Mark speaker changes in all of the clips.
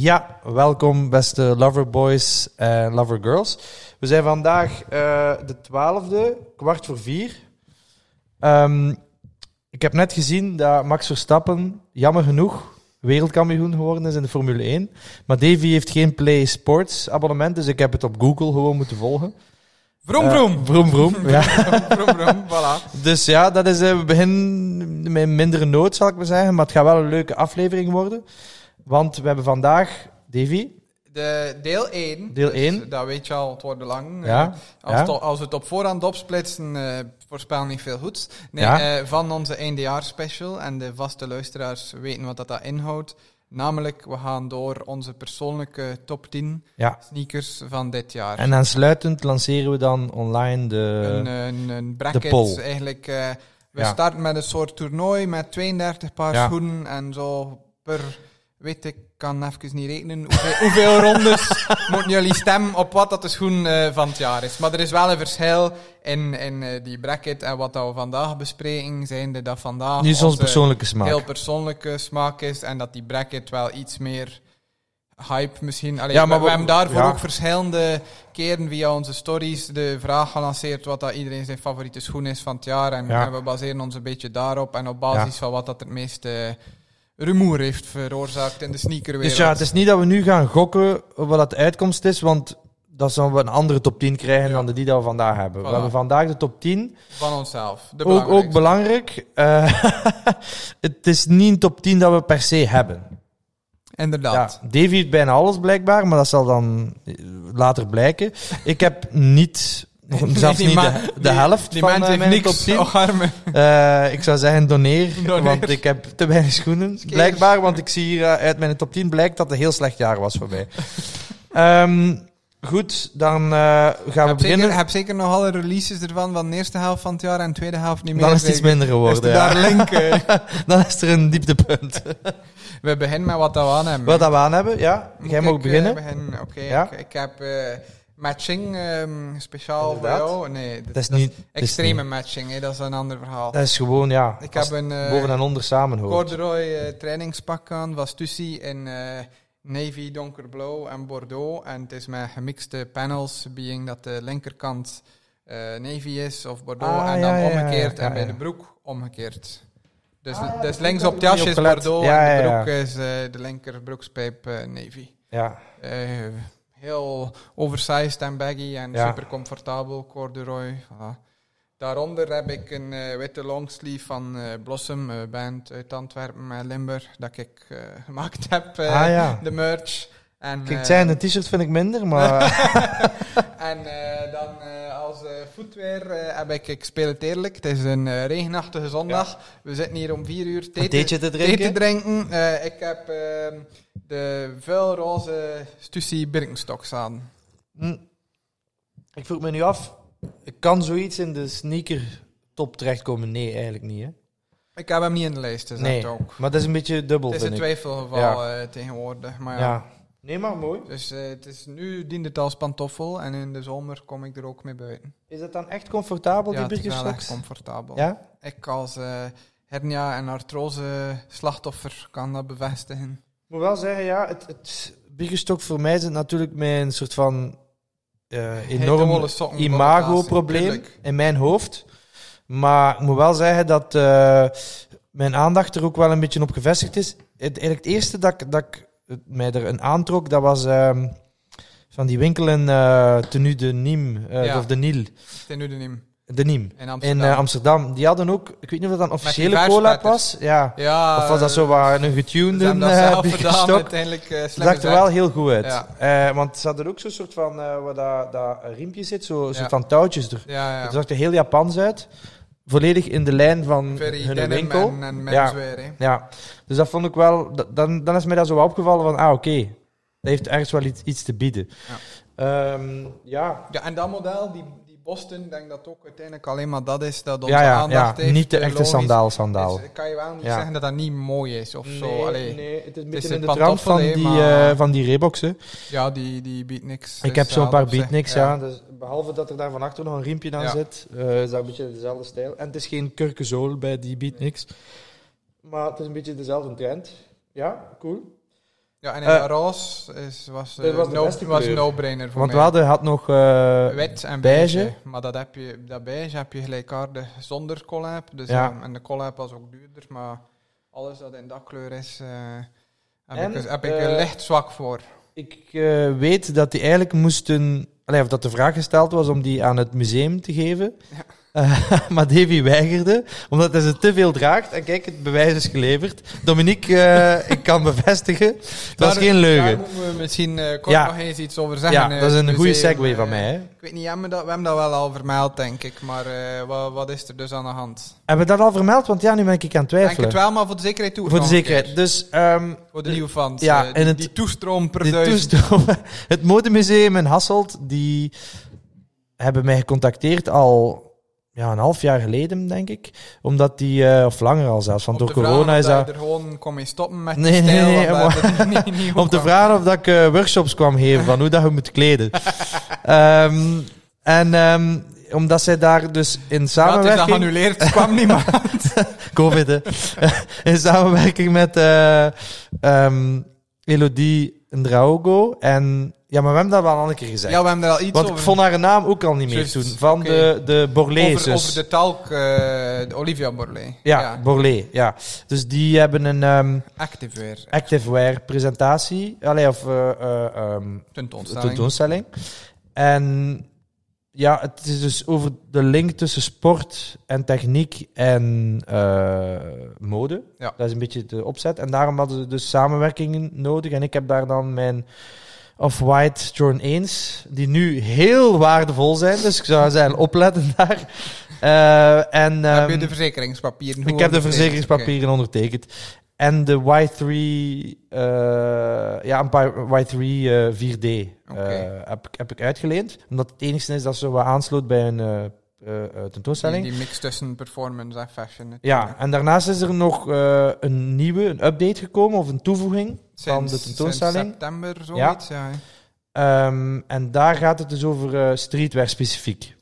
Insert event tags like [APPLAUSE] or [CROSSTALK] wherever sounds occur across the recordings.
Speaker 1: Ja, welkom beste Loverboys en Lovergirls. We zijn vandaag eh, de 12e, kwart voor vier. Ehm, ik heb net gezien dat Max Verstappen, jammer genoeg, wereldkampioen geworden is in de Formule 1. Maar Davy heeft geen Play Sports abonnement, dus ik heb het op Google gewoon moeten volgen.
Speaker 2: Vroom,
Speaker 1: Eh,
Speaker 2: vroom.
Speaker 1: vroom, vroom. Ja.
Speaker 2: vroom,
Speaker 1: [LAUGHS]
Speaker 2: vroom, voilà.
Speaker 1: Dus ja, dat is, eh, we beginnen met een mindere nood, zal ik maar zeggen. Maar het gaat wel een leuke aflevering worden. Want we hebben vandaag, Davy,
Speaker 2: De deel 1.
Speaker 1: Deel één.
Speaker 2: Dat weet je al, het wordt lang.
Speaker 1: Ja,
Speaker 2: Eh, Als,
Speaker 1: ja.
Speaker 2: het, al- als we het op voorhand opsplitsen, eh voorspel niet veel goeds. Nee,
Speaker 1: Ja.
Speaker 2: eh, van onze eindejaars-special. En de vaste luisteraars weten wat dat, dat inhoudt. Namelijk, we gaan door onze persoonlijke top 10
Speaker 1: ja.
Speaker 2: sneakers van dit jaar.
Speaker 1: En aansluitend lanceren we dan online de.
Speaker 2: een, een, een bracket.
Speaker 1: eh, de poll.
Speaker 2: Eigenlijk, eh, we
Speaker 1: Ja.
Speaker 2: starten met een soort toernooi met 32 paar
Speaker 1: Ja.
Speaker 2: schoenen en zo per, weet ik, kan even niet rekenen hoeveel, [LAUGHS] hoeveel rondes moeten jullie stemmen op wat dat de schoen eh, van het jaar is. Maar er is wel een verschil in, in eh, die bracket en wat dat we vandaag bespreken, zijnde dat vandaag
Speaker 1: nu is onze persoonlijke smaak.
Speaker 2: eh, heel persoonlijke smaak is en dat die bracket wel iets meer hype misschien. Allee,
Speaker 1: Ja,
Speaker 2: we-
Speaker 1: maar
Speaker 2: we,
Speaker 1: we-
Speaker 2: hebben daarvoor
Speaker 1: ja.
Speaker 2: ook verschillende keren via onze stories de vraag gelanceerd wat dat iedereen zijn favoriete schoen is van het jaar. En,
Speaker 1: Ja.
Speaker 2: en we baseren ons een beetje daarop en op basis van wat dat het meeste rumoer heeft veroorzaakt in de sneakerwereld.
Speaker 1: dus ja, het is niet dat we nu gaan gokken wat dat de uitkomst is, want dan zullen we een andere top 10 krijgen dan de die dat we vandaag hebben. We
Speaker 2: Voilà.
Speaker 1: hebben vandaag de top 10.
Speaker 2: Van onszelf. De
Speaker 1: Ook, ook
Speaker 2: belangrijkste.
Speaker 1: belangrijk. eh, [LAUGHS] het is niet een top 10 dat we per se hebben. Ja,
Speaker 2: Inderdaad.
Speaker 1: Davy heeft bijna alles blijkbaar, maar dat zal dan eh, later blijken. Ik heb
Speaker 2: [LAUGHS]
Speaker 1: niet, nog- zelfs
Speaker 2: Die
Speaker 1: niet
Speaker 2: ma-
Speaker 1: de, de
Speaker 2: die-
Speaker 1: helft
Speaker 2: die
Speaker 1: van
Speaker 2: mens
Speaker 1: eh,
Speaker 2: heeft
Speaker 1: mijn
Speaker 2: niks
Speaker 1: top 10.
Speaker 2: Oh, arme.
Speaker 1: Eh, ik zou zeggen doneer,
Speaker 2: Doneer.
Speaker 1: want ik heb te weinig schoenen.
Speaker 2: Skeer.
Speaker 1: Blijkbaar, want ik zie hier eh, uit mijn top 10 blijkt dat het een heel slecht jaar was voor mij. Ehm, goed, dan eh, gaan we
Speaker 2: Heb
Speaker 1: beginnen.
Speaker 2: zeker, heb zeker nog alle releases ervan van de eerste helft van het jaar en de tweede helft niet meer.
Speaker 1: dan is het iets
Speaker 2: zeker.
Speaker 1: minder
Speaker 2: Is Mm.
Speaker 1: geworden.
Speaker 2: er
Speaker 1: ja.
Speaker 2: daar link?
Speaker 1: [LAUGHS]
Speaker 2: eh?
Speaker 1: Dan is er een dieptepunt.
Speaker 2: We beginnen met wat dat we aan hebben.
Speaker 1: Wat dat we aan hebben, ja.
Speaker 2: Moet
Speaker 1: Jij mag
Speaker 2: ik, eh,
Speaker 1: beginnen.
Speaker 2: beginnen? Oké,
Speaker 1: Ja.
Speaker 2: ik, ik heb eh, matching ehm, speciaal
Speaker 1: Inderdaad.
Speaker 2: voor jou. Nee, dat,
Speaker 1: dat is niet... dat is
Speaker 2: extreme
Speaker 1: niet-
Speaker 2: matching, hè, dat is een ander verhaal.
Speaker 1: Dat is gewoon, ja.
Speaker 2: ik
Speaker 1: als
Speaker 2: heb een
Speaker 1: het
Speaker 2: eh,
Speaker 1: boven en onder samen hoort.
Speaker 2: corduroy eh, trainingspak aan, was Tussie in eh, navy, donkerblauw en bordeaux. En het is met gemixte panels, being dat de linkerkant eh, navy is of bordeaux.
Speaker 1: Ah,
Speaker 2: en dan
Speaker 1: ja, ja, ja,
Speaker 2: omgekeerd
Speaker 1: ja,
Speaker 2: en bij
Speaker 1: ja.
Speaker 2: de broek omgekeerd. Dus,
Speaker 1: Ah, ja,
Speaker 2: dus
Speaker 1: dat
Speaker 2: links
Speaker 1: heb
Speaker 2: op
Speaker 1: ik
Speaker 2: het
Speaker 1: nog
Speaker 2: jasje
Speaker 1: niet
Speaker 2: is
Speaker 1: opgelet.
Speaker 2: bordeaux
Speaker 1: Ja,
Speaker 2: en de
Speaker 1: ja, ja.
Speaker 2: broek is eh, de linker broekspijp eh, navy.
Speaker 1: Ja.
Speaker 2: Eh, heel oversized en baggy en
Speaker 1: Ja.
Speaker 2: super comfortabel, corduroy. voilà. Daaronder heb ik een eh, witte longsleeve van eh, Blossom, eh, band uit Antwerpen en Limburg, dat ik eh, gemaakt [LAUGHS] heb, eh,
Speaker 1: Ah, ja.
Speaker 2: de merch. En,
Speaker 1: Kijk, het
Speaker 2: eh,
Speaker 1: zijn, een t-shirt vind ik minder,
Speaker 2: [LAUGHS]
Speaker 1: maar...
Speaker 2: en eh, dan eh, als eh, footwear eh, heb ik, ik speel het eerlijk, het is een eh, regenachtige zondag. We zitten hier om vier uur
Speaker 1: Een
Speaker 2: thee te
Speaker 1: theetje te
Speaker 2: thee te
Speaker 1: drinken.
Speaker 2: drinken. Eh, ik heb ehm, de vuilroze Stussy Birkenstocks aan.
Speaker 1: Hm. Ik vroeg me nu af, kan zoiets in de sneaker top terechtkomen? Nee, eigenlijk niet. Hè?
Speaker 2: Ik heb hem niet in de lijst, dus
Speaker 1: nee,
Speaker 2: dat ook.
Speaker 1: maar dat is een beetje dubbel,
Speaker 2: Het is
Speaker 1: vind
Speaker 2: een
Speaker 1: ik.
Speaker 2: twijfelgeval
Speaker 1: Ja.
Speaker 2: eh, tegenwoordig. Maar ja.
Speaker 1: ja. Nee, maar mooi.
Speaker 2: Dus eh, het is, nu dient het als pantoffel en in de zomer kom ik er ook mee buiten.
Speaker 1: Is dat dan echt comfortabel,
Speaker 2: ja,
Speaker 1: die
Speaker 2: het is wel echt
Speaker 1: Birkenstocks?
Speaker 2: comfortabel.
Speaker 1: Ja?
Speaker 2: Ik als eh, hernia- en artrose slachtoffer kan dat bevestigen.
Speaker 1: Ik moet wel zeggen, ja, het, het Birkenstock voor mij zit natuurlijk mijn soort van eh enorm
Speaker 2: Hele sokken-
Speaker 1: imago-probleem
Speaker 2: Tuurlijk.
Speaker 1: in mijn hoofd. Maar ik moet wel zeggen dat eh, mijn aandacht er ook wel een beetje op gevestigd is. Het, eigenlijk het eerste dat, ik- dat ik het mij er een aantrok, dat was ehm, van die winkel in eh Tenue de Nîmes, eh,
Speaker 2: Ja.
Speaker 1: of de Niel.
Speaker 2: Het is nu de Niem
Speaker 1: De Nîmes.
Speaker 2: in
Speaker 1: In
Speaker 2: Amsterdam.
Speaker 1: eh, Amsterdam. Die hadden ook, ik weet niet of dat een officiële
Speaker 2: vaarspetters.
Speaker 1: cola was. Ja.
Speaker 2: ja,
Speaker 1: Of was dat zo waar een
Speaker 2: Ze
Speaker 1: getunede
Speaker 2: hebben
Speaker 1: [LAUGHS]
Speaker 2: dat
Speaker 1: eh,
Speaker 2: zelf gedaan,
Speaker 1: Birkenstock?
Speaker 2: uiteindelijk eh
Speaker 1: Het
Speaker 2: slecht
Speaker 1: zag er wel heel goed uit.
Speaker 2: Ja.
Speaker 1: Eh, want ze hadden ook zo'n soort van, eh, waar dat, dat riempje zit, zo'n soort
Speaker 2: Ja.
Speaker 1: van touwtjes er.
Speaker 2: Ja, ja.
Speaker 1: Het zag er heel Japans uit. Volledig in de lijn van
Speaker 2: Very
Speaker 1: hun
Speaker 2: denim
Speaker 1: winkel.
Speaker 2: en, en
Speaker 1: Ja.
Speaker 2: menswear, hè.
Speaker 1: Ja, dus dat vond ik wel... da- Dan, dan is mij dat zo wel opgevallen van, ah, oké. Dat heeft ergens wel iets, iets te bieden.
Speaker 2: Ja.
Speaker 1: Ja. ja.
Speaker 2: Ja, en dat model, die, die Boston, ik denk dat ook uiteindelijk alleen maar dat is dat onze
Speaker 1: Ja, ja, ja.
Speaker 2: aandacht heeft.
Speaker 1: Niet de
Speaker 2: eh,
Speaker 1: echte
Speaker 2: logisch.
Speaker 1: sandaal-sandaal.
Speaker 2: Dus kan je wel niet
Speaker 1: Ja.
Speaker 2: zeggen dat dat niet mooi is of zo. Allee,
Speaker 1: nee, het is een
Speaker 2: is
Speaker 1: beetje
Speaker 2: een
Speaker 1: in de trant
Speaker 2: pantoffel,
Speaker 1: van
Speaker 2: hè,
Speaker 1: die,
Speaker 2: maar-
Speaker 1: eh, van die Reeboks, hè.
Speaker 2: Ja, die, die biedt niks.
Speaker 1: Ik heb zo'n paar
Speaker 2: beat
Speaker 1: beatniks, ja. Dus behalve dat er daar van achter nog een riempje aan
Speaker 2: Ja.
Speaker 1: zit, eh, is dat een beetje dezelfde stijl. En het is geen kurkenzool bij die beatniks. Maar het is een beetje dezelfde trend. Ja, cool.
Speaker 2: Ja, en in
Speaker 1: Eh,
Speaker 2: roze is, was, eh,
Speaker 1: dat was de
Speaker 2: no,
Speaker 1: beste
Speaker 2: was een
Speaker 1: kleur.
Speaker 2: no-brainer voor
Speaker 1: Want we
Speaker 2: mij.
Speaker 1: hadden had nog... eh,
Speaker 2: Wit en
Speaker 1: beige.
Speaker 2: beige. Maar dat, heb je, dat beige heb je gelijkaardig zonder collab. Dus
Speaker 1: Ja.
Speaker 2: ehm, en de collab was ook duurder. Maar alles dat in dat kleur is, eh, heb,
Speaker 1: En,
Speaker 2: ik, er- heb ik
Speaker 1: eh,
Speaker 2: er licht zwak voor.
Speaker 1: Ik eh, weet dat die eigenlijk moesten... Allee, of dat de vraag gesteld was om die aan het museum te geven. Eh, [LAUGHS] maar Davy weigerde, omdat hij ze te veel draagt. En kijk, het bewijs is geleverd. Dominique, eh, ik kan bevestigen, dat was
Speaker 2: Daar-
Speaker 1: geen
Speaker 2: Daar
Speaker 1: leugen.
Speaker 2: eh, moeten we misschien eh, kort
Speaker 1: Ja.
Speaker 2: nog eens iets over zeggen.
Speaker 1: Ja,
Speaker 2: eh,
Speaker 1: dat is
Speaker 2: het
Speaker 1: een goede
Speaker 2: museum,
Speaker 1: segue
Speaker 2: eh,
Speaker 1: van mij. Hè.
Speaker 2: Ik weet niet, ja, maar dat, we hebben dat wel al vermeld, denk ik. Maar eh, wat, wat is er dus aan de hand?
Speaker 1: Hebben we dat al vermeld? Want ja, nu ben ik aan het
Speaker 2: Denk
Speaker 1: twijfelen.
Speaker 2: het wel, maar voor de zekerheid toe.
Speaker 1: Voor de
Speaker 2: nog een keer.
Speaker 1: zekerheid. Dus ehm
Speaker 2: Voor de nieuwe fans.
Speaker 1: Ja,
Speaker 2: eh,
Speaker 1: en
Speaker 2: die,
Speaker 1: het-
Speaker 2: die toestroom per
Speaker 1: de
Speaker 2: duizend.
Speaker 1: toestroom- dus [LAUGHS] het modemuseum in Hasselt, die hebben mij gecontacteerd al ja, een half jaar geleden, denk ik. Omdat die, eh, of langer al zelfs, want
Speaker 2: Om
Speaker 1: door
Speaker 2: te
Speaker 1: corona
Speaker 2: vragen
Speaker 1: is
Speaker 2: of
Speaker 1: dat...
Speaker 2: je er gewoon kon mee stoppen met
Speaker 1: Nee,
Speaker 2: die
Speaker 1: nee,
Speaker 2: stijl.
Speaker 1: nee,
Speaker 2: omdat [LAUGHS] het niet- niet goed
Speaker 1: Om te
Speaker 2: kwam.
Speaker 1: vragen of dat ik eh, workshops kwam geven van hoe dat je moet
Speaker 2: [LAUGHS]
Speaker 1: kleden. Ehm, en ehm, omdat zij daar dus in
Speaker 2: Ja, het is dan
Speaker 1: samenwerking...
Speaker 2: geannuleerd, het kwam niet meer.
Speaker 1: [LAUGHS] COVID, hè. [LAUGHS] In samenwerking met eh ehm Elodie Ndraogo. En ja, maar we hebben dat wel al een keer gezegd.
Speaker 2: Ja, we hebben er al iets
Speaker 1: Want ik
Speaker 2: over.
Speaker 1: vond haar naam ook al niet meer
Speaker 2: Juist,
Speaker 1: toen. Van
Speaker 2: oké.
Speaker 1: de, de Borlée
Speaker 2: over,
Speaker 1: zus.
Speaker 2: over de talk, eh, de Olivia Borlée.
Speaker 1: dus- Ja, Borlée, ja. Dus die hebben een ehm
Speaker 2: Active weer.
Speaker 1: activewear presentatie. Allee, of eh, eh, ehm,
Speaker 2: Tentoonstelling.
Speaker 1: tentoonstelling. En ja, het is dus over de link tussen sport en techniek en eh, mode.
Speaker 2: Ja.
Speaker 1: Dat is een beetje de opzet. En daarom hadden ze dus samenwerkingen nodig. En ik heb daar dan mijn Off-White Jordan 1 die nu heel waardevol zijn. Dus ik zou zeggen, opletten daar. [LAUGHS] Eh, en,
Speaker 2: Heb je
Speaker 1: ehm,
Speaker 2: de verzekeringspapieren? Hoe
Speaker 1: ik heb de
Speaker 2: ondertekend?
Speaker 1: verzekeringspapieren ondertekend. En de Y3, eh, ja, een paar Y3 eh, 4D eh,
Speaker 2: Oké.
Speaker 1: heb, ik- heb ik uitgeleend. Omdat het enigste is dat ze wat aansloot bij een eh, eh, eh,
Speaker 2: Oké.
Speaker 1: tentoonstelling.
Speaker 2: Die, die mix tussen performance en fashion.
Speaker 1: Ja, en daarnaast is er nog eh, een nieuwe, een update gekomen of een toevoeging. van de tentoonstelling.
Speaker 2: Sinds september, zoiets. Ja. hè.
Speaker 1: Ehm, en daar gaat het dus over eh, streetwear specifiek.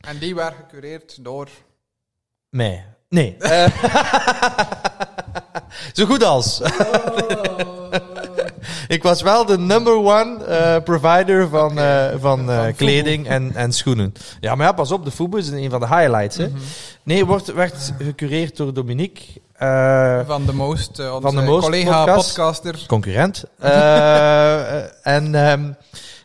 Speaker 2: En die waren gecureerd door...
Speaker 1: Mij. Nee. [LAUGHS] Eh, Zo goed als. Ik was wel de number one eh, provider van, eh, van, eh,
Speaker 2: Van
Speaker 1: kleding en, en schoenen. Ja, maar ja, pas op, de voetbal is een van de highlights. Hè.
Speaker 2: Mhm.
Speaker 1: Nee, wordt, werd gecureerd door Dominique, eh,
Speaker 2: Van de Most, eh, onze
Speaker 1: Van de Most
Speaker 2: collega
Speaker 1: podcast.
Speaker 2: podcaster.
Speaker 1: concurrent.
Speaker 2: [LAUGHS]
Speaker 1: Eh, en ehm,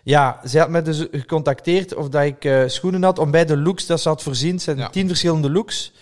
Speaker 1: ja, zij had mij dus gecontacteerd of dat ik eh, schoenen had om bij de looks dat ze had voorzien, het zijn
Speaker 2: Ja.
Speaker 1: tien verschillende looks,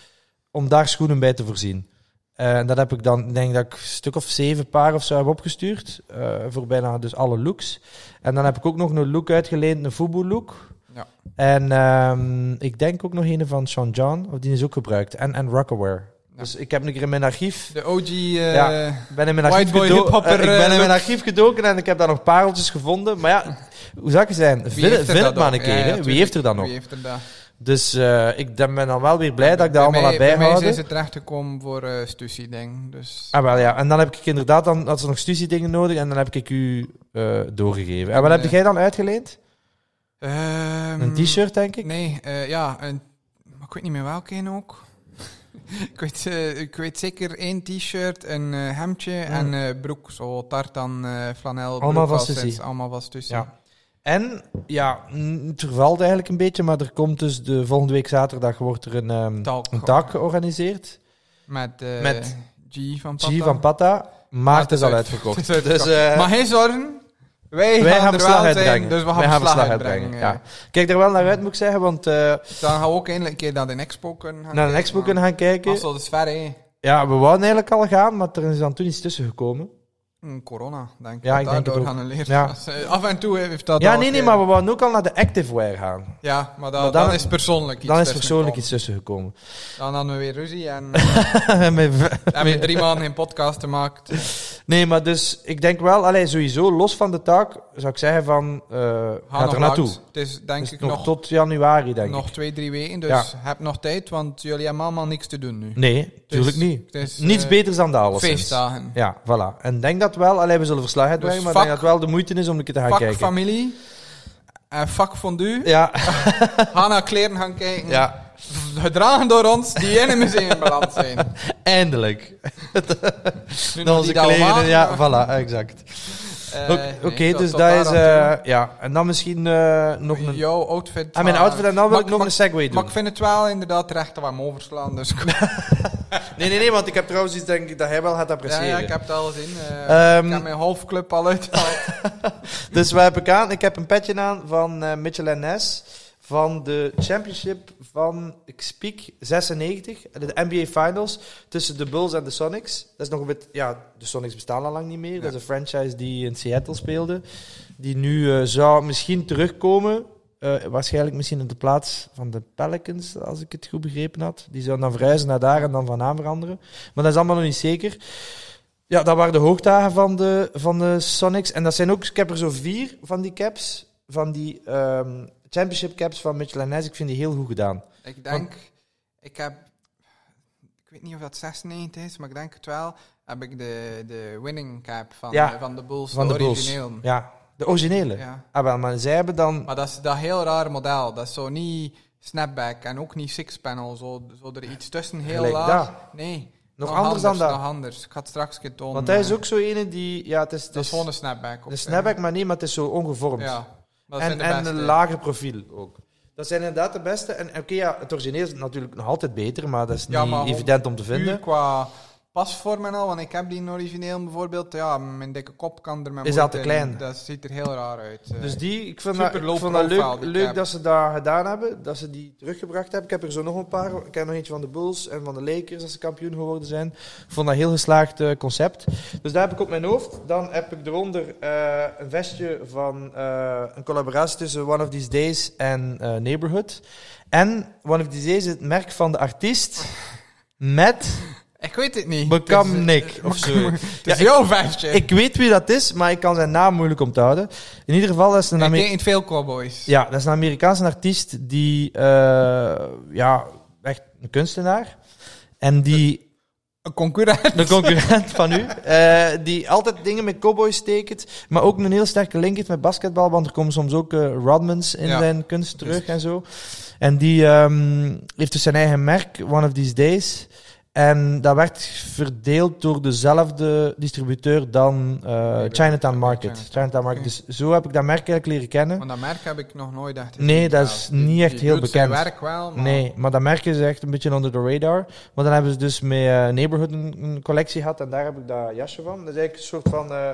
Speaker 1: om daar schoenen bij te voorzien. Eh, En dat heb ik dan, ik denk dat ik een stuk of zeven paar of zo heb opgestuurd. eh, voor bijna dus alle looks. En dan heb ik ook nog een look uitgeleend, een Fubu look.
Speaker 2: Ja.
Speaker 1: En ehm, ik denk ook nog een van Sean John, of die is ook gebruikt. En, en Rockaware.
Speaker 2: Ja.
Speaker 1: Dus ik heb een keer in mijn archief.
Speaker 2: De OG... eh,
Speaker 1: Ja. Ik ben in mijn archief,
Speaker 2: White boy
Speaker 1: gedo-
Speaker 2: hiphopper,
Speaker 1: eh, ik ben
Speaker 2: eh,
Speaker 1: in mijn
Speaker 2: look.
Speaker 1: archief gedoken en ik heb daar nog pareltjes gevonden. Maar ja, hoe zou ik het zijn?
Speaker 2: wie
Speaker 1: Vind,
Speaker 2: heeft er
Speaker 1: vind
Speaker 2: dat
Speaker 1: het maar
Speaker 2: nog?
Speaker 1: een keer.
Speaker 2: Ja, ja,
Speaker 1: hè. Wie
Speaker 2: tuurlijk.
Speaker 1: heeft er dan nog?
Speaker 2: Wie heeft er dat?
Speaker 1: Dus eh, ik dan ben dan wel weer blij dat ik dat allemaal
Speaker 2: mij-
Speaker 1: heb
Speaker 2: Bij mij
Speaker 1: bijgehouden.
Speaker 2: is het terechtgekomen voor eh Stussy, denk Dus
Speaker 1: Ah, wel ja. En dan heb ik inderdaad, dan had ze nog studiedingen nodig en dan heb ik u eh, doorgegeven. En wat heb
Speaker 2: Nee.
Speaker 1: jij dan uitgeleend?
Speaker 2: Ehm,
Speaker 1: Een t-shirt, denk ik?
Speaker 2: Nee, eh, ja, een, maar ik weet niet meer welke een ook. [LAUGHS] ik, weet, eh, ik weet zeker één t-shirt, een eh, hemdje en eh, broek. Zo tartan, eh flanel.
Speaker 1: Allemaal
Speaker 2: broek
Speaker 1: van
Speaker 2: al
Speaker 1: Stussy.
Speaker 2: sinds- Allemaal was tussen.
Speaker 1: Ja. En, ja, mm, het vervalt eigenlijk een beetje, maar er komt dus de volgende week zaterdag wordt er een, ehm
Speaker 2: Talk.
Speaker 1: een dag georganiseerd.
Speaker 2: Met, eh,
Speaker 1: Met
Speaker 2: G van Papa.
Speaker 1: G van
Speaker 2: [LAUGHS]
Speaker 1: Patta, maar het is al uitverkocht.
Speaker 2: Het is uitverkocht.
Speaker 1: Dus, eh,
Speaker 2: maar geen zorgen. Wij,
Speaker 1: wij
Speaker 2: gaan
Speaker 1: gaan
Speaker 2: er
Speaker 1: verslag
Speaker 2: wel zijn,
Speaker 1: uitbrengen.
Speaker 2: dus we gaan
Speaker 1: Wij
Speaker 2: verslag,
Speaker 1: verslag
Speaker 2: uitbrengen.
Speaker 1: Ja. Kijk er wel naar uit, moet ik zeggen, want eh,
Speaker 2: eh. Dan gaan we ook eindelijk een keer naar de Expo kunnen gaan
Speaker 1: naar een
Speaker 2: kijken,
Speaker 1: expo
Speaker 2: maar-
Speaker 1: kunnen gaan kijken.
Speaker 2: Hasselt is ver, hè.
Speaker 1: Ja, we wouden eigenlijk al gaan, maar er is dan toen iets tussen gekomen.
Speaker 2: Hm, Corona, denk ik.
Speaker 1: Ja,
Speaker 2: dat
Speaker 1: ik denk het
Speaker 2: daardoor
Speaker 1: ook.
Speaker 2: geannuleerd
Speaker 1: Ja.
Speaker 2: was. Eh, Af en toe heeft dat eh,
Speaker 1: Ja,
Speaker 2: al
Speaker 1: nee, nee,
Speaker 2: keer-
Speaker 1: maar we wouden ook al naar de activewear gaan.
Speaker 2: Ja, maar, dat,
Speaker 1: Maar
Speaker 2: dan,
Speaker 1: dan-
Speaker 2: is persoonlijk iets.
Speaker 1: Dan is
Speaker 2: tussen
Speaker 1: persoonlijk iets
Speaker 2: gekomen.
Speaker 1: tussen
Speaker 2: [LAUGHS]
Speaker 1: gekomen. [LAUGHS]
Speaker 2: Dan hadden we weer ruzie en eh, [LAUGHS] hebben we drie maanden geen podcast gemaakt.
Speaker 1: nee, maar dus ik denk wel, allee, sowieso los van de taak, zou ik zeggen van, eh
Speaker 2: Ga
Speaker 1: gaat
Speaker 2: nog
Speaker 1: er naartoe.
Speaker 2: langs. Het is denk
Speaker 1: Dus
Speaker 2: ik
Speaker 1: nog,
Speaker 2: nog, nog,
Speaker 1: tot januari, denk ik.
Speaker 2: twee, drie weken, dus
Speaker 1: Ja.
Speaker 2: heb nog tijd, want jullie hebben allemaal niks te doen nu.
Speaker 1: Nee,
Speaker 2: Het is-
Speaker 1: natuurlijk niet.
Speaker 2: het is,
Speaker 1: Niets
Speaker 2: eh,
Speaker 1: beters dan de alleszins.
Speaker 2: Feestdagen.
Speaker 1: Ja, voilà. En denk dat wel, allee, we zullen verslag uitbrengen,
Speaker 2: Dus
Speaker 1: maar
Speaker 2: vak-
Speaker 1: denk dat wel de moeite is om een keer te gaan
Speaker 2: Vak
Speaker 1: kijken.
Speaker 2: familie. En vak fondue.
Speaker 1: Ja,
Speaker 2: Ga naar kleren gaan kijken.
Speaker 1: ja.
Speaker 2: gedragen door ons, die in een museum beland
Speaker 1: [LAUGHS]
Speaker 2: zijn.
Speaker 1: Eindelijk.
Speaker 2: Nu nog
Speaker 1: Naar onze
Speaker 2: niet allemaal,
Speaker 1: kleren, ja,
Speaker 2: maar,
Speaker 1: voilà, exact.
Speaker 2: eh,
Speaker 1: Oké,
Speaker 2: nee,
Speaker 1: oké,
Speaker 2: tot-
Speaker 1: dus dat
Speaker 2: tot daar
Speaker 1: is...
Speaker 2: aan
Speaker 1: eh, ja, en dan misschien eh,
Speaker 2: toe.
Speaker 1: nog een...
Speaker 2: Jouw outfit.
Speaker 1: Ah, mijn
Speaker 2: maar-
Speaker 1: outfit, en dan wil
Speaker 2: maar-
Speaker 1: ik nog
Speaker 2: maar-
Speaker 1: een segue doen.
Speaker 2: Maar ik vind het wel inderdaad terecht dat we hem
Speaker 1: [LAUGHS]
Speaker 2: overslaan. Dus ik-
Speaker 1: Nee, nee, nee, want ik heb trouwens iets denk ik, dat hij wel gaat
Speaker 2: ja,
Speaker 1: appreciëren.
Speaker 2: ja, ik heb het al gezien. eh,
Speaker 1: Ehm,
Speaker 2: ik heb mijn halfclub
Speaker 1: [LAUGHS]
Speaker 2: al uitgehaald.
Speaker 1: Dus wat heb ik aan? Ik heb een petje aan van eh Mitchell en Ness van de championship van, ik speak, 96, de NBA Finals tussen de Bulls en de Sonics. Dat is nog een beetje, ja, de Sonics bestaan al lang niet meer. Dat is een franchise die in Seattle speelde, die nu eh, zou misschien terugkomen. eh, waarschijnlijk misschien in de plaats van de Pelicans, als ik het goed begrepen had. Die zouden dan verhuizen naar daar en dan van naam veranderen. Maar dat is allemaal nog niet zeker. Ja, dat waren de hoogdagen van de, van de Sonics. En dat zijn ook, ik heb er zo vier van die caps, van die ehm, championship caps van Mitchell en Ness. Ik vind die heel goed gedaan.
Speaker 2: ik denk, ik heb, ik weet niet of dat 96 is, maar ik denk het wel, heb ik de, de winning cap van,
Speaker 1: Ja,
Speaker 2: eh, van de Bulls,
Speaker 1: Van de, Bulls.
Speaker 2: origineel.
Speaker 1: Ja, de originele.
Speaker 2: Ja.
Speaker 1: Ah, wel, maar zij hebben dan...
Speaker 2: Maar dat is dat heel raar model. Dat is zo niet snapback en ook niet sixpanel. Zo, zo er iets tussen, heel
Speaker 1: Gelijk
Speaker 2: laag. Nee.
Speaker 1: Nog anders dan dat.
Speaker 2: Nog anders. Ik ga het straks een keer tonen.
Speaker 1: Want hij is
Speaker 2: eh,
Speaker 1: ook zo ene die... Ja, het is, het
Speaker 2: Dat
Speaker 1: is
Speaker 2: is gewoon een snapback.
Speaker 1: een snapback, maar nee, maar het is zo ongevormd.
Speaker 2: Ja. Maar dat
Speaker 1: en
Speaker 2: zijn de
Speaker 1: en
Speaker 2: beste.
Speaker 1: een lager profiel ook. Dat zijn inderdaad de beste. En oké, ja, het origineel is natuurlijk nog altijd beter, maar dat is
Speaker 2: Ja, maar
Speaker 1: niet
Speaker 2: om-
Speaker 1: evident om te vinden.
Speaker 2: Puur qua pasvorm en al, want ik heb die in origineel bijvoorbeeld. Ja, mijn dikke kop kan er met
Speaker 1: Is dat te
Speaker 2: moeite in.
Speaker 1: klein?
Speaker 2: Dat ziet er heel raar uit. eh.
Speaker 1: Dus die, ik vond
Speaker 2: Super
Speaker 1: dat, ik
Speaker 2: low
Speaker 1: vond dat
Speaker 2: profile,
Speaker 1: leuk,
Speaker 2: die
Speaker 1: leuk
Speaker 2: cap.
Speaker 1: dat ze dat gedaan hebben, dat ze die teruggebracht hebben. Ik heb er zo nog een paar, ik heb nog eentje van de Bulls en van de Lakers als ze kampioen geworden zijn. Ik vond dat een heel geslaagd eh, concept. Dus daar heb ik op mijn hoofd. Dan heb ik eronder eh, een vestje van eh, een collaboratie tussen One of These Days en eh, Neighborhood. En One of These Days is het merk van de artiest met
Speaker 2: [LAUGHS] ik weet het niet.
Speaker 1: Become
Speaker 2: Het is- [LAUGHS]
Speaker 1: Nick of zo.
Speaker 2: Het
Speaker 1: Ja,
Speaker 2: is
Speaker 1: ik-
Speaker 2: jouw vestje. Ik,
Speaker 1: Ik weet wie dat is, maar ik kan zijn naam moeilijk onthouden. In ieder geval, dat is een
Speaker 2: ik
Speaker 1: Amer-
Speaker 2: denk niet veel cowboys.
Speaker 1: ja, dat is een Amerikaanse artiest die, eh, ja, echt een kunstenaar. En die,
Speaker 2: Een concurrent.
Speaker 1: [LAUGHS] de concurrent van u, [LAUGHS] eh, die altijd dingen met cowboys tekent, maar ook een heel sterke link heeft met basketbal, want er komen soms ook eh, Rodmans in
Speaker 2: Ja.
Speaker 1: zijn kunst terug en zo. En die ehm, heeft dus zijn eigen merk, One of These Days. En dat werd verdeeld door dezelfde distributeur dan eh, Chinatown Market.
Speaker 2: Chinatown.
Speaker 1: Chinatown Market. Dus zo heb ik dat merk eigenlijk leren kennen.
Speaker 2: Want dat merk heb ik nog nooit echt
Speaker 1: Nee,
Speaker 2: gezien
Speaker 1: dat is
Speaker 2: trouwens.
Speaker 1: niet
Speaker 2: Die-
Speaker 1: echt
Speaker 2: die
Speaker 1: heel
Speaker 2: doet zijn
Speaker 1: bekend.
Speaker 2: werk wel, maar...
Speaker 1: Nee, maar dat merken ze echt een beetje onder de radar. Maar dan hebben ze dus met eh, Neighborhood een, een collectie gehad en daar heb ik dat jasje van. Dat is eigenlijk een soort van eh,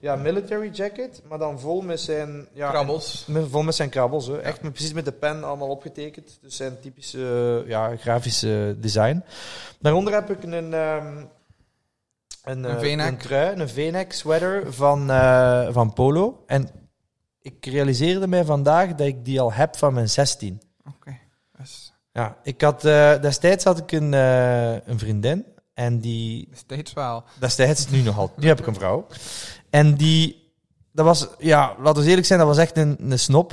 Speaker 1: ja, military jacket, maar dan vol met zijn... Ja,
Speaker 2: Krabbels.
Speaker 1: met- vol met zijn krabbels, hè. echt met, precies met de pen allemaal opgetekend. Dus zijn typische eh, ja, grafische design. Daaronder heb ik een... ehm, een, eh,
Speaker 2: Een V-nek.
Speaker 1: een trui, een v sweater van, eh, van Polo. En ik realiseerde mij vandaag dat ik die al heb van mijn 16.
Speaker 2: Dat is-
Speaker 1: Ja, ik had, eh, destijds had ik een, eh, een vriendin. En die,
Speaker 2: dat is Steeds wel.
Speaker 1: destijds, nu nog altijd, nu heb ik een vrouw. En die, dat was, ja, laten we eerlijk zijn, dat was echt een, een snop.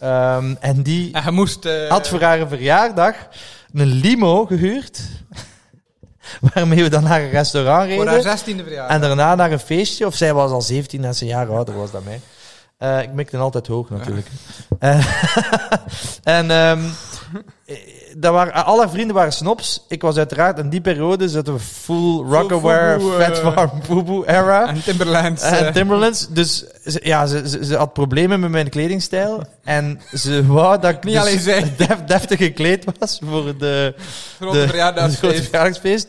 Speaker 1: Ehm, en die
Speaker 2: En je moest... eh,
Speaker 1: had voor haar verjaardag een limo gehuurd. [LAUGHS] Waarmee we dan naar een restaurant
Speaker 2: voor haar
Speaker 1: reden.
Speaker 2: 16e verjaardag.
Speaker 1: En daarna naar een feestje. Of zij was al 17 en ze een jaar ouder was dan mij. Eh, ik mikte altijd hoog natuurlijk. Eh, [LAUGHS] en ehm, eh, dat waren, alle haar vrienden waren snobs. Ik was uiteraard in die periode zaten we full rockaware,
Speaker 2: fubu,
Speaker 1: fat
Speaker 2: eh,
Speaker 1: farm, boeboe era.
Speaker 2: [LAUGHS] En Timberlands.
Speaker 1: En
Speaker 2: eh,
Speaker 1: Timberlands, dus ze- ja, ze, ze, ze had problemen met mijn kledingstijl. En ze wou dat ik
Speaker 2: Niet
Speaker 1: dus
Speaker 2: alleen zij.
Speaker 1: [LAUGHS] def- deftig gekleed was voor de, de-
Speaker 2: grote [LAUGHS]
Speaker 1: het grote
Speaker 2: verjaardagsfeest.
Speaker 1: verjaardagsfeest.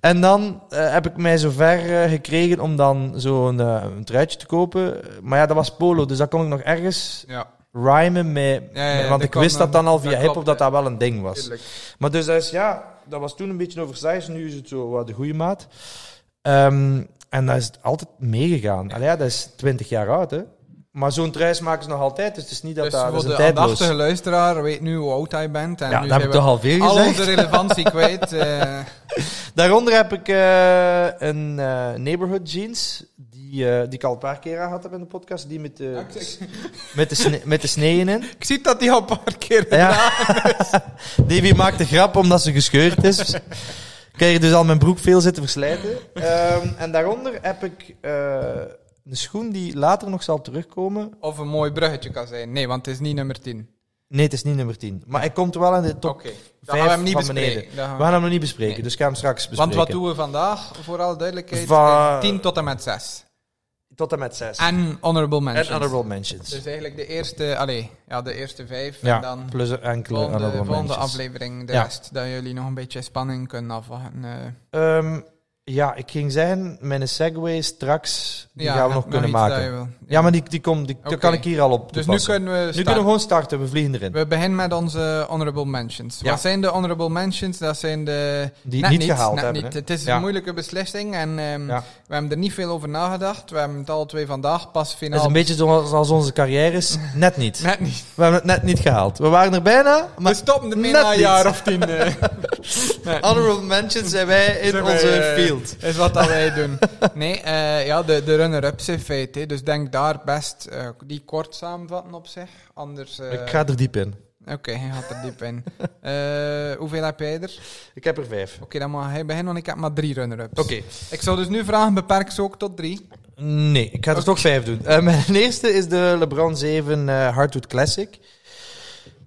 Speaker 1: En dan eh, heb ik mij zover ver gekregen om dan zo'n eh, een truitje te kopen. Maar ja, dat was polo, dus dat kon ik nog ergens
Speaker 2: Ja,
Speaker 1: rhymen met.
Speaker 2: Ja, ja, ja,
Speaker 1: want
Speaker 2: dat
Speaker 1: ik wist
Speaker 2: kan,
Speaker 1: dat dan al
Speaker 2: dat
Speaker 1: via
Speaker 2: klopt,
Speaker 1: hip-hop dat
Speaker 2: ja.
Speaker 1: dat wel een ding was.
Speaker 2: tuurlijk.
Speaker 1: Maar dus dat is, ja, dat was toen een beetje oversized, nu is het zo wat de goede maat. Ehm, en dat is altijd meegegaan. Allee, ja, dat is 20 jaar oud, hè. Maar zo'n truis maken ze nog altijd, dus het is niet dat
Speaker 2: Dus
Speaker 1: dat, dat
Speaker 2: voor
Speaker 1: is een
Speaker 2: de
Speaker 1: tijdloos.
Speaker 2: aandachtige luisteraar weet nu hoe oud hij bent. En
Speaker 1: Ja,
Speaker 2: nu
Speaker 1: dat heb ik toch
Speaker 2: zijn
Speaker 1: al veel
Speaker 2: we al
Speaker 1: gezegd.
Speaker 2: onze relevantie kwijt. eh. [LAUGHS]
Speaker 1: Daaronder heb ik eh, een eh, neighborhood jeans, die, eh, die ik al een paar keer aan had in de podcast, die met de,
Speaker 2: Ah,
Speaker 1: [LAUGHS] met de, sne- met de sneeën
Speaker 2: [LAUGHS]
Speaker 1: in.
Speaker 2: ik zie dat hij al een paar keer...
Speaker 1: Ja. [LAUGHS] Davy maakt de grap omdat ze gescheurd is. Ik heb hier dus al mijn broek veel zitten verslijten. Ehm, en daaronder heb ik eh, een schoen die later nog zal terugkomen.
Speaker 2: Of een mooi bruggetje kan zijn. Nee, want het is niet nummer 10.
Speaker 1: Nee, het is niet nummer 10. Maar hij komt wel in de top
Speaker 2: Oké. Dan gaan
Speaker 1: vijf
Speaker 2: we hem niet
Speaker 1: van beneden.
Speaker 2: bespreken. Dan gaan
Speaker 1: We
Speaker 2: we-
Speaker 1: gaan hem nog niet bespreken,
Speaker 2: Nee.
Speaker 1: dus ik ga hem straks bespreken.
Speaker 2: Want wat doen we vandaag, voor alle duidelijkheid?
Speaker 1: Va-
Speaker 2: Eh, 10 tot en met 6.
Speaker 1: Tot en met 6. En
Speaker 2: En honorable Ah, mentions.
Speaker 1: honorable mentions.
Speaker 2: Dus eigenlijk de eerste, allee, ja, de eerste vijf.
Speaker 1: ja,
Speaker 2: en dan
Speaker 1: plus enkele
Speaker 2: volgende,
Speaker 1: honorable
Speaker 2: volgende
Speaker 1: mentions.
Speaker 2: aflevering de
Speaker 1: Ja.
Speaker 2: rest. Dat jullie nog een beetje spanning kunnen afwachten. eh.
Speaker 1: Ehm, ja, ik ging zeggen, mijn segway straks, die
Speaker 2: Ja,
Speaker 1: gaan we
Speaker 2: nog
Speaker 1: nog kunnen
Speaker 2: iets
Speaker 1: maken.
Speaker 2: dat je wil.
Speaker 1: Ja, maar die, die, komt, die, die
Speaker 2: Oké.
Speaker 1: kan ik hier al op
Speaker 2: Dus nu
Speaker 1: toepassen.
Speaker 2: kunnen we
Speaker 1: nu kunnen
Speaker 2: starten.
Speaker 1: we gewoon starten, we vliegen erin.
Speaker 2: We beginnen met onze honorable mentions.
Speaker 1: Ja.
Speaker 2: Wat zijn de honorable mentions? Dat zijn de...
Speaker 1: Die
Speaker 2: net
Speaker 1: niet gehaald
Speaker 2: net
Speaker 1: hebben,
Speaker 2: niet.
Speaker 1: hè?
Speaker 2: Het is
Speaker 1: Ja.
Speaker 2: een moeilijke beslissing en ehm,
Speaker 1: Ja.
Speaker 2: we hebben er niet veel over nagedacht. We hebben het alle twee vandaag pas
Speaker 1: Dat
Speaker 2: finaal...
Speaker 1: is een beetje zoals als onze
Speaker 2: [LAUGHS]
Speaker 1: carrières, net niet.
Speaker 2: Net niet.
Speaker 1: We hebben het net niet gehaald. We waren er bijna, maar
Speaker 2: we
Speaker 1: [LAUGHS]
Speaker 2: stoppen ermee
Speaker 1: net
Speaker 2: na een
Speaker 1: niet.
Speaker 2: jaar of
Speaker 1: [LAUGHS]
Speaker 2: tien. eh.
Speaker 1: honorable mentions zijn wij in
Speaker 2: Zijn wij,
Speaker 1: onze
Speaker 2: eh,
Speaker 1: field.
Speaker 2: is wat dat wij doen. Nee, eh, ja, de, de runner-ups in feite. hè. Dus denk daar best eh, die kort samenvatten op zich. Anders... eh,
Speaker 1: Ik ga er diep in.
Speaker 2: Oké, hij gaat er diep in. Eh, hoeveel heb jij er?
Speaker 1: Ik heb er vijf.
Speaker 2: Oké, dan mag hij beginnen, want ik heb maar drie runner-ups.
Speaker 1: Oké.
Speaker 2: Ik zou dus nu vragen, beperk ze ook tot drie.
Speaker 1: Nee, ik ga er
Speaker 2: Oké.
Speaker 1: toch vijf doen. Eh, mijn [LAUGHS] eerste is de LeBron 7 eh Hardwood Classic.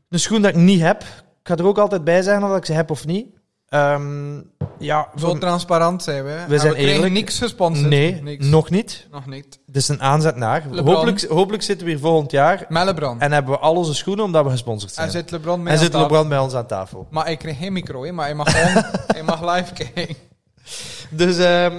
Speaker 1: Een schoen dat ik niet heb. Ik ga er ook altijd bij zeggen of ik ze heb of niet. Ehm, ja,
Speaker 2: Zo transparant zijn we. En
Speaker 1: zijn
Speaker 2: we krijgen
Speaker 1: eerlijk.
Speaker 2: niks gesponsord.
Speaker 1: nee,
Speaker 2: Niks.
Speaker 1: nog niet.
Speaker 2: Nog niet.
Speaker 1: Dit is een aanzet naar.
Speaker 2: LeBron.
Speaker 1: Hopelijk, hopelijk zitten we hier volgend jaar
Speaker 2: Met LeBron. En,
Speaker 1: en hebben we al onze schoenen omdat we gesponsord zijn.
Speaker 2: zit LeBron mee
Speaker 1: En
Speaker 2: aan
Speaker 1: zit
Speaker 2: tafel.
Speaker 1: LeBron bij ons aan tafel.
Speaker 2: Maar ik kreeg geen micro, hè, maar hij mag,
Speaker 1: [LAUGHS]
Speaker 2: gewoon, hij mag live kijken.
Speaker 1: Dus ehm,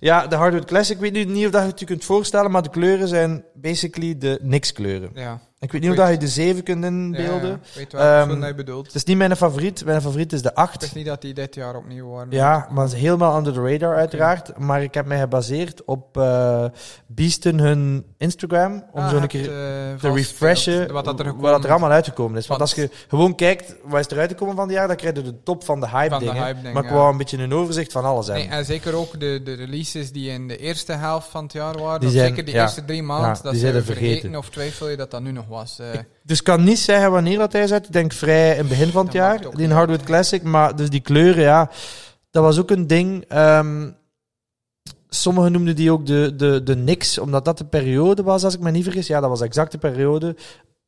Speaker 1: ja, de Hardwood Classic. Ik weet nu niet of dat je het je kunt voorstellen, maar de kleuren zijn basically de niks kleuren.
Speaker 2: Ja.
Speaker 1: Ik weet niet of
Speaker 2: Goed.
Speaker 1: dat je de 7 kunt inbeelden.
Speaker 2: Ja, weet wel
Speaker 1: Ehm,
Speaker 2: wat hij bedoelt.
Speaker 1: Het is niet mijn favoriet. Mijn favoriet is de
Speaker 2: Ik
Speaker 1: 8.
Speaker 2: wist niet dat die dit jaar opnieuw waren.
Speaker 1: Ja, maar het is helemaal under the radar uiteraard. Maar ik heb mij gebaseerd op eh Beesten hun Instagram. Om
Speaker 2: Ah,
Speaker 1: zo een
Speaker 2: hebt,
Speaker 1: keer
Speaker 2: eh,
Speaker 1: te
Speaker 2: vastgesteld
Speaker 1: refreshen
Speaker 2: Wat dat er gekomen
Speaker 1: wat er allemaal uitgekomen is. Want
Speaker 2: Want-
Speaker 1: als je gewoon kijkt wat is er uitgekomen van het jaar, dan krijg je de top van de hype
Speaker 2: Van de
Speaker 1: dingen.
Speaker 2: hype-dingen,
Speaker 1: maar ik
Speaker 2: ja.
Speaker 1: wou een beetje een overzicht van alles hebben.
Speaker 2: Nee, en zeker ook de, de releases die in de eerste helft van het jaar waren.
Speaker 1: Die
Speaker 2: of
Speaker 1: zijn-
Speaker 2: zeker de
Speaker 1: ja,
Speaker 2: eerste drie maanden.
Speaker 1: ja,
Speaker 2: dat
Speaker 1: die
Speaker 2: zijn we
Speaker 1: zijn er vergeten.
Speaker 2: Of twijfel je dat dat nu nog was? eh.
Speaker 1: Dus ik kan niet zeggen wanneer dat hij is uit. Ik denk vrij in het begin van het
Speaker 2: Dat
Speaker 1: jaar.
Speaker 2: maakt ook
Speaker 1: Die
Speaker 2: niet
Speaker 1: Hardwood Classic. Maar dus die kleuren, ja. Dat was ook een ding. Ehm, sommigen noemden die ook de, de, de niks. Omdat dat de periode was, als ik me niet vergis. Ja, dat was exact de periode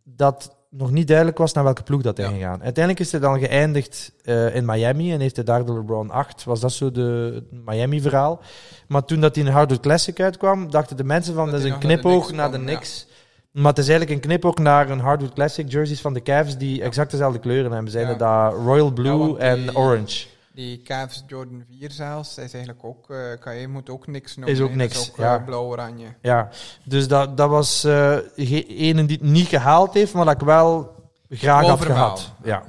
Speaker 1: dat nog niet duidelijk was naar welke ploeg dat hij
Speaker 2: Ja.
Speaker 1: ging gaan. Uiteindelijk is hij dan geëindigd eh, in Miami. En heeft hij daar de LeBron 8. Was dat zo de het Miami-verhaal. Maar toen dat die in Hardwood Classic uitkwam, dachten de mensen van...
Speaker 2: Dat
Speaker 1: Dat, is
Speaker 2: hij
Speaker 1: een
Speaker 2: nog
Speaker 1: knipoog naar
Speaker 2: naar de Knicks
Speaker 1: de
Speaker 2: kwam, ja.
Speaker 1: niks. Maar het is eigenlijk een knipoog naar een Hardwood Classic jerseys van de Cavs die exact dezelfde kleuren hebben. Zijn
Speaker 2: Ja.
Speaker 1: er daar Royal
Speaker 2: Ja,
Speaker 1: Blue
Speaker 2: want die-
Speaker 1: en Orange.
Speaker 2: Die Cavs Jordan 4 zelfs, is eigenlijk ook, eh KJ moet ook niks noemen.
Speaker 1: Is ook
Speaker 2: hè.
Speaker 1: niks,
Speaker 2: Dat is ook
Speaker 1: ja.
Speaker 2: eh, blauw-oranje.
Speaker 1: Ja, dus dat, dat was eh ge- ene die het niet gehaald heeft, maar dat ik wel graag had
Speaker 2: Overmaal.
Speaker 1: gehad. Ja.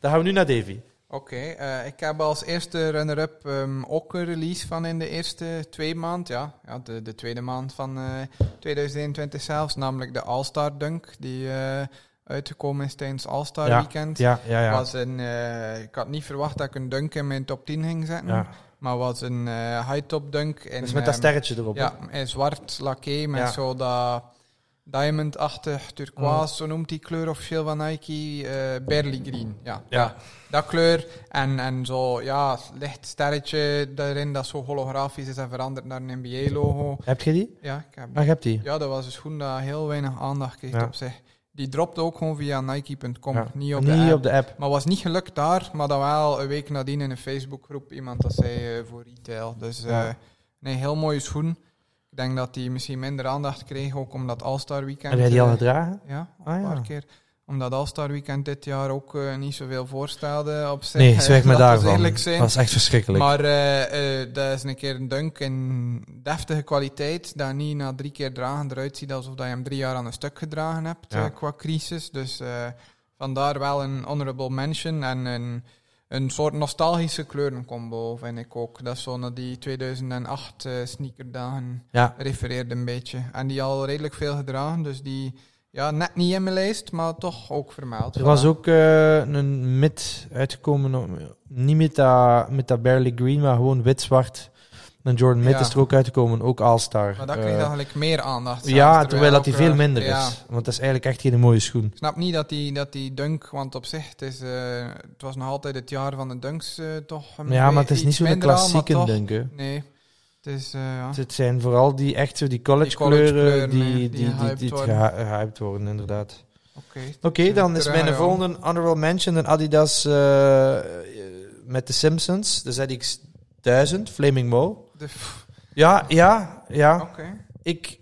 Speaker 1: Dan gaan we nu naar Davy.
Speaker 2: Oké, eh, ik heb als eerste runner-up ehm, ook een release van in de eerste twee maand. Ja, ja de, de tweede maand van eh, 2021 zelfs. Namelijk de All-Star Dunk, die eh, uitgekomen is tijdens All-Star Weekend.
Speaker 1: Ja, ja, ja.
Speaker 2: Was een, eh, ik had niet verwacht dat ik een dunk in mijn top 10 ging zetten.
Speaker 1: ja.
Speaker 2: Maar was een eh, high-top dunk. In,
Speaker 1: Dus met dat
Speaker 2: ehm,
Speaker 1: sterretje erop.
Speaker 2: Ja, in zwart laké met
Speaker 1: Ja. Mm.
Speaker 2: zo dat diamond-achtig turquoise, zo noemt die kleur officieel van Nike. eh Barely green, ja.
Speaker 1: Ja.
Speaker 2: Dat kleur en, en zo, ja, licht sterretje daarin dat zo holografisch is en verandert naar een NBA-logo.
Speaker 1: Heb je die?
Speaker 2: Ja, ik heb-
Speaker 1: Ah, je hebt die.
Speaker 2: ja, dat was een schoen dat heel weinig aandacht kreeg
Speaker 1: Ja.
Speaker 2: op zich. Die dropte ook gewoon via Nike.com,
Speaker 1: Ja.
Speaker 2: niet op de app.
Speaker 1: app.
Speaker 2: Maar was niet gelukt daar, maar dan wel een week nadien in een Facebookgroep iemand dat zei eh, voor retail. Dus eh,
Speaker 1: Ja.
Speaker 2: nee, heel mooie schoen. Ik denk dat die misschien minder aandacht kreeg, ook omdat All-Star Weekend...
Speaker 1: Heb jij die al
Speaker 2: eh,
Speaker 1: gedragen?
Speaker 2: Ja,
Speaker 1: Ah,
Speaker 2: een
Speaker 1: ja.
Speaker 2: paar keer. Omdat All-Star Weekend dit jaar ook eh, niet zoveel voorstelde op zich.
Speaker 1: Nee,
Speaker 2: eh,
Speaker 1: zwijg me
Speaker 2: laten we
Speaker 1: daarvan.
Speaker 2: eerlijk
Speaker 1: Dat
Speaker 2: zijn.
Speaker 1: is echt verschrikkelijk.
Speaker 2: Maar eh, eh, dat is een keer een dunk in deftige kwaliteit. Dat niet na drie keer dragen eruit ziet alsof dat je hem drie jaar aan een stuk gedragen hebt
Speaker 1: Ja.
Speaker 2: eh, qua crisis. Dus eh, vandaar wel een honorable mention en een, een soort nostalgische kleurencombo, vind ik ook. Dat is zo naar die 2008 eh, sneakerdagen
Speaker 1: ja.
Speaker 2: refereerde een beetje. En die al redelijk veel gedragen, dus die ja, net niet in mijn lijst, maar toch ook vermeld.
Speaker 1: Er was
Speaker 2: Voilà.
Speaker 1: ook eh, een mid uitgekomen, om- niet met dat, met dat Barely Green, maar gewoon wit-zwart. Een Jordan Mid
Speaker 2: Ja.
Speaker 1: is er ook uitgekomen, ook All-Star.
Speaker 2: Maar dat
Speaker 1: Eh,
Speaker 2: kreeg eigenlijk meer aandacht. zelfs,
Speaker 1: ja, terwijl dat die
Speaker 2: ook,
Speaker 1: veel
Speaker 2: eh,
Speaker 1: minder
Speaker 2: ja.
Speaker 1: is. Want dat is eigenlijk echt geen mooie schoen.
Speaker 2: Ik snap niet dat die, dat die dunk, want op zich, het, is, eh, het was nog altijd het jaar van de dunks eh, toch. een
Speaker 1: Ja, maar het is
Speaker 2: iets
Speaker 1: niet zo'n
Speaker 2: minder al, maar
Speaker 1: klassieke,
Speaker 2: toch-
Speaker 1: denk ik. Dus
Speaker 2: Nee, het is, eh, ja.
Speaker 1: Het zijn vooral die echt zo die college
Speaker 2: Die collegekleuren,
Speaker 1: kleuren die,
Speaker 2: eh,
Speaker 1: die,
Speaker 2: die
Speaker 1: die, die,
Speaker 2: gehyped
Speaker 1: het
Speaker 2: worden.
Speaker 1: geha- gehyped worden, inderdaad. Oké, dan is mijn volgende honorable mention een Adidas eh, eh, met de Simpsons. De ZX1000, Flaming Mo.
Speaker 2: De- pff,
Speaker 1: Ja, ja, ja.
Speaker 2: Oké.
Speaker 1: Ik,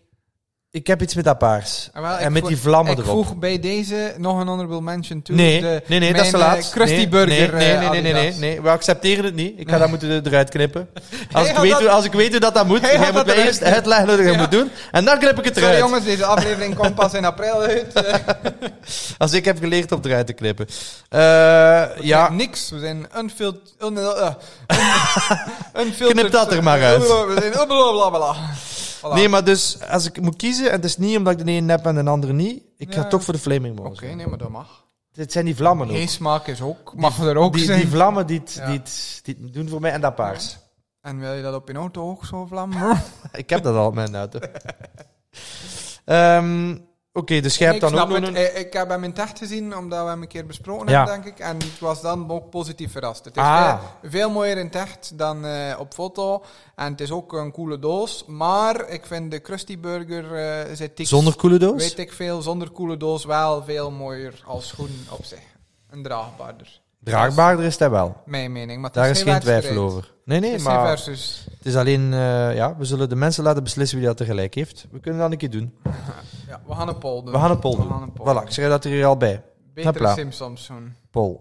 Speaker 1: ik heb iets met dat paars.
Speaker 2: Ah, wel, ik
Speaker 1: en met
Speaker 2: vo-
Speaker 1: die vlammen
Speaker 2: Ik
Speaker 1: erop.
Speaker 2: voeg bij deze nog een honorable mention toe.
Speaker 1: nee,
Speaker 2: de,
Speaker 1: nee, nee, dat
Speaker 2: mijn,
Speaker 1: is te
Speaker 2: eh,
Speaker 1: laat.
Speaker 2: Krusty
Speaker 1: nee,
Speaker 2: Burger.
Speaker 1: Nee, nee, nee,
Speaker 2: eh,
Speaker 1: nee, nee, nee,
Speaker 2: Adidas.
Speaker 1: nee. We accepteren het niet. Ik ga dat moeten er- eruit
Speaker 2: [LAUGHS]
Speaker 1: knippen. Als
Speaker 2: Hij
Speaker 1: ik
Speaker 2: had
Speaker 1: weet,
Speaker 2: dat-
Speaker 1: hoe, als ik weet hoe dat, dat moet,
Speaker 2: Hij
Speaker 1: jij
Speaker 2: had
Speaker 1: moet
Speaker 2: dat
Speaker 1: mij
Speaker 2: eruit
Speaker 1: eerst uitleggen hoe je dat
Speaker 2: Ja.
Speaker 1: moet doen. En dan knip ik het
Speaker 2: Sorry
Speaker 1: eruit.
Speaker 2: jongens, deze aflevering komt pas in april uit. Eh,
Speaker 1: Als ik heb geleerd om eruit te knippen. Eh,
Speaker 2: ja.
Speaker 1: [LAUGHS] ja,
Speaker 2: Niks, we zijn unfiltered. Un, eh,
Speaker 1: [LAUGHS]
Speaker 2: un, unfiltered-
Speaker 1: Knip dat er maar uit.
Speaker 2: We zijn blablabla. Voilà.
Speaker 1: nee, maar dus als ik moet kiezen, en het is niet omdat ik de ene heb en de andere niet, ik ga
Speaker 2: Ja.
Speaker 1: toch voor de Flaming Mo.
Speaker 2: Oké, nee, maar dat mag.
Speaker 1: Dit zijn die vlammen ook.
Speaker 2: Geen smaak is ook, mag er ook
Speaker 1: Die,
Speaker 2: zijn.
Speaker 1: die vlammen die het,
Speaker 2: Ja.
Speaker 1: die, het, die het doen voor mij en dat paars.
Speaker 2: En wil je dat op je auto ook zo
Speaker 1: [LAUGHS]
Speaker 2: vlammen?
Speaker 1: Ik heb dat al op mijn
Speaker 2: [LAUGHS]
Speaker 1: auto. Ehm, Oké, dus jij hebt
Speaker 2: Nee,
Speaker 1: dan
Speaker 2: ik
Speaker 1: ook
Speaker 2: snap
Speaker 1: nog
Speaker 2: het.
Speaker 1: een...
Speaker 2: Eh, Ik heb hem in tacht gezien, omdat we hem een keer besproken
Speaker 1: Ja.
Speaker 2: hebben, denk ik. En het was dan ook positief verrast. Het is
Speaker 1: Ah.
Speaker 2: veel, veel mooier in tacht dan eh, op foto. En het is ook een coole doos. Maar ik vind de Krusty Burger eh zit iets-
Speaker 1: Zonder coole doos?
Speaker 2: Weet ik veel, zonder coole doos wel veel mooier als schoen op zich. Een draagbaarder.
Speaker 1: Draagbaarder is dat wel.
Speaker 2: Mijn mening. Maar het
Speaker 1: Daar is geen
Speaker 2: wedstrijd.
Speaker 1: twijfel over. Nee,
Speaker 2: Het
Speaker 1: nee,
Speaker 2: is geen
Speaker 1: maar
Speaker 2: versus.
Speaker 1: het is alleen... eh, ja, we zullen de mensen laten beslissen wie dat tegelijk heeft. We kunnen dat een keer doen.
Speaker 2: Ja, we gaan een poll doen.
Speaker 1: We gaan een poll
Speaker 2: We gaan een
Speaker 1: doen.
Speaker 2: poll
Speaker 1: Voilà, ik schrijf dat er hier al bij.
Speaker 2: Betere
Speaker 1: Hopla.
Speaker 2: Simpsons zoen.
Speaker 1: Poll.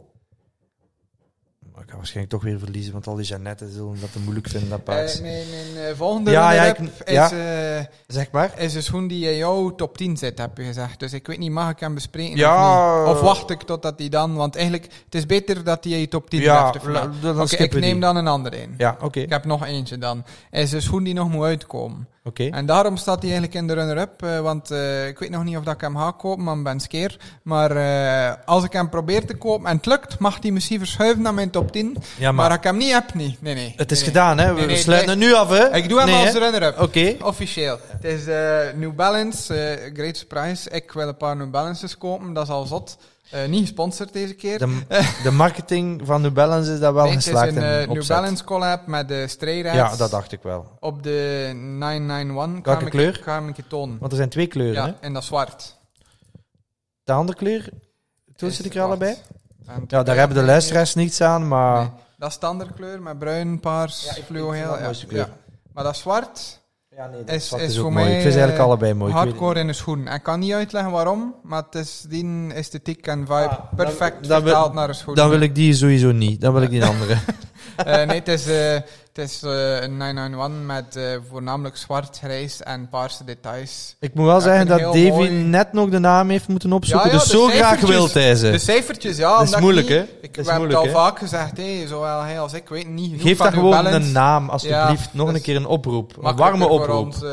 Speaker 1: Maar Ik ga waarschijnlijk toch weer verliezen, want al die Jeannetten zullen dat te moeilijk vinden, dat
Speaker 2: Eh,
Speaker 1: paars.
Speaker 2: mijn mijn eh, volgende
Speaker 1: Ja, ja,
Speaker 2: onderwerp
Speaker 1: ik-
Speaker 2: is...
Speaker 1: ja.
Speaker 2: eh,
Speaker 1: Zeg maar.
Speaker 2: is een schoen die in jouw top 10 zit, heb je gezegd. Dus ik weet niet, mag ik hem bespreken
Speaker 1: Ja.
Speaker 2: of niet? Of wacht ik totdat die dan... Want eigenlijk, het is beter dat die in je top 10
Speaker 1: Ja,
Speaker 2: blijft. of
Speaker 1: la-
Speaker 2: niet?
Speaker 1: dan
Speaker 2: Oké,
Speaker 1: skippen
Speaker 2: ik
Speaker 1: we
Speaker 2: neem
Speaker 1: die.
Speaker 2: dan een ander in.
Speaker 1: Ja, oké.
Speaker 2: Ik heb nog eentje dan. Is een schoen die nog moet uitkomen.
Speaker 1: Oké.
Speaker 2: En daarom staat hij eigenlijk in de runner-up. eh, want eh, ik weet nog niet of dat ik hem ga kopen, maar ik ben skeer. Maar eh, als ik hem probeer te kopen en het lukt, mag hij misschien verschuiven naar mijn top 10.
Speaker 1: Ja,
Speaker 2: Maar
Speaker 1: maar
Speaker 2: als ik hem niet heb, niet. Nee, nee.
Speaker 1: het is
Speaker 2: Nee, nee.
Speaker 1: gedaan, hè. We
Speaker 2: Nee, nee,
Speaker 1: sluiten het nu af, hè.
Speaker 2: Ik doe hem
Speaker 1: Nee,
Speaker 2: als
Speaker 1: hè?
Speaker 2: runner-up.
Speaker 1: Oké.
Speaker 2: Officieel. Het is eh, New Balance, eh, great surprise. Ik wil een paar New Balances kopen, dat is al zot. Eh, niet gesponsord deze keer.
Speaker 1: De, de marketing van New Balance is daar wel
Speaker 2: Nee, het is
Speaker 1: geslaagd
Speaker 2: een
Speaker 1: in
Speaker 2: eh, New
Speaker 1: opzet.
Speaker 2: Balance collab met de Stray Rats.
Speaker 1: Ja, dat dacht ik wel.
Speaker 2: Op de 991.
Speaker 1: Welke
Speaker 2: Ga ik-
Speaker 1: kleur?
Speaker 2: Ga ik het tonen.
Speaker 1: Want er zijn twee kleuren, hè.
Speaker 2: Ja, en dat is zwart.
Speaker 1: De andere kleur, toen
Speaker 2: Is
Speaker 1: ze er allebei?
Speaker 2: zwart. En
Speaker 1: Ja, daar hebben de luisteraars niets aan, maar...
Speaker 2: Nee, dat is standaarkleur met bruin, paars,
Speaker 1: Ja, ik- ik
Speaker 2: fluo
Speaker 1: vind dat
Speaker 2: heel.
Speaker 1: de mooiste kleur.
Speaker 2: Maar dat zwart,
Speaker 1: Ja, nee,
Speaker 2: Is-
Speaker 1: zwart
Speaker 2: is
Speaker 1: ook
Speaker 2: voor
Speaker 1: mooi.
Speaker 2: mij,
Speaker 1: Ik vind ze eigenlijk
Speaker 2: eh,
Speaker 1: allebei mooi. Ik weet
Speaker 2: hardcore in de schoen. Ik kan niet uitleggen waarom, maar het is die esthetiek en vibe
Speaker 1: Ah, dan-
Speaker 2: perfect
Speaker 1: dan wil-
Speaker 2: vertaald naar een
Speaker 1: niet.
Speaker 2: schoen.
Speaker 1: Dan wil ik die sowieso niet. Dan wil ik die
Speaker 2: [LAUGHS]
Speaker 1: andere.
Speaker 2: Eh, nee, het is, eh, het is eh, een 991 met eh, voornamelijk zwart, grijs en paarse details.
Speaker 1: Ik moet wel
Speaker 2: Ja,
Speaker 1: zeggen
Speaker 2: ik vind
Speaker 1: dat
Speaker 2: het
Speaker 1: Davy
Speaker 2: heel mooi.
Speaker 1: net nog de naam heeft moeten opzoeken.
Speaker 2: Ja, ja,
Speaker 1: dus
Speaker 2: de
Speaker 1: zo graag
Speaker 2: cijfertjes-
Speaker 1: wil hij ze.
Speaker 2: De cijfertjes, ja.
Speaker 1: Eh, Dat is
Speaker 2: omdat ik
Speaker 1: moeilijk,
Speaker 2: niet-
Speaker 1: hè? Dat
Speaker 2: Ik
Speaker 1: is
Speaker 2: we hebben het al
Speaker 1: moeilijk, hè?
Speaker 2: vaak gezegd, hé, zowel hij als ik weet niet. genoeg
Speaker 1: Geef
Speaker 2: van
Speaker 1: daar
Speaker 2: uw
Speaker 1: gewoon
Speaker 2: balance.
Speaker 1: een naam, alstublieft.
Speaker 2: Ja,
Speaker 1: nog
Speaker 2: dat
Speaker 1: een
Speaker 2: is
Speaker 1: keer een oproep. Een
Speaker 2: Makkelijker
Speaker 1: warme
Speaker 2: voor
Speaker 1: oproep.
Speaker 2: ons, eh.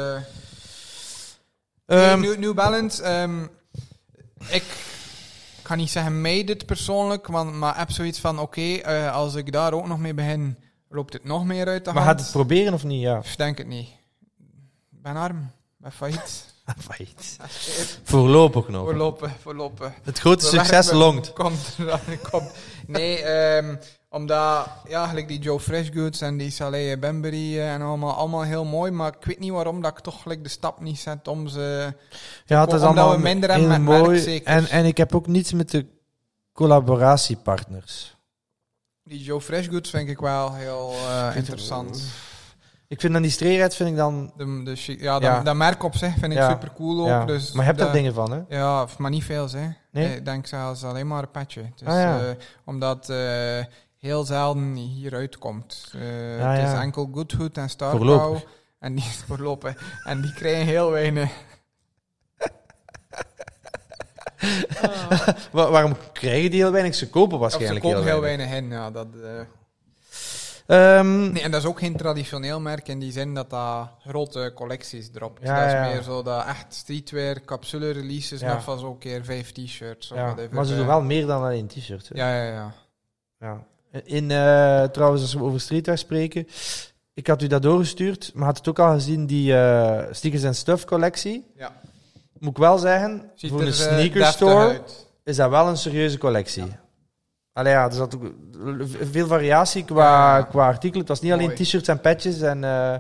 Speaker 2: Nee,
Speaker 1: Ehm,
Speaker 2: New, New Balance, ehm, ik kan niet zeggen mij dit persoonlijk, want, maar heb zoiets van, oké, eh, als ik daar ook nog mee begin, loopt het nog meer uit de
Speaker 1: maar
Speaker 2: hand.
Speaker 1: gaat het proberen of niet? Ja.
Speaker 2: Pff, denk het niet. Ik ben arm,
Speaker 1: [LAUGHS]
Speaker 2: ben failliet.
Speaker 1: Feit. Voorlopig nog.
Speaker 2: voorlopen, voorlopen.
Speaker 1: Het grote
Speaker 2: We
Speaker 1: succes
Speaker 2: werken-
Speaker 1: longt.
Speaker 2: Komt eraan, komt. Nee, ehm, omdat, ja, gelijk die Joe Freshgoods en die Saleh Bembury eh, en allemaal, allemaal heel mooi, maar ik weet niet waarom dat ik toch gelijk de stap niet zet om ze...
Speaker 1: Ja, het is
Speaker 2: Omdat
Speaker 1: allemaal
Speaker 2: we minder
Speaker 1: heel
Speaker 2: hebben met merk,
Speaker 1: mooi.
Speaker 2: zeker.
Speaker 1: en, en ik heb ook niets met de collaboratiepartners.
Speaker 2: Die Joe Freshgoods vind ik wel heel eh,
Speaker 1: vind
Speaker 2: interessant.
Speaker 1: Ik vind dan die streeruit vind ik dan...
Speaker 2: De, de, chi- ja, dat,
Speaker 1: Ja.
Speaker 2: dat merk op zich vind ik
Speaker 1: Ja.
Speaker 2: super cool ook.
Speaker 1: ja.
Speaker 2: Dus
Speaker 1: maar je hebt daar
Speaker 2: dat-
Speaker 1: dingen van, hè?
Speaker 2: Ja, f- maar niet veel, hè.
Speaker 1: Nee?
Speaker 2: Ik denk zelfs alleen maar een petje. Dus,
Speaker 1: Ah, ja.
Speaker 2: eh, omdat eh, heel zelden hieruit komt. Eh,
Speaker 1: Ah,
Speaker 2: het is
Speaker 1: ja.
Speaker 2: enkel Goodhood en Starpow.
Speaker 1: Voorlopig.
Speaker 2: En die [LAUGHS] voorlopen. En die krijgen heel weinig.
Speaker 1: Wa- waarom krijgen die heel weinig? Ze kopen
Speaker 2: Of ze
Speaker 1: waarschijnlijk
Speaker 2: komen heel
Speaker 1: heel
Speaker 2: weinig in. Ja, dat, eh.
Speaker 1: Ehm,
Speaker 2: Nee, en dat is ook geen traditioneel merk in die zin dat dat grote collecties dropt.
Speaker 1: Ja,
Speaker 2: dat is
Speaker 1: ja.
Speaker 2: meer zo dat echt streetwear, capsule releases
Speaker 1: Ja.
Speaker 2: met van zo'n keer vijf t-shirts. of
Speaker 1: ja,
Speaker 2: whatever. eh,
Speaker 1: maar ze doen wel meer dan alleen t-shirts. hè.
Speaker 2: Ja, ja, ja.
Speaker 1: Ja. In, eh, trouwens, als we over streetwear spreken. Ik had u dat doorgestuurd, maar had het ook al gezien, die eh Sneakers and Stuff collectie.
Speaker 2: ja.
Speaker 1: Moet ik wel zeggen,
Speaker 2: Ziet
Speaker 1: voor
Speaker 2: er,
Speaker 1: een
Speaker 2: eh,
Speaker 1: sneakerstore
Speaker 2: deftig uit.
Speaker 1: is dat wel een serieuze collectie. Allee, ja, er zat ook veel variatie qua,
Speaker 2: Ja.
Speaker 1: qua artikelen. Het was niet alleen
Speaker 2: Mooi.
Speaker 1: t-shirts en patches. En, eh,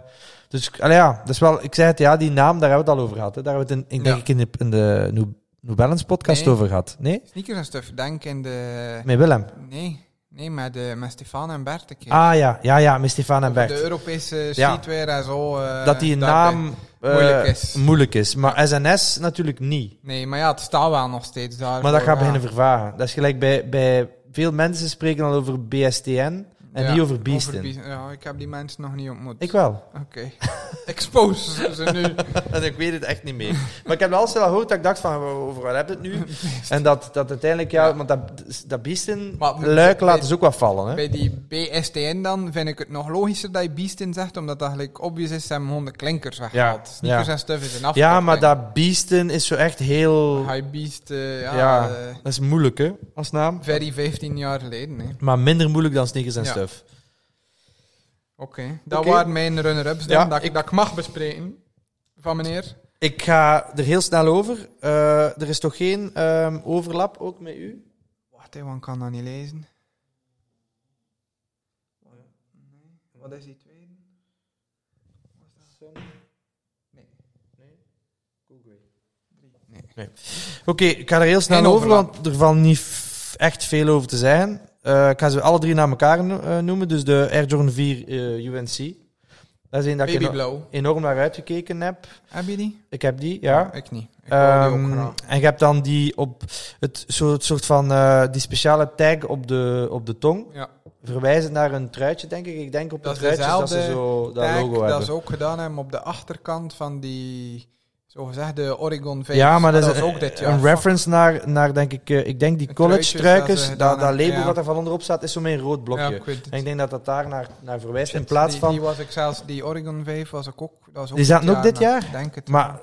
Speaker 1: dus allee, ja, dat is wel, ik zei het, ja, die naam, daar hebben we het al over gehad. Hè. Daar hebben we het, in, ik denk
Speaker 2: Ja.
Speaker 1: ik in de, in de New Nobelens podcast
Speaker 2: Nee.
Speaker 1: over gehad. Nee?
Speaker 2: Sneakers en stuff, denk in de...
Speaker 1: Met Willem.
Speaker 2: Nee, nee met, eh, met Stefan en Bert een keer.
Speaker 1: Ah ja, ja, ja, met Stefan en
Speaker 2: Over
Speaker 1: Bert.
Speaker 2: De eh, Europese streetwear en zo. eh,
Speaker 1: dat die
Speaker 2: daarbij.
Speaker 1: naam eh,
Speaker 2: moeilijk is.
Speaker 1: moeilijk is. Maar SNS natuurlijk niet.
Speaker 2: Nee, maar ja, het staat wel nog steeds daar. eh,
Speaker 1: Maar dat gaat
Speaker 2: ja.
Speaker 1: beginnen vervagen. Dat is gelijk bij, bij veel mensen spreken al over BSTN en
Speaker 2: Ja,
Speaker 1: niet over Beesten.
Speaker 2: Beesten. Ja, ik heb die mensen nog niet ontmoet.
Speaker 1: Ik wel.
Speaker 2: Oké. [LAUGHS] Expose ze
Speaker 1: [LAUGHS]
Speaker 2: nu.
Speaker 1: En ik weet het echt niet meer. Maar ik heb alles wel gehoord dat ik dacht van, over wat heb je het nu? En dat, dat uiteindelijk, ja,
Speaker 2: Ja.
Speaker 1: want dat, dat Beesten,
Speaker 2: Maar moet-
Speaker 1: luik laten
Speaker 2: bij-
Speaker 1: ze ook wat vallen. Hè?
Speaker 2: Bij die BSTN dan vind ik het nog logischer dat je Beesten zegt, omdat dat gelijk obvious is, ze hebben gewoon de klinkers weggehaald.
Speaker 1: Ja,
Speaker 2: Sneakers
Speaker 1: ja.
Speaker 2: en stuff is een afkorting.
Speaker 1: Ja, maar dat Beesten is zo echt heel...
Speaker 2: High Beast, eh, ja,
Speaker 1: Ja,
Speaker 2: eh,
Speaker 1: dat is moeilijk, hè, als naam.
Speaker 2: very 15 jaar geleden. hè.
Speaker 1: Maar minder moeilijk dan Sneakers en
Speaker 2: Ja.
Speaker 1: Stuff.
Speaker 2: Oké, dat
Speaker 1: Oké.
Speaker 2: waren mijn runner-ups dan,
Speaker 1: Ja,
Speaker 2: dat, ik, dat ik mag bespreken. Van meneer.
Speaker 1: Ik ga er heel snel over. Eh, er is toch geen ehm, overlap ook met u?
Speaker 2: Wacht even, want ik kan dat niet lezen. Nee, wat is die tweede? Nee. Nee.
Speaker 1: Oké, ik ga er heel snel
Speaker 2: Geen
Speaker 1: over,
Speaker 2: overlap.
Speaker 1: want er valt niet f- echt veel over te zeggen. Eh, ik ga ze alle drie naar elkaar no- eh, noemen. Dus de Air Jordan 4 eh, UNC. Dat is één dat ik
Speaker 2: Baby
Speaker 1: eno-
Speaker 2: Blow.
Speaker 1: enorm naar uitgekeken heb.
Speaker 2: Heb je die?
Speaker 1: Ik heb die, ja.
Speaker 2: Ik niet. Ik wou die ook
Speaker 1: Ehm,
Speaker 2: graag.
Speaker 1: en je hebt dan die op het soort, soort van eh, die speciale tag op de, op de tong.
Speaker 2: Ja.
Speaker 1: Verwijzend naar een truitje, denk ik. Ik denk op
Speaker 2: Dat
Speaker 1: de
Speaker 2: is
Speaker 1: truitjes dat ze
Speaker 2: dezelfde
Speaker 1: zo dat
Speaker 2: Tag,
Speaker 1: logo
Speaker 2: dat
Speaker 1: hebben.
Speaker 2: ze ook gedaan hebben op de achterkant van die zogezegde Oregon 5.
Speaker 1: Ja, maar dat, is
Speaker 2: was ook dit jaar.
Speaker 1: een reference naar, naar denk ik, eh, ik denk die
Speaker 2: Een
Speaker 1: college
Speaker 2: truitjes dat
Speaker 1: truikers,
Speaker 2: ze
Speaker 1: dat,
Speaker 2: gedaan
Speaker 1: dat,
Speaker 2: hebben,
Speaker 1: label
Speaker 2: ja.
Speaker 1: wat er van onderop staat, is zo met een rood blokje.
Speaker 2: Ja, ik weet het.
Speaker 1: en ik denk dat dat daar naar, naar verwijst, in
Speaker 2: Shit,
Speaker 1: plaats
Speaker 2: die,
Speaker 1: van...
Speaker 2: Die was ik zelfs, die Oregon 5 was ik ook. Dat was ook
Speaker 1: Die zaten ook dit
Speaker 2: nou,
Speaker 1: jaar?
Speaker 2: Denk het.
Speaker 1: maar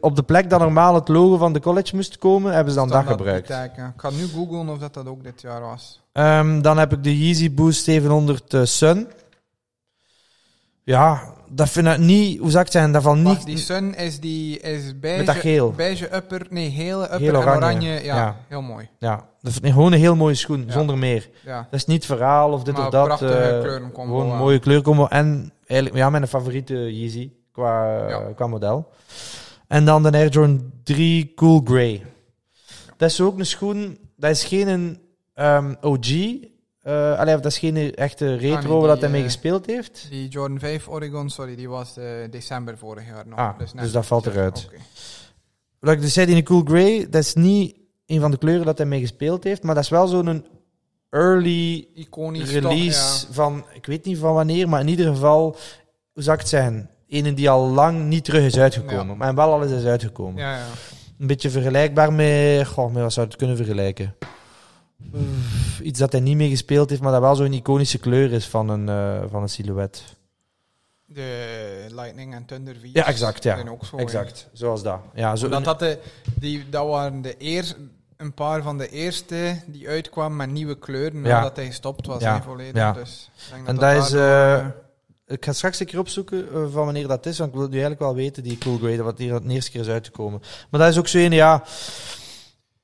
Speaker 1: op de plek dat normaal het logo van de college moest komen, hebben ze dan dat
Speaker 2: Standaard
Speaker 1: gebruikt.
Speaker 2: die tag, ja. Ik ga nu googlen of dat, dat ook dit jaar was.
Speaker 1: Ehm, dan heb ik de Yeezy Boost 700 eh, Sun. Ja, dat vind ik niet... Hoe zou ik het zeggen? Dat valt
Speaker 2: Wacht,
Speaker 1: niet...
Speaker 2: die Sun is die is beige,
Speaker 1: Met dat geel.
Speaker 2: beige upper, nee, hele upper
Speaker 1: Heel
Speaker 2: en
Speaker 1: oranje.
Speaker 2: oranje. ja,
Speaker 1: Ja.
Speaker 2: heel mooi.
Speaker 1: Ja, dat vind ik gewoon een heel mooie schoen,
Speaker 2: Ja.
Speaker 1: zonder meer.
Speaker 2: Ja.
Speaker 1: Dat is niet verhaal of dit
Speaker 2: Maar
Speaker 1: of dat.
Speaker 2: prachtige
Speaker 1: eh,
Speaker 2: kleurencombo,
Speaker 1: Gewoon een
Speaker 2: ja.
Speaker 1: mooie kleurcombo. En eigenlijk ja, mijn favoriete Yeezy qua, eh,
Speaker 2: Ja.
Speaker 1: qua model. En dan de Air Jordan 3 Cool Grey. Dat is ook een schoen... Dat is geen een, ehm, OG. eh allee, dat is geen echte retro
Speaker 2: die,
Speaker 1: waar dat hij mee
Speaker 2: eh,
Speaker 1: gespeeld heeft.
Speaker 2: Die Jordan 5 Oregon, sorry, die was eh, december vorig jaar nog.
Speaker 1: Ah,
Speaker 2: net
Speaker 1: dus dat valt
Speaker 2: dit
Speaker 1: eruit.
Speaker 2: jaar. Oké.
Speaker 1: Wat ik dus zei, die een Cool Grey, dat is niet een van de kleuren dat hij mee gespeeld heeft. Maar dat is wel zo'n early
Speaker 2: Iconisch toch,
Speaker 1: release
Speaker 2: ja.
Speaker 1: van, ik weet niet van wanneer, maar in ieder geval, hoe zou ik het zijn? Ene die al lang niet terug is uitgekomen,
Speaker 2: Ja.
Speaker 1: maar wel alles is uitgekomen.
Speaker 2: Ja, ja.
Speaker 1: Een beetje vergelijkbaar met, goh, met wat zou je het kunnen vergelijken? Pff, Iets dat hij niet mee gespeeld heeft, maar dat wel zo'n iconische kleur is van een, eh, van een silhouet.
Speaker 2: De Lightning en Thunder V's.
Speaker 1: Ja, exact, ja.
Speaker 2: zijn ook zo,
Speaker 1: Exact, zoals dat. Ja, zo
Speaker 2: hè. Dat, dat, de, die, dat waren de eer, een paar van de eerste die uitkwamen met nieuwe kleuren,
Speaker 1: Ja.
Speaker 2: nadat hij gestopt was
Speaker 1: Ja,
Speaker 2: hè, volledig.
Speaker 1: ja.
Speaker 2: Dus, ik denk
Speaker 1: en dat is...
Speaker 2: daardoor,
Speaker 1: eh,
Speaker 2: eh,
Speaker 1: ik ga straks een keer opzoeken eh, van wanneer dat is, want ik wil nu eigenlijk wel weten, die Cool Grade, wat hier de eerste keer is uitgekomen. Maar dat is ook zo een, ja...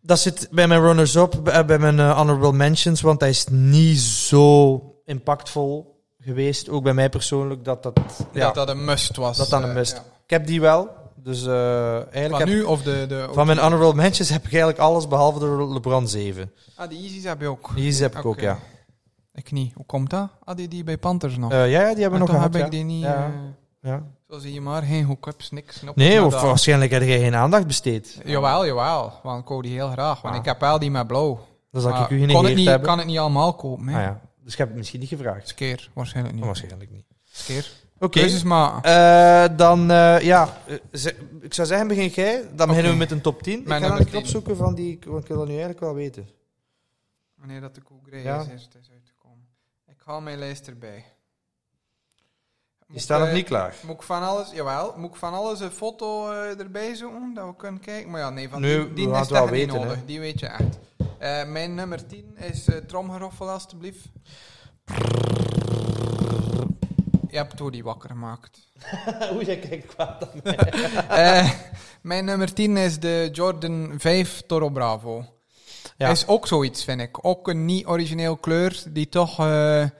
Speaker 1: Dat zit bij mijn runners-up, bij bij mijn eh, honorable mentions, want hij is niet zo impactvol geweest, ook bij mij persoonlijk, dat dat... eh, Ja,
Speaker 2: dat dat een must was.
Speaker 1: dat dat een
Speaker 2: eh,
Speaker 1: must.
Speaker 2: ja.
Speaker 1: Ik heb die wel, dus eh, eigenlijk...
Speaker 2: Van
Speaker 1: heb-
Speaker 2: nu of de... de
Speaker 1: van mijn honorable mentions heb ik eigenlijk alles, behalve de LeBron 7.
Speaker 2: Ah, die Yeezys heb je ook.
Speaker 1: Die heb ik ook,
Speaker 2: Oké.
Speaker 1: ja.
Speaker 2: Ik niet. Hoe komt dat? Had je die bij Panthers nog?
Speaker 1: Eh, ja, ja, die hebben we
Speaker 2: En
Speaker 1: nog
Speaker 2: toch
Speaker 1: gehad,
Speaker 2: heb
Speaker 1: ja.
Speaker 2: ik die niet...
Speaker 1: Ja.
Speaker 2: eh,
Speaker 1: ja.
Speaker 2: zo zie je maar, geen hookups, niks. nope,
Speaker 1: Nee,
Speaker 2: nada.
Speaker 1: of waarschijnlijk heb jij geen aandacht besteed.
Speaker 2: Jawel, jawel. Want ik wou die heel graag. Want
Speaker 1: Ah.
Speaker 2: ik heb wel die met blauw.
Speaker 1: Dan zal ik
Speaker 2: Maar
Speaker 1: u
Speaker 2: kon het
Speaker 1: genegeerd
Speaker 2: niet,
Speaker 1: hebben.
Speaker 2: kan het niet allemaal kopen. hè.
Speaker 1: Ah ja. Dus je hebt het misschien niet gevraagd. Oh,
Speaker 2: Skeer, waarschijnlijk niet.
Speaker 1: waarschijnlijk niet.
Speaker 2: Skeer.
Speaker 1: Oké.
Speaker 2: Keuzes maar.
Speaker 1: Eh, dan, eh, ja, eh, ze- ik zou zeggen, begin jij. Dan beginnen we
Speaker 2: Oké.
Speaker 1: met een top 10.
Speaker 2: Mijn
Speaker 1: ik ga
Speaker 2: nummer
Speaker 1: dan een
Speaker 2: 10.
Speaker 1: opzoeken van die, want ik wil dat nu eigenlijk wel weten.
Speaker 2: Wanneer dat de Cool Grey
Speaker 1: Ja.
Speaker 2: is, eerst is uitgekomen. Ik haal mijn lijst erbij.
Speaker 1: Die
Speaker 2: Moet
Speaker 1: staan
Speaker 2: ik,
Speaker 1: nog
Speaker 2: eh,
Speaker 1: niet klaar.
Speaker 2: Moet ik van alles, jawel, moet ik van alles een foto eh, erbij zoeken, dat we kunnen kijken? Maar ja, nee, van
Speaker 1: Nu, we
Speaker 2: die, die
Speaker 1: gaan
Speaker 2: is
Speaker 1: het wel
Speaker 2: echt niet
Speaker 1: weten,
Speaker 2: nodig.
Speaker 1: hè.
Speaker 2: Die weet je echt. Eh, mijn nummer 10 is eh, Tromgeroffel, alstublieft. Je hebt Tony wakker gemaakt.
Speaker 1: [LAUGHS] Hoe jij kijkt kwaad dan.
Speaker 2: Eh, mijn nummer 10 is de Jordan 5 Toro Bravo.
Speaker 1: Ja.
Speaker 2: Is ook zoiets, vind ik. Ook een niet origineel kleur die toch eh, En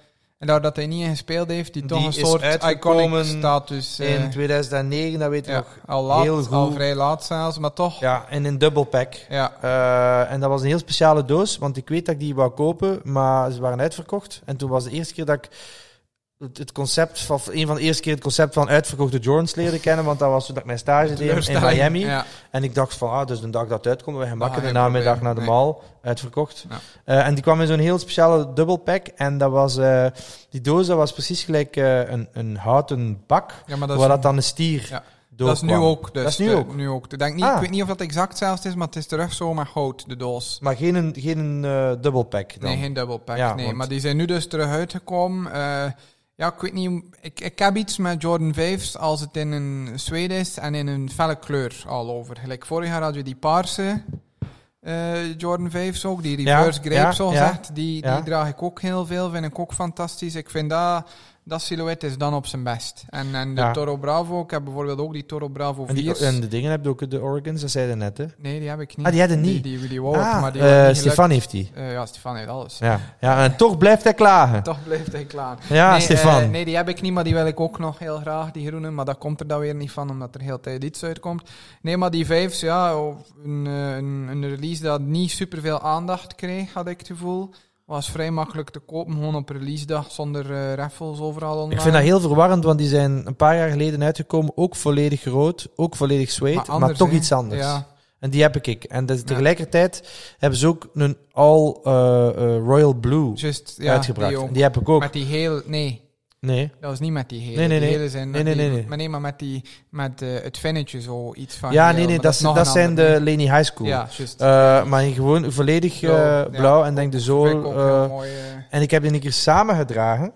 Speaker 2: daar dat hij niet in gespeeld heeft, die toch
Speaker 1: Die
Speaker 2: een
Speaker 1: is
Speaker 2: soort iconic
Speaker 1: uitgekomen
Speaker 2: status. eh,
Speaker 1: In 2009, dat weet ik
Speaker 2: ja,
Speaker 1: nog.
Speaker 2: al laat,
Speaker 1: heel goed.
Speaker 2: al vrij laat zelfs, maar toch. Ja.
Speaker 1: Ja, en in dubbelpack. Eh, en dat was een heel speciale doos, want ik weet dat ik die wou kopen, maar ze waren uitverkocht. En toen was de eerste keer dat ik het, het concept van, een van de eerste keer het concept van uitverkochte Jordans leerde kennen, want dat was toen dat ik mijn stage deed in
Speaker 2: Teleurstelling.
Speaker 1: Miami.
Speaker 2: Ja. Ah,
Speaker 1: En ik dacht van, ah, dus de dag dat het uitkomt, we gaan bakken
Speaker 2: geen
Speaker 1: de namiddag
Speaker 2: probleem,
Speaker 1: naar de
Speaker 2: nee.
Speaker 1: mall, uitverkocht.
Speaker 2: Ja.
Speaker 1: Eh, en die kwam in zo'n heel speciale dubbelpack en dat was, eh, die doos dat was precies gelijk eh, een, een houten bak,
Speaker 2: Ja, maar dat is,
Speaker 1: waar dat dan een stier
Speaker 2: Ja.
Speaker 1: door
Speaker 2: dat is nu
Speaker 1: kwam.
Speaker 2: ook. Dus
Speaker 1: Dat is nu
Speaker 2: de-
Speaker 1: ook.
Speaker 2: Nu ook. Ik Denk niet,
Speaker 1: Ah.
Speaker 2: Ik weet niet of dat exact zelfs is, maar het is terug zomaar goud, de doos.
Speaker 1: Maar geen, een- geen een, eh, dubbelpack dan?
Speaker 2: Nee, geen dubbelpack.
Speaker 1: Ja,
Speaker 2: nee,
Speaker 1: want-
Speaker 2: maar die zijn nu dus terug uitgekomen. Eh, ja, ik weet niet. Ik, ik heb iets met Jordan 5's als het in een zweet is en in een felle kleur al over. Gelijk vorig jaar hadden we die paarse eh, Jordan 5's ook, die
Speaker 1: Ja,
Speaker 2: reverse grape,
Speaker 1: ja,
Speaker 2: zo
Speaker 1: ja,
Speaker 2: gezegd. Die,
Speaker 1: ja.
Speaker 2: die draag ik ook heel veel, vind ik ook fantastisch. Ik vind dat. Dat silhouet is dan op zijn best. En, en de
Speaker 1: Ja.
Speaker 2: Toro Bravo, ik heb bijvoorbeeld ook die Toro Bravo
Speaker 1: En,
Speaker 2: 4's.
Speaker 1: die, en de dingen heb je ook de Oregons, dat zeiden net, hè?
Speaker 2: Nee, die heb ik niet.
Speaker 1: Ah, die hadden
Speaker 2: Die,
Speaker 1: niet.
Speaker 2: die, die wou ik, maar die
Speaker 1: eh,
Speaker 2: had niet
Speaker 1: Stefan heeft die.
Speaker 2: gelukt. Eh, ja, Stefan heeft alles.
Speaker 1: Ja. ja, en toch blijft hij klagen.
Speaker 2: [LAUGHS] Toch blijft hij klaar.
Speaker 1: Ja,
Speaker 2: nee,
Speaker 1: Stefan.
Speaker 2: eh, nee, die heb ik niet, maar die wil ik ook nog heel graag, die groene. Maar dat komt er dan weer niet van, omdat er heel tijd iets uitkomt. Nee, maar die vijf's, ja, op een, eh, een, een release dat niet superveel aandacht kreeg, had ik het gevoel. Was vrij makkelijk te kopen, gewoon op releasedag, zonder eh raffles overal online.
Speaker 1: Ik vind dat heel verwarrend, want die zijn een paar jaar geleden uitgekomen. Ook volledig rood, ook volledig zweet, maar,
Speaker 2: anders,
Speaker 1: toch
Speaker 2: hè.
Speaker 1: iets anders.
Speaker 2: Ja,
Speaker 1: En die heb ik. En dat is tegelijkertijd hebben ze ook een All eh, eh, Royal Blue
Speaker 2: just, ja,
Speaker 1: uitgebracht.
Speaker 2: Die
Speaker 1: en
Speaker 2: ook.
Speaker 1: die heb ik ook.
Speaker 2: Met die heel, nee,
Speaker 1: Nee.
Speaker 2: Dat is niet met die hele.
Speaker 1: Nee, nee,
Speaker 2: Die
Speaker 1: nee.
Speaker 2: hele zijn
Speaker 1: Nee, nee,
Speaker 2: met die-
Speaker 1: nee, nee.
Speaker 2: Maar nee, maar met, die, met eh, het vennetje zo iets van.
Speaker 1: Ja,
Speaker 2: heel,
Speaker 1: nee, nee,
Speaker 2: Ah, maar
Speaker 1: dat,
Speaker 2: is
Speaker 1: zijn-
Speaker 2: nog
Speaker 1: dat
Speaker 2: een
Speaker 1: zijn
Speaker 2: ander
Speaker 1: de
Speaker 2: ding.
Speaker 1: Lenny High School.
Speaker 2: Ja, juist.
Speaker 1: Eh, maar gewoon volledig eh,
Speaker 2: Blauw, ja.
Speaker 1: blauw en denk de
Speaker 2: Vind ik
Speaker 1: zool.
Speaker 2: ook
Speaker 1: eh,
Speaker 2: heel mooi. eh,
Speaker 1: En ik heb die een keer samengedragen.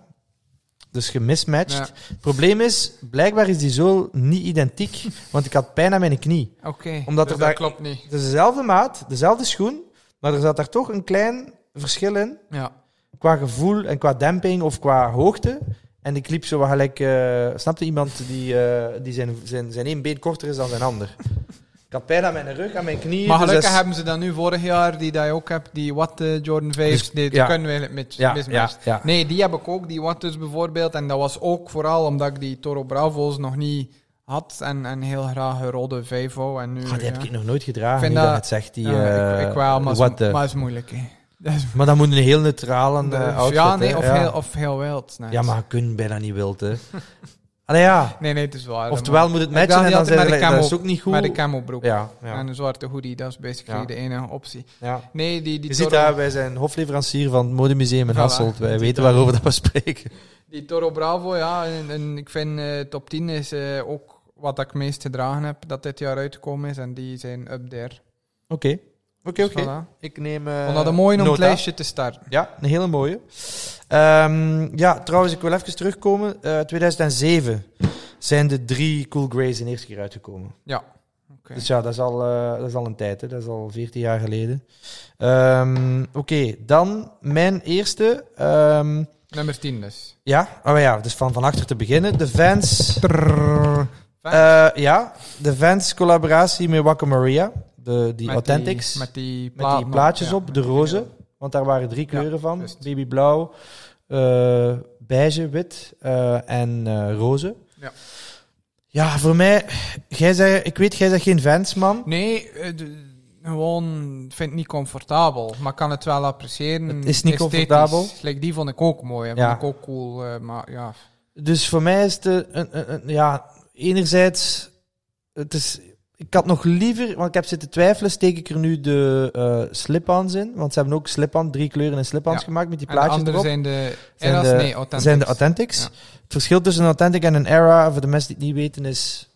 Speaker 1: Dus gemismatcht.
Speaker 2: ja.
Speaker 1: Het probleem is, blijkbaar is die zool niet identiek. [LAUGHS] Want ik had pijn aan mijn knie.
Speaker 2: Oké.
Speaker 1: Omdat
Speaker 2: dus
Speaker 1: er
Speaker 2: dat
Speaker 1: daar-
Speaker 2: klopt niet.
Speaker 1: Het is dezelfde maat, dezelfde schoen. Maar er zat daar toch een klein verschil in.
Speaker 2: Ja.
Speaker 1: Qua gevoel en qua demping of qua hoogte. En ik liep zo wat gelijk... eh snapte iemand die, eh, die zijn, zijn, zijn één been korter is dan zijn ander. ik had pijn aan mijn rug, aan mijn knieën.
Speaker 2: Maar
Speaker 1: dus
Speaker 2: gelukkig
Speaker 1: dat is-
Speaker 2: hebben ze dan nu vorig jaar die dat je ook hebt, die Watt eh, Jordan 5.
Speaker 1: Dus-
Speaker 2: nee,
Speaker 1: ja.
Speaker 2: dat kunnen we eigenlijk met
Speaker 1: Ja, ja,
Speaker 2: mismatchen.
Speaker 1: ja.
Speaker 2: Nee, die heb ik ook, die Watt dus bijvoorbeeld. En dat was ook vooral omdat ik die Toro Bravo's nog niet had. En, en heel graag een rode 5 wou. En nu,
Speaker 1: Ah, die heb
Speaker 2: ja.
Speaker 1: ik nog nooit gedragen.
Speaker 2: Vind
Speaker 1: nu dat
Speaker 2: dat-
Speaker 1: je het zegt die...
Speaker 2: Ja, ik,
Speaker 1: eh,
Speaker 2: ik wel, maar
Speaker 1: what
Speaker 2: het
Speaker 1: the-
Speaker 2: is- maar het is moeilijk. hè. Dat is
Speaker 1: Maar dan moet een heel neutrale eh,
Speaker 2: Dus
Speaker 1: outfit.
Speaker 2: ja, nee,
Speaker 1: hè.
Speaker 2: of,
Speaker 1: ja.
Speaker 2: Heel, of heel wild. net.
Speaker 1: ja, maar je kunt bijna niet wild, hè. [LAUGHS] Allee, ja.
Speaker 2: Nee, nee, het is waar.
Speaker 1: Oftewel moet het
Speaker 2: Ik dacht
Speaker 1: matchen en
Speaker 2: niet
Speaker 1: dan
Speaker 2: altijd
Speaker 1: zijn
Speaker 2: met
Speaker 1: ze
Speaker 2: de
Speaker 1: dat is
Speaker 2: camo-
Speaker 1: ook niet
Speaker 2: Met een
Speaker 1: goed.
Speaker 2: camo broek
Speaker 1: Ja, ja,
Speaker 2: en een zwarte hoodie, dat is basically
Speaker 1: Ja.
Speaker 2: de enige optie.
Speaker 1: ja.
Speaker 2: Nee, die, die,
Speaker 1: Je ziet
Speaker 2: Toro,
Speaker 1: daar, wij zijn hofleverancier van het Modemuseum in
Speaker 2: Voilà.
Speaker 1: Hasselt. Wij weten waarover dat we spreken.
Speaker 2: die Toro Bravo, ja, en, en ik vind eh, top 10 is eh, ook wat ik meest gedragen heb dat dit jaar uitgekomen is. En die zijn up there.
Speaker 1: Oké. Oké,
Speaker 2: Dus
Speaker 1: oké.
Speaker 2: voilà.
Speaker 1: Ik neem... eh,
Speaker 2: Ik vond dat een mooie om het
Speaker 1: nota.
Speaker 2: lijstje te starten.
Speaker 1: Ja, een hele mooie. Ehm, ja, trouwens, ik wil even terugkomen. Eh, 2007 zijn de drie Cool Grays in eerste keer uitgekomen.
Speaker 2: Ja. Oké.
Speaker 1: Dus ja, dat is al, eh, dat is al een tijd, hè. dat is al 14 jaar geleden. Ehm, Oké, dan mijn eerste. ehm,
Speaker 2: Nummer 10 dus.
Speaker 1: ja, oh ja, dus van, van achter te beginnen. De Vans.
Speaker 2: Vans.
Speaker 1: Eh, ja, de Vans collaboratie met Waka Maria, de, die
Speaker 2: Met
Speaker 1: Authentics.
Speaker 2: met die,
Speaker 1: met die
Speaker 2: plaat-
Speaker 1: plaatjes
Speaker 2: ja,
Speaker 1: op,
Speaker 2: met
Speaker 1: de
Speaker 2: die-
Speaker 1: roze. Want daar waren drie
Speaker 2: Ja,
Speaker 1: kleuren van:
Speaker 2: juist.
Speaker 1: babyblauw, eh, beige, wit eh, en eh, roze.
Speaker 2: Ja.
Speaker 1: Ja, voor mij, jij zei, ik weet, jij bent geen Vans-man.
Speaker 2: Nee, eh, de- gewoon ik vind het niet comfortabel, maar ik kan het wel appreciëren.
Speaker 1: Het is niet
Speaker 2: Esthetisch.
Speaker 1: comfortabel.
Speaker 2: Like, die vond ik ook mooi, en
Speaker 1: Ja.
Speaker 2: vond ik ook cool, eh, maar ja.
Speaker 1: Dus voor mij is het eh, een, een- een- ja, enerzijds, het is, ik had nog liever, want ik heb zitten twijfelen, steek ik er nu de eh slip-ons in? Want ze hebben ook slip-on, drie kleuren in slip-ons
Speaker 2: Ja.
Speaker 1: gemaakt met die
Speaker 2: En de
Speaker 1: plaatjes
Speaker 2: andere
Speaker 1: erop.
Speaker 2: zijn de
Speaker 1: Zijn
Speaker 2: Eras,
Speaker 1: de-
Speaker 2: nee, authentics.
Speaker 1: zijn de authentics.
Speaker 2: Ja.
Speaker 1: Het verschil tussen een authentic en een era, voor de mensen die het niet weten, is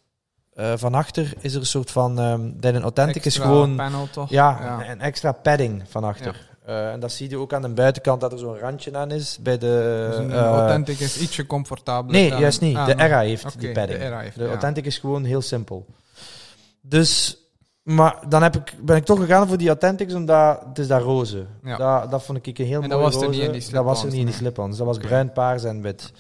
Speaker 1: eh, van achter is er een soort van ehm, dat een authentic is
Speaker 2: Extra
Speaker 1: gewoon
Speaker 2: panel toch?
Speaker 1: ja,
Speaker 2: ja.
Speaker 1: een extra padding van achter. Eh, en dat zie je ook aan de buitenkant dat er zo'n randje aan is bij de.
Speaker 2: Dus een
Speaker 1: eh,
Speaker 2: authentic is ietsje comfortabeler.
Speaker 1: nee,
Speaker 2: dan-
Speaker 1: juist niet.
Speaker 2: ah,
Speaker 1: de
Speaker 2: nee.
Speaker 1: era heeft
Speaker 2: Oké,
Speaker 1: die padding.
Speaker 2: De era heeft,
Speaker 1: De
Speaker 2: ja.
Speaker 1: authentic is gewoon heel simpel. Dus, maar dan heb ik, ben ik toch gegaan voor die authentics, omdat het is daar roze.
Speaker 2: Ja.
Speaker 1: Dat, dat vond ik een heel
Speaker 2: En dat
Speaker 1: mooi
Speaker 2: was er niet in die
Speaker 1: Dat was er
Speaker 2: slip-ons,
Speaker 1: niet in die
Speaker 2: nee.
Speaker 1: slip-ons. Dat was
Speaker 2: Oké.
Speaker 1: bruin, paars en wit.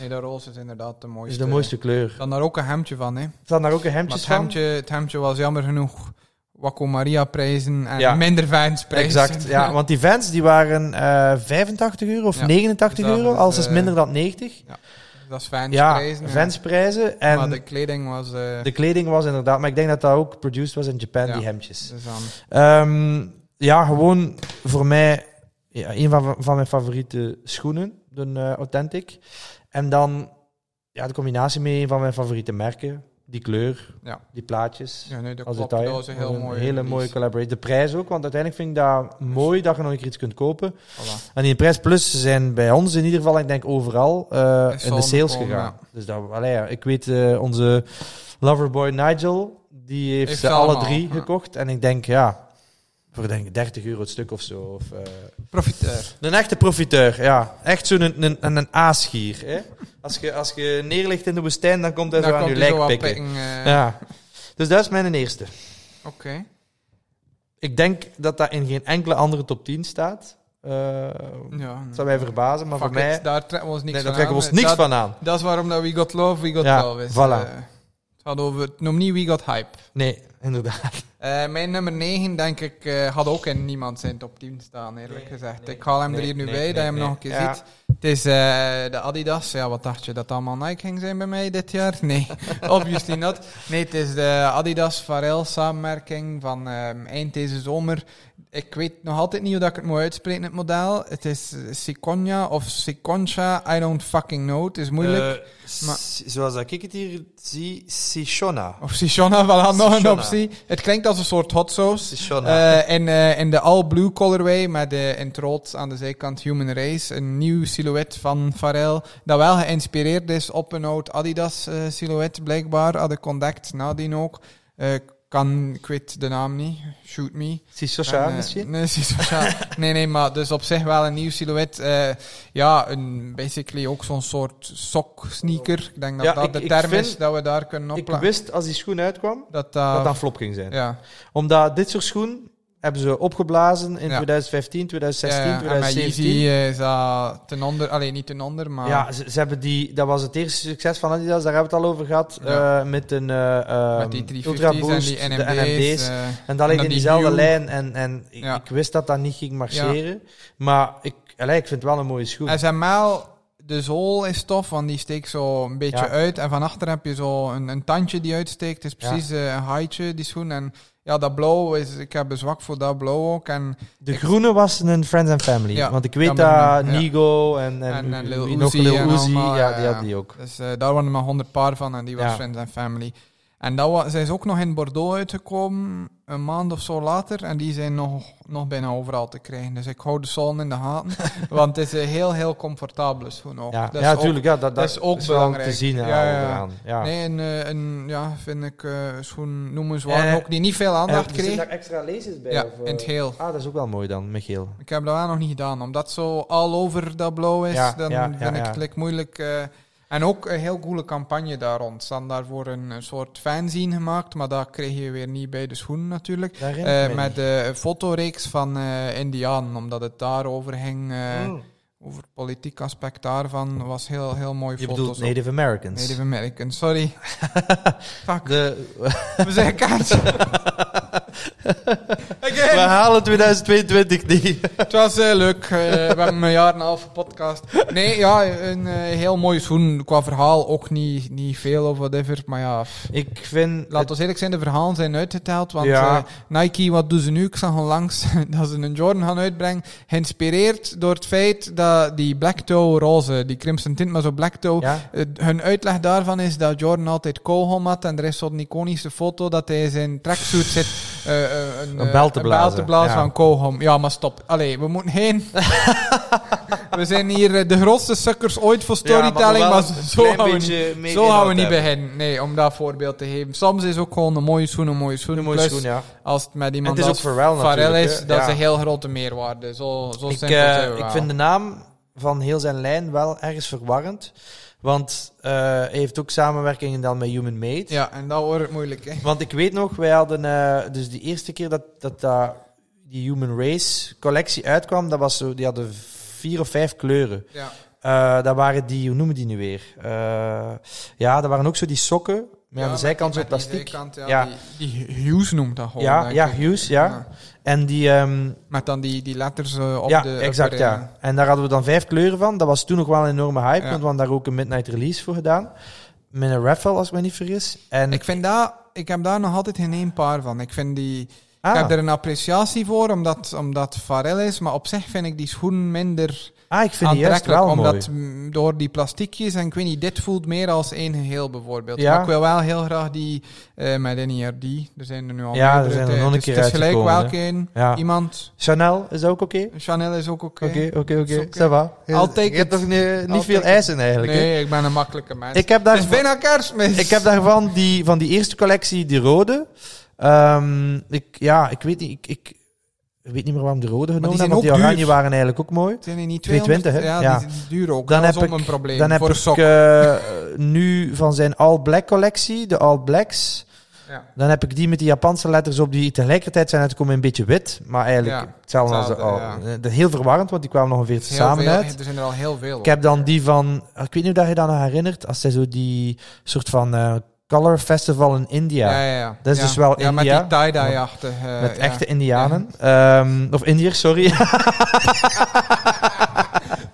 Speaker 2: Nee, de roze is inderdaad de
Speaker 1: Dat
Speaker 2: mooiste.
Speaker 1: is de mooiste kleur.
Speaker 2: Dan daar ook een hemdje van, hè.
Speaker 1: Er staan daar ook een
Speaker 2: Maar
Speaker 1: hemdjes
Speaker 2: het
Speaker 1: van.
Speaker 2: hemdje, het hemdje was jammer genoeg Waco Maria prijzen en
Speaker 1: Ja.
Speaker 2: minder fans prijzen.
Speaker 1: Exact,
Speaker 2: [LAUGHS]
Speaker 1: ja. Want die fans die waren eh 85 euro of
Speaker 2: Ja,
Speaker 1: 89
Speaker 2: dus dat
Speaker 1: euro,
Speaker 2: is,
Speaker 1: alles is
Speaker 2: eh,
Speaker 1: minder dan 90.
Speaker 2: Dat is fans
Speaker 1: Ja,
Speaker 2: prijzen.
Speaker 1: fansprijzen. En
Speaker 2: maar de kleding was... eh,
Speaker 1: De kleding was inderdaad, maar ik denk dat dat ook produced was in Japan,
Speaker 2: Ja.
Speaker 1: die hemdjes.
Speaker 2: dus aan-
Speaker 1: Ehm, ja, gewoon voor mij ja, een van, van mijn favoriete schoenen, de eh, Authentic. En dan ja, de combinatie met een van mijn favoriete merken. Die kleur,
Speaker 2: Ja.
Speaker 1: die plaatjes.
Speaker 2: ja, nee, dat
Speaker 1: als
Speaker 2: klopt.
Speaker 1: detail.
Speaker 2: Dat was een heel
Speaker 1: Een
Speaker 2: mooie
Speaker 1: hele
Speaker 2: release.
Speaker 1: mooie collaboration. De prijs ook, want uiteindelijk vind ik dat mooi dat je nog een keer iets kunt kopen.
Speaker 2: Voilà.
Speaker 1: En die prijs plus ze zijn bij ons in ieder geval, ik denk overal, eh,
Speaker 2: Is
Speaker 1: in de sales
Speaker 2: samengekomen,
Speaker 1: gegaan. Dus dat, allee, ja, ik weet, eh, onze loverboy Nigel, die heeft,
Speaker 2: Heeft
Speaker 1: ze
Speaker 2: ze
Speaker 1: alle
Speaker 2: allemaal,
Speaker 1: drie
Speaker 2: ja.
Speaker 1: gekocht. En ik denk, ja, voor denk ik 30 euro het stuk of zo. Of, eh,
Speaker 2: Profiteur.
Speaker 1: een echte profiteur, ja. Echt zo'n een, een, een, een aasgier. Hè? Als, je, als je neerligt in de woestijn, dan komt hij
Speaker 2: Daar
Speaker 1: zo aan
Speaker 2: komt
Speaker 1: je
Speaker 2: hij zo
Speaker 1: lijk
Speaker 2: wat
Speaker 1: pikken.
Speaker 2: pikken. eh,
Speaker 1: Ja. Dus dat is mijn eerste.
Speaker 2: Oké.
Speaker 1: Ik denk dat dat in geen enkele andere top 10 staat. Eh
Speaker 2: Ja, nee.
Speaker 1: dat zou mij verbazen, maar
Speaker 2: Hmm. Fuck
Speaker 1: voor mij...
Speaker 2: it, daar trekken we ons
Speaker 1: nee,
Speaker 2: niks van
Speaker 1: daar trekken we
Speaker 2: aan.
Speaker 1: ons niks
Speaker 2: dat,
Speaker 1: van aan.
Speaker 2: Dat is waarom dat We Got Love, We Got
Speaker 1: Ja,
Speaker 2: Love is.
Speaker 1: voilà.
Speaker 2: eh. het had over, het noem niet We Got Hype.
Speaker 1: Nee, inderdaad.
Speaker 2: Eh, mijn nummer 9, denk ik, eh, had ook in niemand zijn top 10 staan, eerlijk
Speaker 1: Nee,
Speaker 2: gezegd.
Speaker 1: nee,
Speaker 2: ik haal hem
Speaker 1: nee,
Speaker 2: er hier nu
Speaker 1: nee,
Speaker 2: bij,
Speaker 1: nee,
Speaker 2: dat je hem
Speaker 1: nee.
Speaker 2: nog een keer
Speaker 1: Ja.
Speaker 2: ziet. Het is eh, de Adidas. Ja, wat dacht je, dat het allemaal Nike ging zijn bij mij dit jaar? [LAUGHS] Nee, obviously not. Nee, het is de Adidas Varel samenwerking van ehm, eind deze zomer. Ik weet nog altijd niet hoe dat ik het moet uitspreken, het model. Het is Siconia of Siconcha, I don't fucking know. Het is moeilijk.
Speaker 1: Eh,
Speaker 2: maar- Eh,
Speaker 1: s- Zoals dat ik het hier zie, Sishona.
Speaker 2: Of Sichonna, voilà, nog een
Speaker 1: Sichonna.
Speaker 2: optie. Het klinkt als een soort hot sauce.
Speaker 1: Sishona.
Speaker 2: Eh, in, eh, in de all-blue colorway met de, in het rood aan de zijkant Human Race. Een nieuw silhouet van Pharrell. Dat wel geïnspireerd is op een oud Adidas eh, silhouet, blijkbaar. Hadden contact nadien ook. Eh, kan, ik weet de naam niet. Shoot me.
Speaker 1: Sishosha
Speaker 2: En, eh,
Speaker 1: misschien?
Speaker 2: Nee, [LAUGHS] precies, sociaal. nee, nee, maar dus op zich wel een nieuw silhouet. Eh, ja, een, basically ook zo'n soort sok, sneaker. Ik denk dat
Speaker 1: Ja,
Speaker 2: dat
Speaker 1: ik-
Speaker 2: de
Speaker 1: ik
Speaker 2: term
Speaker 1: vind-
Speaker 2: is dat we daar kunnen
Speaker 1: Ik
Speaker 2: opplakken.
Speaker 1: wist als die schoen uitkwam,
Speaker 2: Dat,
Speaker 1: dat
Speaker 2: dat,
Speaker 1: dat flop ging zijn.
Speaker 2: ja,
Speaker 1: Omdat dit soort schoen hebben ze opgeblazen in
Speaker 2: Ja.
Speaker 1: 2015, 2016,
Speaker 2: Ja, en met
Speaker 1: 2017.
Speaker 2: Yeezy eh, is dat ten onder, alleen niet ten onder, maar
Speaker 1: Ja, ze, ze hebben die, dat was het eerste succes van Adidas, daar hebben we het al over gehad.
Speaker 2: Ja.
Speaker 1: eh, met een eh, ehm,
Speaker 2: met die 350's
Speaker 1: Ultra
Speaker 2: en
Speaker 1: Boost,
Speaker 2: die
Speaker 1: de NMD's.
Speaker 2: NMD's. eh,
Speaker 1: En dat ligt
Speaker 2: dan
Speaker 1: in
Speaker 2: die
Speaker 1: diezelfde
Speaker 2: Hue.
Speaker 1: lijn. En, en ik,
Speaker 2: Ja.
Speaker 1: ik wist dat dat niet ging marcheren. Maar ik, allee, ik vind het wel een mooie schoen.
Speaker 2: SML, de zool is tof, want die steekt zo een beetje
Speaker 1: Ja.
Speaker 2: uit. En van achter heb je zo een, een tandje die uitsteekt. Het is
Speaker 1: Ja.
Speaker 2: precies eh, een haaitje, die schoen. En ja, dat blauw is... Ik heb een zwak voor dat blauw ook. En,
Speaker 1: De groene was een Friends and Family.
Speaker 2: Ja,
Speaker 1: Want ik weet
Speaker 2: jammer
Speaker 1: dat
Speaker 2: genoeg, ja.
Speaker 1: Nigo en, en,
Speaker 2: En- en Lil
Speaker 1: wie nog
Speaker 2: Uzi
Speaker 1: Lil
Speaker 2: en
Speaker 1: Uzi,
Speaker 2: allemaal,
Speaker 1: ja,
Speaker 2: ja,
Speaker 1: die
Speaker 2: ja.
Speaker 1: had die ook.
Speaker 2: dus eh, daar waren er maar honderd paar van. En die was
Speaker 1: Ja.
Speaker 2: Friends and Family. En dat wa- zijn ze ook nog in Bordeaux uitgekomen, een maand of zo later. En die zijn nog, nog bijna overal te krijgen. Dus ik hou de zolen in de
Speaker 1: [LAUGHS]
Speaker 2: gaten. want het is een heel, heel comfortabele schoen ook.
Speaker 1: Ja,
Speaker 2: Dat is
Speaker 1: ja
Speaker 2: ook-
Speaker 1: tuurlijk. Ja, dat, dat,
Speaker 2: is ook
Speaker 1: is wel
Speaker 2: belangrijk.
Speaker 1: te zien
Speaker 2: Ja,
Speaker 1: ja,
Speaker 2: ja, ja.
Speaker 1: onderaan. Ja.
Speaker 2: Nee, een, eh, een, ja, vind ik eh schoen noemenswaardig
Speaker 1: Eh,
Speaker 2: ook, die niet veel
Speaker 1: Eh,
Speaker 2: aandacht
Speaker 1: er zitten
Speaker 2: kreeg.
Speaker 1: daar extra lezers bij?
Speaker 2: Ja,
Speaker 1: of, eh?
Speaker 2: in het geel.
Speaker 1: Ah, dat is ook wel mooi dan, Michiel.
Speaker 2: Ik heb dat wel nog niet gedaan, omdat zo all over dat blauw is,
Speaker 1: Ja,
Speaker 2: dan
Speaker 1: ja, ja,
Speaker 2: vind ik
Speaker 1: ja.
Speaker 2: het like, moeilijk. eh, en ook een heel coole campagne daar rond. Ze hadden daarvoor een, een soort fanzine gemaakt, maar dat kreeg je weer niet bij de schoenen natuurlijk.
Speaker 1: Daarin?
Speaker 2: Eh, met de fotoreeks van eh Indianen, omdat het daarover ging, eh,
Speaker 1: Oh. Hmm.
Speaker 2: over het politiek aspect daarvan, was heel, heel mooi
Speaker 1: Je
Speaker 2: foto's.
Speaker 1: bedoelt
Speaker 2: op.
Speaker 1: Native Americans.
Speaker 2: Native American, sorry. [LAUGHS] Fuck.
Speaker 1: De,
Speaker 2: [LAUGHS]
Speaker 1: [LAUGHS]
Speaker 2: We zijn kaartje.
Speaker 1: we
Speaker 2: Again.
Speaker 1: halen 2022 niet.
Speaker 2: Het was eh, leuk. Eh, we hebben een jaar en een half podcast. Nee, ja, een eh, heel mooi schoen. Qua verhaal ook niet, niet veel of whatever. Maar ja, f-
Speaker 1: Ik vind...
Speaker 2: laat ons eerlijk zijn, de verhalen zijn uitgeteld. Want
Speaker 1: Ja.
Speaker 2: eh, Nike, wat doen ze nu? Ik zag onlangs [LAUGHS] dat ze een Jordan gaan uitbrengen. Geïnspireerd door het feit dat die Black Toe roze, die crimson tint, maar zo Black Toe...
Speaker 1: Ja?
Speaker 2: Eh, hun uitleg daarvan is dat Jordan altijd koolhom had en er is zo'n iconische foto dat hij in zijn tracksuit zit. eh, eh,
Speaker 1: Een
Speaker 2: eh,
Speaker 1: bijl te blazen,
Speaker 2: blazen
Speaker 1: ja.
Speaker 2: van koolhom. Ja, maar stop. Allee, we moeten heen.
Speaker 1: [LAUGHS]
Speaker 2: we zijn hier eh, de grootste sukkers ooit voor storytelling, maar, zo gaan we niet, zo gaan we niet beginnen. Nee, om dat voorbeeld te geven. Soms is ook gewoon een mooie schoen een mooie schoen.
Speaker 1: Een mooie
Speaker 2: Plus,
Speaker 1: schoen, ja.
Speaker 2: als het met
Speaker 1: En
Speaker 2: iemand
Speaker 1: het is ook
Speaker 2: als
Speaker 1: Pharrell
Speaker 2: Pharrell
Speaker 1: natuurlijk.
Speaker 2: is,
Speaker 1: hè.
Speaker 2: dat is
Speaker 1: Ja.
Speaker 2: een heel grote meerwaarde. Zo, zo
Speaker 1: ik,
Speaker 2: simpel
Speaker 1: eh,
Speaker 2: zijn we
Speaker 1: ik
Speaker 2: wel.
Speaker 1: vind de naam van heel zijn lijn wel ergens verwarrend. Want eh, hij heeft ook samenwerkingen dan met Human Made.
Speaker 2: Ja, en dat wordt het moeilijk, hè.
Speaker 1: Want ik weet nog, wij hadden... eh, dus de eerste keer dat, dat dat die Human Race collectie uitkwam, dat was zo, die hadden vier of vijf kleuren.
Speaker 2: Ja.
Speaker 1: Eh, dat waren die, hoe noemen die nu weer? Eh, ja, dat waren ook zo die sokken met aan de zijkant zo plastic.
Speaker 2: ja,
Speaker 1: Ja.
Speaker 2: Die, die Hughes noemt dat gewoon.
Speaker 1: Ja,
Speaker 2: denk
Speaker 1: ja,
Speaker 2: ik.
Speaker 1: Hughes, ja. En die, ehm,
Speaker 2: Met dan die, die letters eh, op
Speaker 1: ja,
Speaker 2: de...
Speaker 1: exact,
Speaker 2: upper, eh,
Speaker 1: ja. En daar hadden we dan vijf kleuren van. Dat was toen nog wel een enorme hype,
Speaker 2: Ja.
Speaker 1: want we hadden daar ook een midnight release voor gedaan. Met een raffle, als ik me niet vergis. En,
Speaker 2: Ik vind dat... Ik heb daar nog altijd geen één paar van. Ik vind die...
Speaker 1: ah,
Speaker 2: Ik heb er een appreciatie voor, omdat, omdat Varel is. Maar op zich vind ik die schoen minder
Speaker 1: ah, ik vind die juist
Speaker 2: aantrekkelijk.
Speaker 1: wel mooi.
Speaker 2: Omdat mm, door die plastiekjes en ik weet niet, dit voelt meer als één geheel bijvoorbeeld.
Speaker 1: Ja.
Speaker 2: Maar ik wil wel heel graag die eh met NERD. Er zijn er nu al
Speaker 1: Ja, er
Speaker 2: meerdere.
Speaker 1: zijn er
Speaker 2: Het-
Speaker 1: nog een
Speaker 2: het is-
Speaker 1: keer
Speaker 2: Het is gelijk
Speaker 1: uitgekomen,
Speaker 2: welke een,
Speaker 1: Ja.
Speaker 2: iemand.
Speaker 1: Chanel, is dat ook oké?
Speaker 2: Chanel is ook oké.
Speaker 1: Oké, oké,
Speaker 2: Is
Speaker 1: oké.
Speaker 2: oké.
Speaker 1: Ça va. Je-
Speaker 2: I'll take
Speaker 1: Je hebt
Speaker 2: it.
Speaker 1: toch ni-
Speaker 2: I'll
Speaker 1: niet veel
Speaker 2: take it.
Speaker 1: eisen eigenlijk, hè?
Speaker 2: Nee, ik ben een makkelijke mens.
Speaker 1: Ik heb
Speaker 2: het
Speaker 1: daar...
Speaker 2: is bijna kerstmis.
Speaker 1: Ik heb daarvan die, van die eerste collectie, die rode. Ehm, ik, ja, ik weet, niet, ik, ik, ik weet niet meer waarom de rode genomen
Speaker 2: zijn
Speaker 1: hebben, want die
Speaker 2: ook duur.
Speaker 1: oranje waren eigenlijk ook mooi.
Speaker 2: Zijn die niet 200?
Speaker 1: 220, hè?
Speaker 2: Ja,
Speaker 1: Ja.
Speaker 2: die, die duren ook.
Speaker 1: Dan
Speaker 2: dat
Speaker 1: heb
Speaker 2: is ook
Speaker 1: ik-
Speaker 2: een probleem
Speaker 1: Dan heb
Speaker 2: voor een
Speaker 1: ik
Speaker 2: sok.
Speaker 1: eh, nu van zijn All Black collectie, de All Blacks.
Speaker 2: ja.
Speaker 1: Dan heb ik die met die Japanse letters op, die tegelijkertijd zijn uitgekomen een beetje wit. Maar eigenlijk
Speaker 2: Ja,
Speaker 1: hetzelfde als de All.
Speaker 2: hetzelfde,
Speaker 1: Eh, Heel verwarrend, want die kwamen nog ongeveer
Speaker 2: Heel
Speaker 1: samen
Speaker 2: veel-
Speaker 1: uit.
Speaker 2: Er zijn er al heel veel.
Speaker 1: Ik heb dan die van, ik weet niet of dat je dat nog herinnert, als zij zo die soort van eh, Color Festival in India.
Speaker 2: Ja, ja, ja.
Speaker 1: Dat is
Speaker 2: Ja.
Speaker 1: dus wel
Speaker 2: Ja, met
Speaker 1: India.
Speaker 2: die tie-dye-achtige... eh,
Speaker 1: Met
Speaker 2: ja.
Speaker 1: echte Indianen. Ehm, of Indiërs, sorry.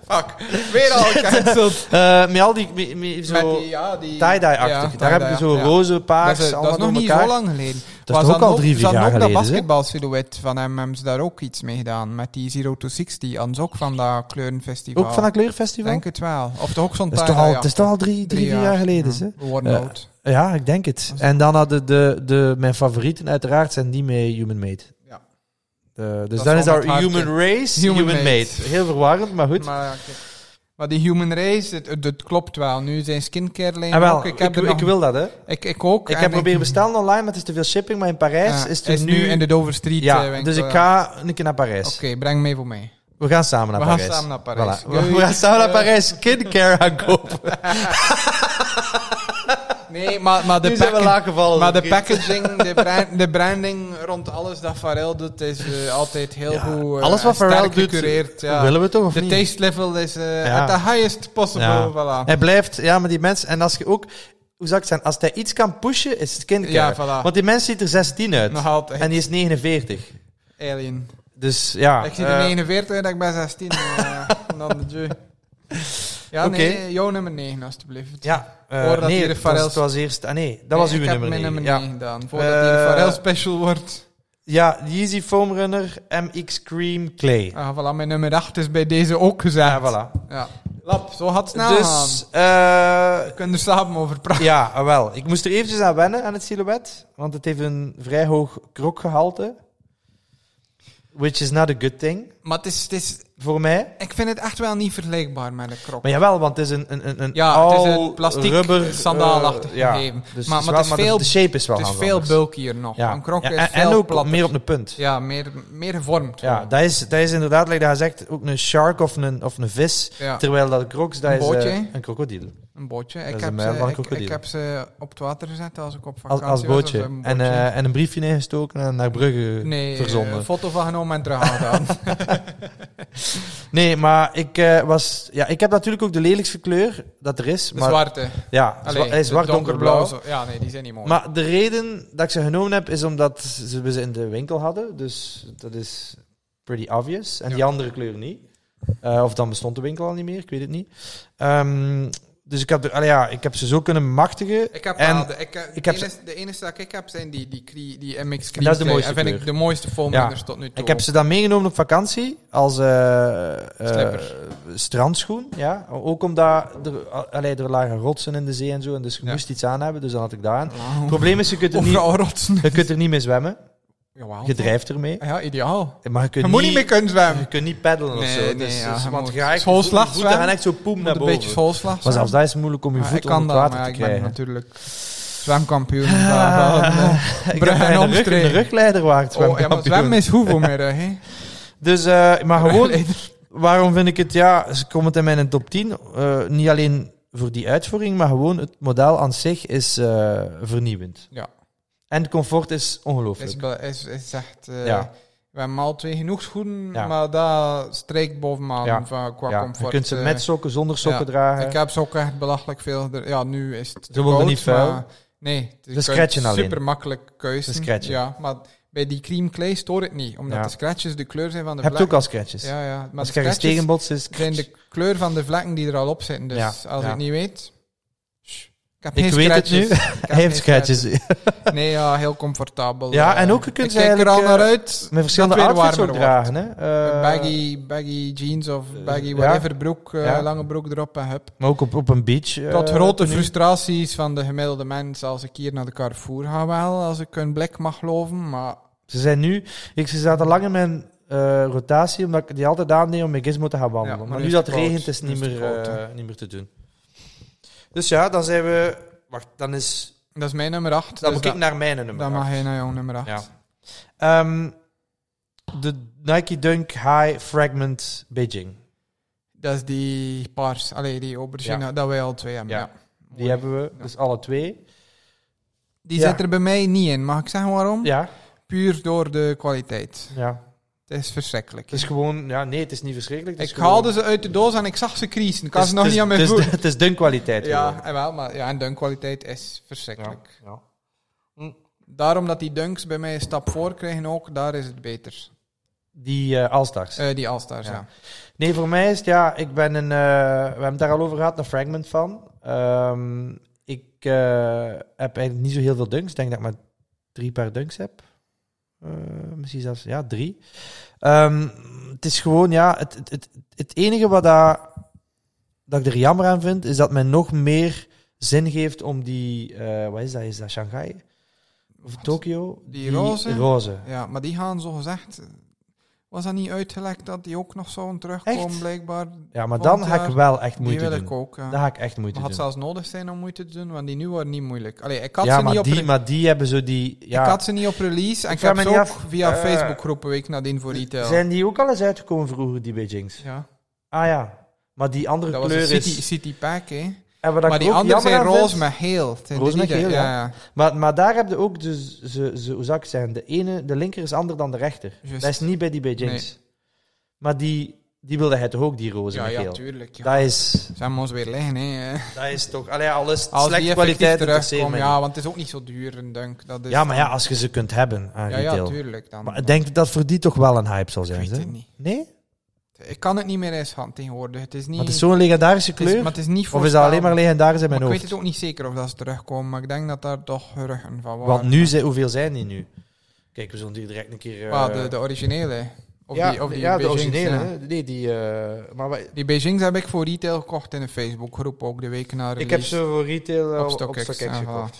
Speaker 2: Fuck, weer
Speaker 1: [LAUGHS]
Speaker 2: al gecanceld.
Speaker 1: Eh, met al die, met, met zo
Speaker 2: Met die, ja, die...
Speaker 1: tie-dye-achtig. Daar heb je zo
Speaker 2: ja.
Speaker 1: roze,
Speaker 2: Dat
Speaker 1: paars,
Speaker 2: is, dat
Speaker 1: allemaal
Speaker 2: is nog
Speaker 1: door
Speaker 2: niet
Speaker 1: elkaar.
Speaker 2: zo lang geleden.
Speaker 1: Dat is toch ook al drie, vier
Speaker 2: Ze
Speaker 1: jaar
Speaker 2: hadden ook
Speaker 1: geleden.
Speaker 2: dat
Speaker 1: hè?
Speaker 2: basketbalsilhouet van hem, hebben ze daar ook iets mee gedaan. Met die Zero to Sixty, anders ook van dat kleurenfestival.
Speaker 1: Ook van dat kleurfestival?
Speaker 2: Denk het wel. Of toch ook zo'n
Speaker 1: dat is toch al, het is toch al drie, drie,
Speaker 2: Drie
Speaker 1: vier
Speaker 2: jaar.
Speaker 1: jaar geleden, hè?
Speaker 2: We worden
Speaker 1: Ja.
Speaker 2: oud.
Speaker 1: Ja, ik denk het. En dan hadden de, de, mijn favorieten uiteraard zijn die met Human Made.
Speaker 2: Ja.
Speaker 1: Eh, dus
Speaker 2: is
Speaker 1: dan is
Speaker 2: wel
Speaker 1: daar
Speaker 2: het hartje.
Speaker 1: Human Race, Human,
Speaker 2: Human
Speaker 1: made.
Speaker 2: Made.
Speaker 1: Heel verwarrend, maar goed.
Speaker 2: Maar, ja, oké. maar die human race, het, het- het klopt wel. Nu zijn skincare lijn
Speaker 1: en Ah, wel,
Speaker 2: ook.
Speaker 1: ik,
Speaker 2: Ik, heb
Speaker 1: ik,
Speaker 2: er nog-
Speaker 1: wil dat, hè.
Speaker 2: ik, ik ook.
Speaker 1: Ik
Speaker 2: en
Speaker 1: heb proberen bestellen online, maar het is te veel shipping. Maar in Parijs
Speaker 2: Ja,
Speaker 1: is het nu...
Speaker 2: in de Dover Street eh,
Speaker 1: ja,
Speaker 2: winkel,
Speaker 1: dus ik
Speaker 2: ja.
Speaker 1: ga een keer naar Parijs.
Speaker 2: Oké, breng mee voor mij.
Speaker 1: We gaan samen naar
Speaker 2: We gaan
Speaker 1: Parijs.
Speaker 2: samen naar Parijs.
Speaker 1: Voilà. We,
Speaker 2: Goeie.
Speaker 1: gaan samen naar
Speaker 2: Eh,
Speaker 1: Parijs [LAUGHS] skincare gaan kopen.
Speaker 2: Nee, maar, maar, de,
Speaker 1: nu zijn we
Speaker 2: packen-
Speaker 1: laag gevallen.
Speaker 2: maar de
Speaker 1: vriend.
Speaker 2: packaging, de, brand- de branding rond alles dat Pharrell doet, is eh, altijd heel
Speaker 1: Ja,
Speaker 2: goed eh,
Speaker 1: alles wat
Speaker 2: sterk
Speaker 1: Pharrell doet,
Speaker 2: gecureerd. Ja.
Speaker 1: willen we toch of
Speaker 2: De
Speaker 1: niet?
Speaker 2: taste level is eh
Speaker 1: Ja.
Speaker 2: at the highest possible.
Speaker 1: Ja.
Speaker 2: Voilà.
Speaker 1: Hij blijft, ja, maar die mensen... En als je ook... Hoe zou ik zeggen? Als hij iets kan pushen, is het skincare.
Speaker 2: Ja, voilà. Nou,
Speaker 1: Want die mens ziet er 16 uit.
Speaker 2: Nog altijd.
Speaker 1: En die is 49.
Speaker 2: Alien.
Speaker 1: Dus ja.
Speaker 2: ik zit in
Speaker 1: eh,
Speaker 2: 49 en ik ben
Speaker 1: [LAUGHS]
Speaker 2: 16. eh, dan de Dieu. Ja,
Speaker 1: Oké.
Speaker 2: nee, jouw nummer 9 alstublieft.
Speaker 1: Ja. eh,
Speaker 2: Hoor dat
Speaker 1: nee,
Speaker 2: hier de
Speaker 1: het was,
Speaker 2: Pharrell's-
Speaker 1: het was eerst... Ah, nee, dat was
Speaker 2: Nee,
Speaker 1: uw
Speaker 2: ik
Speaker 1: nummer
Speaker 2: heb
Speaker 1: 9.
Speaker 2: mijn nummer
Speaker 1: ja.
Speaker 2: 9 gedaan, voordat die
Speaker 1: Eh,
Speaker 2: Pharrell special wordt.
Speaker 1: ja, Yeezy Foam Runner MX Cream Clay.
Speaker 2: Ah, voilà, mijn nummer 8 is bij deze ook gezegd.
Speaker 1: Ja, voilà.
Speaker 2: Ja. Lap, zo had het snel gaan.
Speaker 1: Dus... eh,
Speaker 2: We kunnen er samen over praten.
Speaker 1: Ja, ah, wel. Ik moest er eventjes aan wennen aan het silhouet, want het heeft een vrij hoog krokgehalte. Which is not a good thing
Speaker 2: Maar het is, het is,
Speaker 1: voor mij.
Speaker 2: ik vind het echt wel niet vergelijkbaar met een krok.
Speaker 1: Maar jawel, want het is een, een, een, een
Speaker 2: Ja, het is
Speaker 1: oud
Speaker 2: een plastic
Speaker 1: rubber
Speaker 2: sandaalachtig
Speaker 1: eh, ja.
Speaker 2: gegeven.
Speaker 1: Dus
Speaker 2: Maar-
Speaker 1: het is
Speaker 2: maar
Speaker 1: wel-
Speaker 2: het is veel-
Speaker 1: de shape is wel
Speaker 2: het is
Speaker 1: anders.
Speaker 2: veel bulkier nog.
Speaker 1: Ja.
Speaker 2: Een krok
Speaker 1: Ja,
Speaker 2: is
Speaker 1: en,
Speaker 2: veel
Speaker 1: en ook
Speaker 2: platter.
Speaker 1: meer op de punt. Ja,
Speaker 2: Ja, meer, meer gevormd. gewoon.
Speaker 1: dat, is, dat is inderdaad, like dat je zegt, ook een shark of een, of een vis.
Speaker 2: Ja,
Speaker 1: Terwijl dat een kroks, dat
Speaker 2: Een
Speaker 1: is eh,
Speaker 2: bootje, hè?
Speaker 1: een krokodil.
Speaker 2: een bootje.
Speaker 1: is
Speaker 2: Ik
Speaker 1: een
Speaker 2: heb,
Speaker 1: mijl van
Speaker 2: ze,
Speaker 1: een
Speaker 2: ik,
Speaker 1: krokodil.
Speaker 2: ik heb ze op het water gezet als ik op
Speaker 1: Als,
Speaker 2: vakantie
Speaker 1: als
Speaker 2: was,
Speaker 1: bootje.
Speaker 2: of een
Speaker 1: En,
Speaker 2: bootje.
Speaker 1: eh, en een briefje ingestoken en naar Brugge
Speaker 2: nee,
Speaker 1: verzonden.
Speaker 2: eh, foto van genomen en teruggehaald.
Speaker 1: Nee, maar ik, eh, was, ja, ik heb natuurlijk ook de lelijkste kleur dat er is. [LAUGHS]
Speaker 2: de
Speaker 1: Maar,
Speaker 2: zwarte.
Speaker 1: Ja, zwa
Speaker 2: Allee,
Speaker 1: eh,
Speaker 2: de
Speaker 1: zwart, donkerblauw.
Speaker 2: zo- Ja, nee, die zijn niet mooi.
Speaker 1: Maar de reden dat ik ze genomen heb, is omdat ze, we ze in de winkel hadden. Dus dat is pretty obvious. En
Speaker 2: Ja.
Speaker 1: die andere kleur niet. Eh, of dan bestond de winkel al niet meer, ik weet het niet. Ehm, dus ik heb, er, allee, ja, ik heb ze zo kunnen machtigen.
Speaker 2: Ik heb
Speaker 1: En
Speaker 2: wel de, ik, heb-
Speaker 1: ik
Speaker 2: de,
Speaker 1: heb
Speaker 2: enige, de enige dat ik heb zijn die, die, cre- die
Speaker 1: de
Speaker 2: MX Cream.
Speaker 1: mooiste
Speaker 2: eh, vind
Speaker 1: kleur.
Speaker 2: ik de mooiste foamrunners tot nu toe.
Speaker 1: Ik heb ze dan meegenomen op vakantie als eh, eh,
Speaker 2: Slipper.
Speaker 1: strandschoen. Ja. Ook omdat er, allee, er lagen rotsen in de zee en zo. En dus je
Speaker 2: Ja. Oh.
Speaker 1: moest iets aan hebben, dus dan had ik dat aan.
Speaker 2: [LAUGHS] Wauw.
Speaker 1: Het probleem is, je kunt er, niet,
Speaker 2: Overal rotsen.
Speaker 1: je kunt er niet mee zwemmen.
Speaker 2: Jawel.
Speaker 1: Je drijft ermee.
Speaker 2: Ja, ideaal.
Speaker 1: Maar je
Speaker 2: Je,
Speaker 1: kunt
Speaker 2: moet niet meer kunnen
Speaker 1: je
Speaker 2: zwemmen.
Speaker 1: kunt niet peddelen of
Speaker 2: Nee,
Speaker 1: zo.
Speaker 2: nee,
Speaker 1: dus,
Speaker 2: ja,
Speaker 1: dus-
Speaker 2: je
Speaker 1: want
Speaker 2: moet
Speaker 1: je gaat je
Speaker 2: schoolslag
Speaker 1: voeten gaan
Speaker 2: zwemmen.
Speaker 1: echt zo poem
Speaker 2: Moet
Speaker 1: naar
Speaker 2: een
Speaker 1: boven.
Speaker 2: beetje schoolslag
Speaker 1: maar zelfs
Speaker 2: zwemmen.
Speaker 1: dat is moeilijk om je
Speaker 2: Ja,
Speaker 1: voeten
Speaker 2: ik kan
Speaker 1: onder
Speaker 2: dat,
Speaker 1: het
Speaker 2: maar
Speaker 1: water te
Speaker 2: ik ben
Speaker 1: krijgen.
Speaker 2: natuurlijk
Speaker 1: [LAUGHS]
Speaker 2: zwemkampioen.
Speaker 1: Ah,
Speaker 2: van- van- [LAUGHS]
Speaker 1: ik heb
Speaker 2: Brugge en
Speaker 1: daar een rug,
Speaker 2: omstreken.
Speaker 1: een rugleider waard.
Speaker 2: Oh, ja, maar zwemmen is
Speaker 1: [LAUGHS]
Speaker 2: hoeveel meer, hè?
Speaker 1: Dus, eh, maar
Speaker 2: [LAUGHS]
Speaker 1: gewoon, waarom vind ik het, ja, ze komen het in mijn top 10. eh, niet alleen voor die uitvoering, maar gewoon het model aan zich is eh, vernieuwend.
Speaker 2: Ja.
Speaker 1: En het comfort is
Speaker 2: Is,
Speaker 1: ongelooflijk.
Speaker 2: be- is, is echt... eh,
Speaker 1: Ja.
Speaker 2: We hebben al twee genoeg schoenen,
Speaker 1: Ja.
Speaker 2: maar dat strijkt bovenaan
Speaker 1: Ja.
Speaker 2: van, qua
Speaker 1: Ja,
Speaker 2: comfort.
Speaker 1: je kunt ze
Speaker 2: eh.
Speaker 1: met sokken, zonder sokken
Speaker 2: ja.
Speaker 1: dragen.
Speaker 2: Ik heb ze ook echt belachelijk veel... er- Ja, nu is het te
Speaker 1: worden
Speaker 2: koud,
Speaker 1: niet vuil.
Speaker 2: maar- Nee,
Speaker 1: We scratchen alleen.
Speaker 2: Super makkelijk keuze.
Speaker 1: We scratchen.
Speaker 2: Ja, maar bij die cream clay stoort het niet, omdat
Speaker 1: Ja.
Speaker 2: de scratches de kleur zijn van de
Speaker 1: Je hebt
Speaker 2: vlekken.
Speaker 1: ook al scratches.
Speaker 2: Ja, ja. Maar
Speaker 1: Als
Speaker 2: de
Speaker 1: je ergens
Speaker 2: scratches
Speaker 1: tegenbotst, is het
Speaker 2: zijn de kleur van de vlekken die er al op zitten. Dus
Speaker 1: Ja,
Speaker 2: als
Speaker 1: ja.
Speaker 2: ik het niet weet, shh, ik heb
Speaker 1: Ik
Speaker 2: geen
Speaker 1: weet het
Speaker 2: scratches.
Speaker 1: nu.
Speaker 2: Ik heb
Speaker 1: [LAUGHS] Hij heeft
Speaker 2: geen
Speaker 1: scratches.
Speaker 2: Nee, ja, heel comfortabel.
Speaker 1: Ja,
Speaker 2: Eh,
Speaker 1: en ook je kunt
Speaker 2: ik
Speaker 1: ze
Speaker 2: kijk er
Speaker 1: eigenlijk,
Speaker 2: al
Speaker 1: eh,
Speaker 2: naar uit.
Speaker 1: Met verschillende
Speaker 2: dat weer
Speaker 1: outfits ook
Speaker 2: warmer wordt.
Speaker 1: dragen. Hè? Eh,
Speaker 2: baggy, baggy jeans of baggy
Speaker 1: ja.
Speaker 2: whatever broek, eh,
Speaker 1: Ja.
Speaker 2: lange broek erop en hup.
Speaker 1: Maar ook op, op een beach. eh,
Speaker 2: Tot grote
Speaker 1: tenue.
Speaker 2: frustraties van de gemiddelde mens als ik hier naar de Carrefour ga wel, als ik hun blik mag geloven, maar
Speaker 1: Ze zijn nu... Ik, ze zaten lang in mijn eh, rotatie, omdat ik die altijd aandeed om met Gizmo te gaan wandelen.
Speaker 2: Ja, maar
Speaker 1: maar
Speaker 2: nu
Speaker 1: nu
Speaker 2: is
Speaker 1: dat
Speaker 2: het koud.
Speaker 1: regent, is het
Speaker 2: Nu
Speaker 1: niet,
Speaker 2: is het
Speaker 1: meer,
Speaker 2: koud,
Speaker 1: eh, niet meer te doen. Dus ja, dan zijn we... Wacht, dan is...
Speaker 2: dat is mijn nummer 8.
Speaker 1: Dus Dan moet ik naar mijn nummer.
Speaker 2: dan
Speaker 1: gaan.
Speaker 2: mag jij naar jouw nummer 8.
Speaker 1: Ja. Ehm, de Nike Dunk High Fragment Beijing.
Speaker 2: Dat is die paars, allee, die aubergine,
Speaker 1: Ja.
Speaker 2: dat wij al twee hebben.
Speaker 1: Ja.
Speaker 2: Ja.
Speaker 1: Die
Speaker 2: Mooi.
Speaker 1: hebben we,
Speaker 2: Ja.
Speaker 1: dus alle twee.
Speaker 2: Die
Speaker 1: Ja.
Speaker 2: zit er bij mij niet in, mag ik zeggen waarom?
Speaker 1: Ja,
Speaker 2: Puur door de kwaliteit.
Speaker 1: ja.
Speaker 2: Het is verschrikkelijk.
Speaker 1: Het is gewoon... Ja, nee, het is niet verschrikkelijk. Het
Speaker 2: ik
Speaker 1: is gewoon-
Speaker 2: haalde ze uit de doos en ik zag ze kriezen. Ik had
Speaker 1: Het is-
Speaker 2: ze nog
Speaker 1: het is-
Speaker 2: niet aan mijn
Speaker 1: het is-
Speaker 2: voet.
Speaker 1: Het is dunkkwaliteit.
Speaker 2: Ja,
Speaker 1: gewoon.
Speaker 2: en wel, maar ja, en dunkkwaliteit is
Speaker 1: Ja,
Speaker 2: verschrikkelijk.
Speaker 1: ja.
Speaker 2: Daarom dat die dunks bij mij een stap voor krijgen ook, daar is het beter.
Speaker 1: Die eh Allstars.
Speaker 2: Eh, die Allstars,
Speaker 1: Ja.
Speaker 2: ja.
Speaker 1: Nee, voor mij is het ja, ik ben een. eh, we hebben het daar al over gehad, een fragment van. Ehm, ik eh, heb eigenlijk niet zo heel veel dunks. Ik denk dat ik maar drie paar dunks heb. Eh, misschien zelfs, ja, drie. Ehm, het is gewoon, ja, het, het, het, het enige wat daar, dat ik er jammer aan vind, is dat men nog meer zin geeft om die, eh, wat is dat, is dat Shanghai? Of
Speaker 2: Wat?
Speaker 1: Tokio?
Speaker 2: Die roze?
Speaker 1: roze.
Speaker 2: Ja, maar die gaan zo gezegd. Was dat niet uitgelekt dat die ook nog zouden terugkomen,
Speaker 1: Echt?
Speaker 2: blijkbaar?
Speaker 1: Ja, maar
Speaker 2: Volgend
Speaker 1: dan ga
Speaker 2: jaar,
Speaker 1: ik wel echt
Speaker 2: die
Speaker 1: moeite
Speaker 2: wil
Speaker 1: doen.
Speaker 2: ik ook. Ja.
Speaker 1: Daar ga ik echt moeite
Speaker 2: Maar had
Speaker 1: doen.
Speaker 2: zelfs nodig zijn om moeite te doen, want die nu waren niet moeilijk. Allee, ik had,
Speaker 1: ja,
Speaker 2: ze,
Speaker 1: maar
Speaker 2: niet op
Speaker 1: die,
Speaker 2: re-
Speaker 1: maar die hebben zo die... Ja,
Speaker 2: ik had ze niet op release
Speaker 1: Ik
Speaker 2: en
Speaker 1: vraag
Speaker 2: ik, heb
Speaker 1: me
Speaker 2: ze ook
Speaker 1: niet af,
Speaker 2: via
Speaker 1: eh,
Speaker 2: Facebookgroepen week nadien voor retail.
Speaker 1: Zijn die ook al eens uitgekomen vroeger, die Beijings?
Speaker 2: ja,
Speaker 1: Ah ja, maar die andere
Speaker 2: dat was
Speaker 1: kleur
Speaker 2: een
Speaker 1: is...
Speaker 2: city, city pack, hè.
Speaker 1: en wat ik
Speaker 2: Maar die
Speaker 1: ook jammer
Speaker 2: anderen zijn
Speaker 1: aan vind-
Speaker 2: roze met geel. Het zijn
Speaker 1: Roze
Speaker 2: die
Speaker 1: met
Speaker 2: niet-
Speaker 1: geel, ja.
Speaker 2: ja.
Speaker 1: Maar, maar daar heb je ook, dus, ze, ze, hoe zou ik zeggen, de, ene, de linker is ander dan de rechter.
Speaker 2: Juist.
Speaker 1: Dat is niet bij die Beijings. Maar die, die wilde hij toch ook, die roze
Speaker 2: Ja,
Speaker 1: en
Speaker 2: ja,
Speaker 1: geel?
Speaker 2: tuurlijk. Ja.
Speaker 1: dat, is,
Speaker 2: Ze hebben ons weer liggen, hè. Eh,
Speaker 1: dat is toch... Allee, alles
Speaker 2: Als
Speaker 1: slecht
Speaker 2: die
Speaker 1: kwaliteit
Speaker 2: kwaliteit
Speaker 1: interesseert
Speaker 2: terugkomt,
Speaker 1: mij
Speaker 2: ja,
Speaker 1: niet.
Speaker 2: want het is ook niet zo duur, een dunk. Dat is
Speaker 1: Ja, maar ja, als je ze kunt hebben aan
Speaker 2: ja, ja,
Speaker 1: retail.
Speaker 2: tuurlijk dan.
Speaker 1: maar ik denk dat voor die toch wel een hype zal
Speaker 2: ik
Speaker 1: zijn.
Speaker 2: weet
Speaker 1: hè?
Speaker 2: het niet.
Speaker 1: Nee?
Speaker 2: Ik kan het niet meer eens gaan tegenwoordig. Het is niet...
Speaker 1: Maar het is zo'n legendarische
Speaker 2: het is-
Speaker 1: kleur.
Speaker 2: maar het is niet
Speaker 1: Of is dat alleen maar
Speaker 2: voorspelbaar.
Speaker 1: legendarisch in
Speaker 2: Maar
Speaker 1: mijn
Speaker 2: ik weet
Speaker 1: hoofd?
Speaker 2: het ook niet zeker of dat ze terugkomen, maar ik denk dat daar toch geruchten van waren.
Speaker 1: Want nu, zijn, hoeveel zijn die nu? Kijk, we zullen die direct een keer... eh,
Speaker 2: Ah, de, de originele. Of
Speaker 1: ja,
Speaker 2: die, of die
Speaker 1: ja, de
Speaker 2: Beijings,
Speaker 1: originele.
Speaker 2: ja.
Speaker 1: hè. Nee, die... eh, maar wij-
Speaker 2: Die Beijings heb ik voor retail gekocht in een Facebookgroep, ook de week na release.
Speaker 1: ik heb ze voor retail eh,
Speaker 2: Op
Speaker 1: op
Speaker 2: StockX,
Speaker 1: StockX
Speaker 2: ja, voilà.
Speaker 1: gekocht.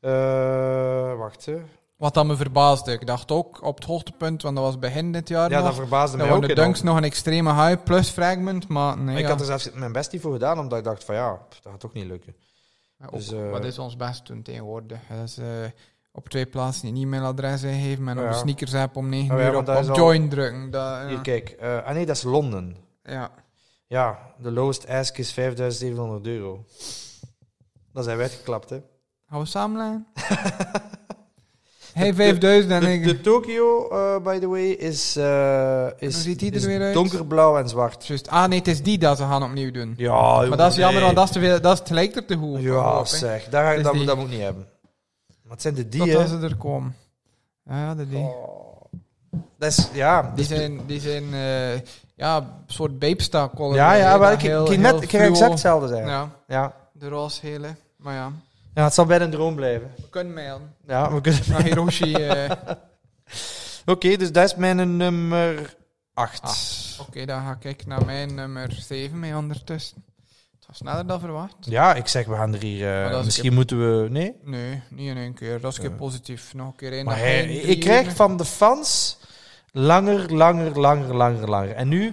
Speaker 1: Eh, wacht, hè.
Speaker 2: Wat dat me verbaasde. Ik dacht ook op het hoogtepunt, want dat was begin dit jaar
Speaker 1: Ja,
Speaker 2: nog.
Speaker 1: dat verbaasde
Speaker 2: Dan
Speaker 1: mij ook
Speaker 2: worden
Speaker 1: enorm.
Speaker 2: Nou, dunks nog een extreme high plus fragment, maar nee.
Speaker 1: Ik
Speaker 2: ja.
Speaker 1: had er zelfs mijn best niet voor gedaan, omdat ik dacht van ja, pff, dat gaat ook niet lukken.
Speaker 2: Ja, ook,
Speaker 1: dus, eh,
Speaker 2: wat is ons best doen tegenwoordig? Dat is eh, op twee plaatsen een e-mailadres ingeven en op
Speaker 1: Ja.
Speaker 2: de sneakers app om 9
Speaker 1: Oh ja,
Speaker 2: uur
Speaker 1: want
Speaker 2: op,
Speaker 1: dat is al-
Speaker 2: op join drukken. Dat,
Speaker 1: [LAUGHS]
Speaker 2: ja.
Speaker 1: Hier, kijk. eh, ah nee, dat is Londen.
Speaker 2: ja.
Speaker 1: Ja, de lowest ask is 5700 euro. Dan zijn we uitgeklapt, hè.
Speaker 2: Gaan we
Speaker 1: [LAUGHS]
Speaker 2: samenleggen? hey, 5000 en
Speaker 1: De,
Speaker 2: ik...
Speaker 1: de Tokyo, eh, by the way, is, eh, is,
Speaker 2: ziet die er
Speaker 1: is
Speaker 2: weer uit?
Speaker 1: donkerblauw en zwart.
Speaker 2: Juist. Ah nee, het is die dat ze gaan opnieuw doen.
Speaker 1: Ja,
Speaker 2: maar dat is jammer, want dat, is te veel, dat is, het lijkt er te goed
Speaker 1: Ja,
Speaker 2: op, hè.
Speaker 1: zeg, daar ga ik,
Speaker 2: Is
Speaker 1: dat,
Speaker 2: die-
Speaker 1: dat moet ik niet hebben. Maar het zijn de die,
Speaker 2: Totdat
Speaker 1: hè.
Speaker 2: ze er komen. Ja, ja, dat die.
Speaker 1: Oh. Dat is, ja. dat
Speaker 2: Die
Speaker 1: is-
Speaker 2: zijn, die zijn eh, ja, een soort beepsta color.
Speaker 1: ja, ja, maar ik,
Speaker 2: heel-
Speaker 1: ik ging net,
Speaker 2: heel
Speaker 1: ik ging exact
Speaker 2: fluo.
Speaker 1: hetzelfde zijn. Ja.
Speaker 2: Ja,
Speaker 1: Ja.
Speaker 2: de roze hele. Maar ja,
Speaker 1: het zal bij een droom blijven.
Speaker 2: we kunnen mailen.
Speaker 1: Ja, we kunnen... [LAUGHS]
Speaker 2: Naar Hiroshi. eh, [LAUGHS]
Speaker 1: Oké, dus dat is mijn nummer
Speaker 2: Ah,
Speaker 1: 8.
Speaker 2: Oké, dan ga ik naar mijn nummer 7 mee ondertussen. Het was sneller dan verwacht.
Speaker 1: Ja, ik zeg, we gaan er hier... eh,
Speaker 2: Maar dat is-
Speaker 1: misschien moeten we... Nee?
Speaker 2: Nee, niet in één keer. Dat is een keer positief. Nog een keer één.
Speaker 1: Maar
Speaker 2: dag
Speaker 1: hij-
Speaker 2: één, drie
Speaker 1: ik krijg
Speaker 2: uur.
Speaker 1: van de fans langer, langer, langer, langer, langer. En nu,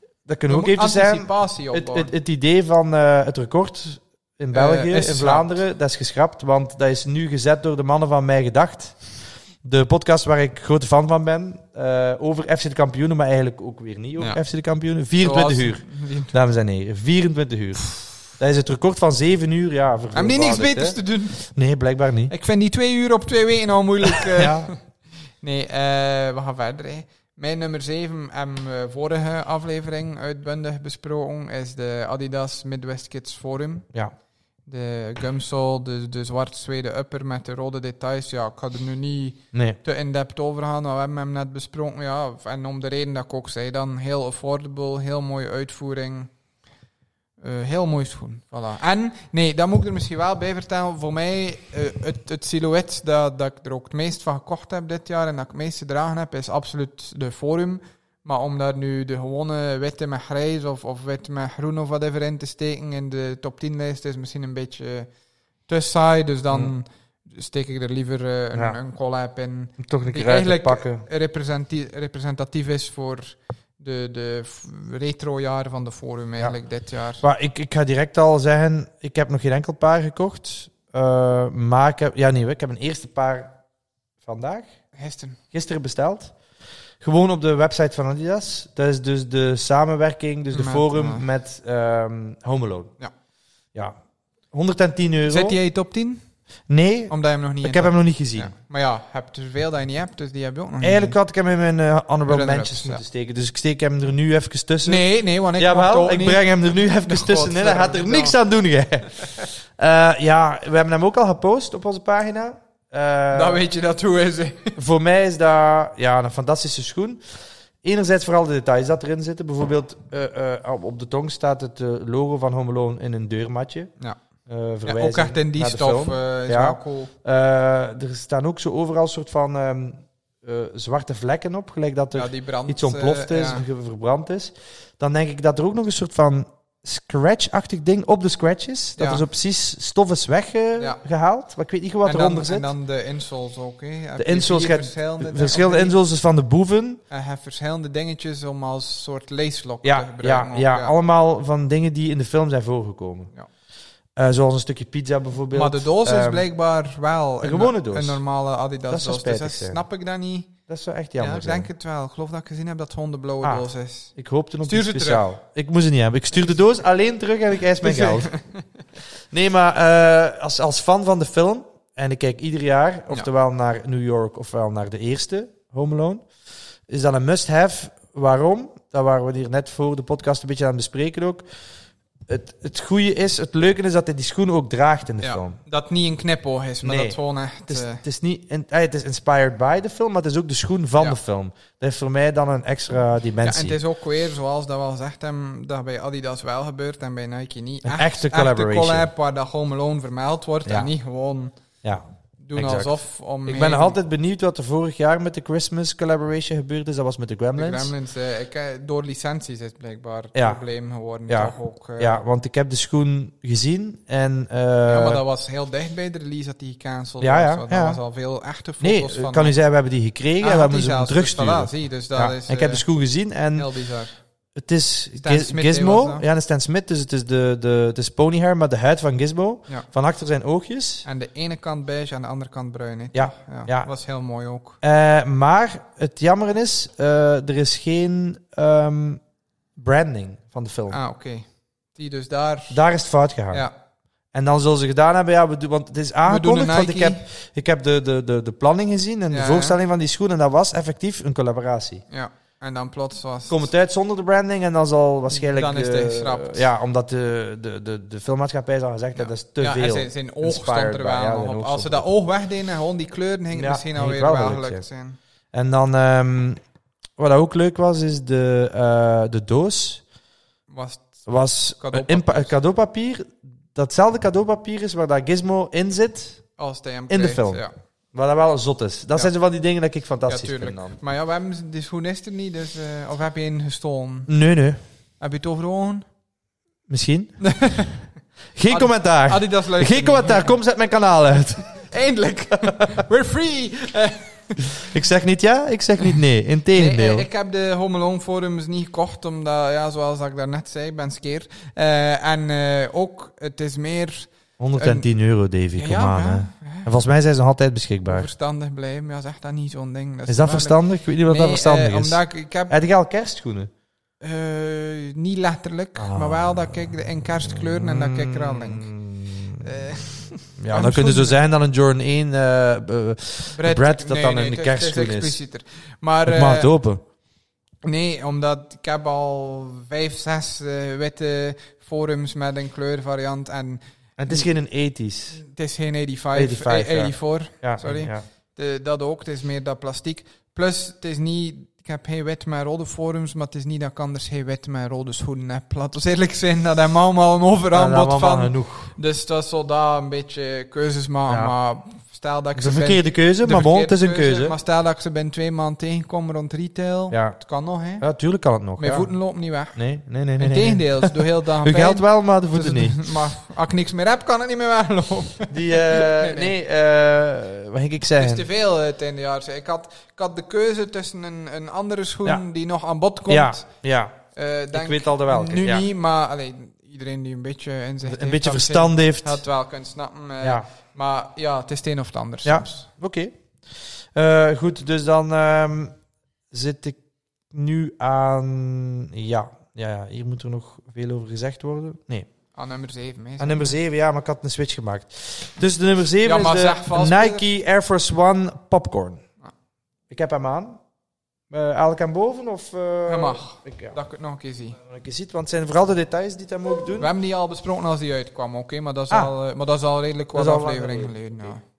Speaker 1: dat
Speaker 2: Je
Speaker 1: kunnen we ook
Speaker 2: moet
Speaker 1: even zeggen,
Speaker 2: Anticipatie
Speaker 1: het,
Speaker 2: opbouwen. Eh,
Speaker 1: het, het idee van eh, het record in België,
Speaker 2: is
Speaker 1: in
Speaker 2: geschrapt.
Speaker 1: Vlaanderen, dat is geschrapt, want dat is nu gezet door de mannen van Mij Gedacht. De podcast waar ik grote fan van ben, eh, over FC de Kampioenen, maar eigenlijk ook weer niet over
Speaker 2: Ja.
Speaker 1: FC de Kampioenen. 24
Speaker 2: Zoals- [LAUGHS]
Speaker 1: uur, dames en heren, 24 uur. Dat is het record van 7 uur, ja.
Speaker 2: Hebben die niks
Speaker 1: verveelvoudigd,
Speaker 2: beters
Speaker 1: hè.
Speaker 2: te doen?
Speaker 1: Nee, blijkbaar niet.
Speaker 2: Ik vind die twee uur op twee weken al moeilijk.
Speaker 1: [LAUGHS]
Speaker 2: eh.
Speaker 1: Ja.
Speaker 2: Nee, eh, we gaan verder. hè. Mijn nummer 7 hebben we vorige aflevering uitbundig besproken. Is de Adidas Midwest Kids Forum.
Speaker 1: Ja.
Speaker 2: De gumsole, de, de zwart zwede upper met de rode details. Ja, ik ga er nu niet
Speaker 1: Nee.
Speaker 2: te in-depth over gaan, maar we hebben hem net besproken. Ja, en om de reden dat ik ook zei, dan heel affordable, heel mooie uitvoering. Eh, heel mooi schoen, voilà. En, nee, dat moet ik er misschien wel bij vertellen. Voor mij, eh, het, het silhouet dat, dat ik er ook het meest van gekocht heb dit jaar en dat ik het meest gedragen heb, is absoluut de Forum. Maar om daar nu de gewone witte met grijs of, of wit met groen of whatever in te steken in de top 10 lijst is misschien een beetje te saai. Dus dan
Speaker 1: Hmm.
Speaker 2: steek ik er liever eh, een,
Speaker 1: Ja.
Speaker 2: een collab in
Speaker 1: Om Toch een
Speaker 2: Die
Speaker 1: keer uit te
Speaker 2: eigenlijk-
Speaker 1: pakken.
Speaker 2: representi- representatief is voor de, de f- retro-jaren van de Forum eigenlijk dit jaar.
Speaker 1: Maar ik, ik ga direct al zeggen, ik heb nog geen enkel paar gekocht. Eh, maar ik heb, ja, nee, ik heb een eerste paar vandaag,
Speaker 2: Gisteren.
Speaker 1: gisteren besteld. Gewoon op de website van Adidas. Dat is dus de samenwerking, dus de
Speaker 2: Met,
Speaker 1: forum
Speaker 2: eh,
Speaker 1: met ehm Home Alone.
Speaker 2: Ja.
Speaker 1: ja. 110 euro.
Speaker 2: Zit die in je top 10?
Speaker 1: Nee,
Speaker 2: Omdat je hem nog niet
Speaker 1: ik
Speaker 2: in
Speaker 1: heb
Speaker 2: had.
Speaker 1: hem nog niet gezien.
Speaker 2: Ja. Maar ja, je hebt er veel dat je niet hebt, dus die heb je ook nog
Speaker 1: Eigenlijk
Speaker 2: niet.
Speaker 1: had ik hem in mijn eh, honorable
Speaker 2: Runner-ups,
Speaker 1: mentions
Speaker 2: ja.
Speaker 1: moeten steken. Dus ik steek hem er nu even tussen.
Speaker 2: Nee, nee, want ik mocht
Speaker 1: Jawel,
Speaker 2: ook
Speaker 1: ik
Speaker 2: niet.
Speaker 1: breng hem er nu even
Speaker 2: De
Speaker 1: tussenin. Hij gaat er
Speaker 2: godverdomme.
Speaker 1: niks aan doen, jij. Eh, ja, we hebben hem ook al gepost op onze pagina. Eh,
Speaker 2: Dan weet je dat hoe is. hè.
Speaker 1: Voor mij is dat ja, een fantastische schoen. Enerzijds vooral de details dat erin zitten. Bijvoorbeeld eh, eh, op- op de tong staat het eh, logo van Home Alone in een deurmatje.
Speaker 2: Ja.
Speaker 1: Eh,
Speaker 2: Ja,
Speaker 1: verwijzing
Speaker 2: ook echt in die
Speaker 1: naar de
Speaker 2: stof
Speaker 1: film.
Speaker 2: eh, is
Speaker 1: Ja.
Speaker 2: wel cool.
Speaker 1: Eh, er staan ook zo overal soort van ehm, eh, zwarte vlekken op. Gelijk dat er
Speaker 2: Ja, die brand,
Speaker 1: iets ontploft
Speaker 2: eh,
Speaker 1: is,
Speaker 2: ja.
Speaker 1: ge- verbrand is. Dan denk ik dat er ook nog een soort van scratch-achtig ding op de scratch is. Dat
Speaker 2: Ja.
Speaker 1: er zo precies stof is
Speaker 2: Ja.
Speaker 1: weggehaald. Maar ik weet niet goed wat
Speaker 2: en dan,
Speaker 1: eronder
Speaker 2: En
Speaker 1: zit.
Speaker 2: dan de insoles ook. Hè. Heb
Speaker 1: De
Speaker 2: je
Speaker 1: insoles,
Speaker 2: vier
Speaker 1: je hebt
Speaker 2: verschillende,
Speaker 1: Verschillende
Speaker 2: dingen.
Speaker 1: insoles dus van de boeven.
Speaker 2: En je hebt verschillende dingetjes om als soort lacelock te
Speaker 1: Ja,
Speaker 2: gebruiken.
Speaker 1: ja,
Speaker 2: ook,
Speaker 1: ja, allemaal van dingen die in de film zijn voorgekomen.
Speaker 2: Ja.
Speaker 1: Eh, zoals een stukje pizza bijvoorbeeld.
Speaker 2: Maar de doos is
Speaker 1: Ehm,
Speaker 2: blijkbaar wel
Speaker 1: een gewone doos.
Speaker 2: een normale Adidas
Speaker 1: Dat zou
Speaker 2: doos. Dus dat
Speaker 1: spijtig zijn.
Speaker 2: snap ik dan niet.
Speaker 1: Dat zou echt
Speaker 2: Ja,
Speaker 1: jammer
Speaker 2: ik
Speaker 1: zijn.
Speaker 2: denk het wel. Ik geloof dat ik gezien heb dat het gewoon de blauwe
Speaker 1: Ah.
Speaker 2: doos is.
Speaker 1: Ik hoopte op
Speaker 2: Stuur
Speaker 1: iets
Speaker 2: ze
Speaker 1: speciaal. Ik moest het niet hebben. Ik stuur de doos alleen terug en ik eis mijn
Speaker 2: Dus-
Speaker 1: geld. [LAUGHS] Nee, maar eh, als, als fan van de film, en ik kijk ieder jaar, oftewel naar New York ofwel naar de eerste, Home Alone, is dat een must-have. Waarom? Dat waren we hier net voor de podcast een beetje aan het bespreken ook. Het, het goede is, het leuke is dat hij die schoen ook draagt in de
Speaker 2: Ja.
Speaker 1: film.
Speaker 2: Dat niet een knipoog is, maar
Speaker 1: Nee.
Speaker 2: dat gewoon echt...
Speaker 1: Het is,
Speaker 2: eh,
Speaker 1: het, is niet, in- eh, het is inspired by de film, maar het is ook de schoen van
Speaker 2: Ja.
Speaker 1: de film. Dat is voor mij dan een extra
Speaker 2: ja, en
Speaker 1: dimensie.
Speaker 2: het is ook weer, zoals dat we al gezegd hebben, dat bij Adidas wel gebeurt en bij Nike niet.
Speaker 1: Een
Speaker 2: Echt-
Speaker 1: echte
Speaker 2: echte
Speaker 1: collaboration.
Speaker 2: collab waar dat Home Alone vermeld wordt
Speaker 1: Ja.
Speaker 2: en niet gewoon
Speaker 1: ja.
Speaker 2: doen
Speaker 1: Exact.
Speaker 2: alsof om
Speaker 1: Ik ben nog
Speaker 2: heen-
Speaker 1: altijd benieuwd wat er vorig jaar met de Christmas collaboration gebeurd is. Dat was met de
Speaker 2: de
Speaker 1: Gremlins.
Speaker 2: Gremlins, eh, ik, eh, door licenties is blijkbaar het
Speaker 1: Ja.
Speaker 2: probleem geworden.
Speaker 1: Ja.
Speaker 2: Toch ook, eh.
Speaker 1: Ja, want ik heb de schoen gezien en... eh,
Speaker 2: Ja, maar dat was heel dicht bij de release dat die gecanceld
Speaker 1: Ja,
Speaker 2: was.
Speaker 1: ja,
Speaker 2: want
Speaker 1: ja.
Speaker 2: Dat was al veel echte
Speaker 1: nee,
Speaker 2: foto's
Speaker 1: ik
Speaker 2: van...
Speaker 1: kan u zeggen, we hebben die gekregen en we
Speaker 2: Ah, had
Speaker 1: hebben
Speaker 2: die
Speaker 1: ze moeten
Speaker 2: zelfs, dus
Speaker 1: terugsturen.
Speaker 2: voilà, zie, dus dat
Speaker 1: ja,
Speaker 2: is
Speaker 1: en ik heb
Speaker 2: eh,
Speaker 1: de schoen gezien en
Speaker 2: heel bizar.
Speaker 1: het is
Speaker 2: Stan
Speaker 1: Giz-
Speaker 2: Smith, was
Speaker 1: Gizmo.
Speaker 2: dat?
Speaker 1: Ja, en Stan Smith, dus het is de, de, het is ponyhair, maar de huid van Gizmo.
Speaker 2: Ja.
Speaker 1: Van achter zijn oogjes.
Speaker 2: Aan de ene kant beige, aan de andere kant bruin. Hè?
Speaker 1: Ja,
Speaker 2: Ja,
Speaker 1: ja.
Speaker 2: was heel mooi ook.
Speaker 1: Eh, maar het jammer is, eh, er is geen ehm, branding van de film.
Speaker 2: Ah, oké. Die dus daar...
Speaker 1: Daar is het fout gegaan.
Speaker 2: ja.
Speaker 1: En dan zullen ze gedaan hebben, ja, we doen, want het is
Speaker 2: We doen een
Speaker 1: aangekondigd, want ik
Speaker 2: Nike.
Speaker 1: heb, ik heb de, de, de, de planning gezien en
Speaker 2: Ja,
Speaker 1: de
Speaker 2: ja.
Speaker 1: voorstelling van die schoen en dat was effectief een collaboratie.
Speaker 2: Ja. En dan plots was...
Speaker 1: Komt het uit zonder de branding en dan zal waarschijnlijk...
Speaker 2: Dan is het
Speaker 1: eh,
Speaker 2: geschrapt.
Speaker 1: ja, omdat de, de, de, de filmmaatschappij zal gezegd
Speaker 2: Ja.
Speaker 1: dat dat is te
Speaker 2: ja, en
Speaker 1: veel.
Speaker 2: Zijn, zijn oog
Speaker 1: Inspired
Speaker 2: stond er
Speaker 1: by, ja,
Speaker 2: wel
Speaker 1: zijn
Speaker 2: nog op.
Speaker 1: oog
Speaker 2: Als ze
Speaker 1: stond
Speaker 2: dat oog wegdeden en gewoon die kleuren, ging het
Speaker 1: Ja,
Speaker 2: misschien
Speaker 1: ging
Speaker 2: alweer
Speaker 1: het
Speaker 2: wel,
Speaker 1: wel gelukt
Speaker 2: gelukt zijn.
Speaker 1: En dan, ehm, wat ook leuk was, is de, eh, de doos
Speaker 2: Was het-
Speaker 1: was
Speaker 2: Cadeaupapier.
Speaker 1: een inpa- een cadeaupapier. Datzelfde cadeaupapier is waar dat gizmo in zit,
Speaker 2: als hij hem
Speaker 1: In de
Speaker 2: krijgt,
Speaker 1: film.
Speaker 2: Ja,
Speaker 1: wat dat wel zot is. Dat
Speaker 2: Ja.
Speaker 1: zijn zo van die dingen dat ik
Speaker 2: ja
Speaker 1: fantastisch vind
Speaker 2: tuurlijk.
Speaker 1: dan.
Speaker 2: Maar ja, we hebben de schoen is er niet, dus... eh, of heb je een gestolen?
Speaker 1: Nee, nee.
Speaker 2: Heb je het over ogen?
Speaker 1: [LAUGHS] Misschien. Geen
Speaker 2: Adi-
Speaker 1: commentaar.
Speaker 2: Adidas luistert
Speaker 1: Geen
Speaker 2: niet.
Speaker 1: commentaar. Kom, zet mijn kanaal uit.
Speaker 2: Eindelijk! We're free!
Speaker 1: [LAUGHS] ik zeg niet ja, ik zeg niet nee.
Speaker 2: Nee,
Speaker 1: Integendeel.
Speaker 2: eh, ik heb de Home Alone forums niet gekocht, omdat, ja, zoals ik daarnet zei, ik ben skeer. Eh, en eh, ook, het is meer...
Speaker 1: 110 euro, Davy. Kom aan. Hè. En volgens mij zijn ze nog altijd beschikbaar.
Speaker 2: verstandig blijven. Ja, zeg dat niet zo'n ding.
Speaker 1: Is dat verstandig? Ik weet niet wat dat
Speaker 2: Nee,
Speaker 1: verstandig
Speaker 2: eh,
Speaker 1: is.
Speaker 2: Omdat ik, ik heb,
Speaker 1: Heb je al kerstschoenen?
Speaker 2: eh, niet letterlijk,
Speaker 1: Ah.
Speaker 2: maar wel dat ik de- in kerstkleuren en dat ik er al denk.
Speaker 1: Mm.
Speaker 2: Eh,
Speaker 1: Ja, dan kunnen ze zo zijn dan een Jordan 1. eh, eh, Brad, dat dan een
Speaker 2: het is-
Speaker 1: kerstschoen is.
Speaker 2: Het is explicieter. Maar,
Speaker 1: ik mag het
Speaker 2: eh,
Speaker 1: open.
Speaker 2: Nee, omdat ik heb al vijf, zes eh, witte forums met een kleurvariant en
Speaker 1: het is geen een 80s.
Speaker 2: Het is geen 85,
Speaker 1: 85, ja.
Speaker 2: 84.
Speaker 1: Ja,
Speaker 2: Sorry.
Speaker 1: Ja.
Speaker 2: De- dat ook, het is meer dat plastiek. Plus, het is niet... Ik heb geen wit met rode forums, maar het is niet dat ik anders geen wit met rode schoenen heb. Laten we eerlijk zijn, dat hebben we allemaal een
Speaker 1: Ja,
Speaker 2: overaanbod
Speaker 1: dat
Speaker 2: van.
Speaker 1: allemaal genoeg.
Speaker 2: Dus dat is zo daar een beetje keuzes maken.
Speaker 1: Ja.
Speaker 2: Maar stel dat ik
Speaker 1: Het is
Speaker 2: ze
Speaker 1: een
Speaker 2: ben-
Speaker 1: verkeerde keuze,
Speaker 2: de
Speaker 1: maar bon, het
Speaker 2: verkeerde
Speaker 1: is een keuze.
Speaker 2: Maar stel dat ik ze binnen twee maanden tegenkom rond retail.
Speaker 1: Ja.
Speaker 2: Het kan nog, hè.
Speaker 1: ja, tuurlijk kan het nog.
Speaker 2: Mijn
Speaker 1: ja.
Speaker 2: voeten lopen niet weg.
Speaker 1: Nee, nee, nee. nee, nee, nee.
Speaker 2: Integendeel, ze doen heel de dag
Speaker 1: Uw
Speaker 2: pijn.
Speaker 1: geld wel, maar de
Speaker 2: Dus
Speaker 1: voeten
Speaker 2: het-
Speaker 1: niet.
Speaker 2: [LAUGHS] Maar als ik niks meer heb, kan het niet meer weglopen.
Speaker 1: Die, eh,
Speaker 2: [LAUGHS] Nee,
Speaker 1: nee,
Speaker 2: nee.
Speaker 1: eh, wat ging ik
Speaker 2: Het is
Speaker 1: zeggen?
Speaker 2: te veel eh, het einde jaar. Ik had, ik had de keuze tussen een, een andere schoen
Speaker 1: Ja.
Speaker 2: die nog aan bod komt.
Speaker 1: Ja, ja.
Speaker 2: Eh, denk
Speaker 1: ik weet al de welke.
Speaker 2: Nu
Speaker 1: ja.
Speaker 2: niet, maar allee, iedereen die een beetje inzicht
Speaker 1: Een
Speaker 2: heeft,
Speaker 1: beetje
Speaker 2: had het-
Speaker 1: verstand heeft.
Speaker 2: Had het wel kunnen snappen. eh,
Speaker 1: Ja,
Speaker 2: Maar ja, het is het een of het ander
Speaker 1: Ja.
Speaker 2: soms.
Speaker 1: oké. Eh, goed, dus dan ehm, zit ik nu aan... Ja. Ja, ja, hier moet er nog veel over gezegd worden. Nee.
Speaker 2: Aan nummer 7.
Speaker 1: Aan nummer 7, ja, maar ik had een switch gemaakt. Dus de nummer 7
Speaker 2: Ja, maar
Speaker 1: is
Speaker 2: zeg
Speaker 1: de
Speaker 2: vast,
Speaker 1: Nike Air Force One Popcorn.
Speaker 2: Ah.
Speaker 1: Ik heb hem aan. Eh elk aan boven? Of, eh,
Speaker 2: Je mag.
Speaker 1: Ik, ja.
Speaker 2: Dat ik het nog een keer zie.
Speaker 1: dat ik het ziet, want het zijn vooral de details die dat ook doen.
Speaker 2: We hebben die al besproken als die uitkwam, oké? maar, dat is
Speaker 1: Ah.
Speaker 2: al, eh, maar dat is al redelijk
Speaker 1: Dat
Speaker 2: wat
Speaker 1: is al lang
Speaker 2: afleveringen
Speaker 1: geleden.
Speaker 2: geleden. ja.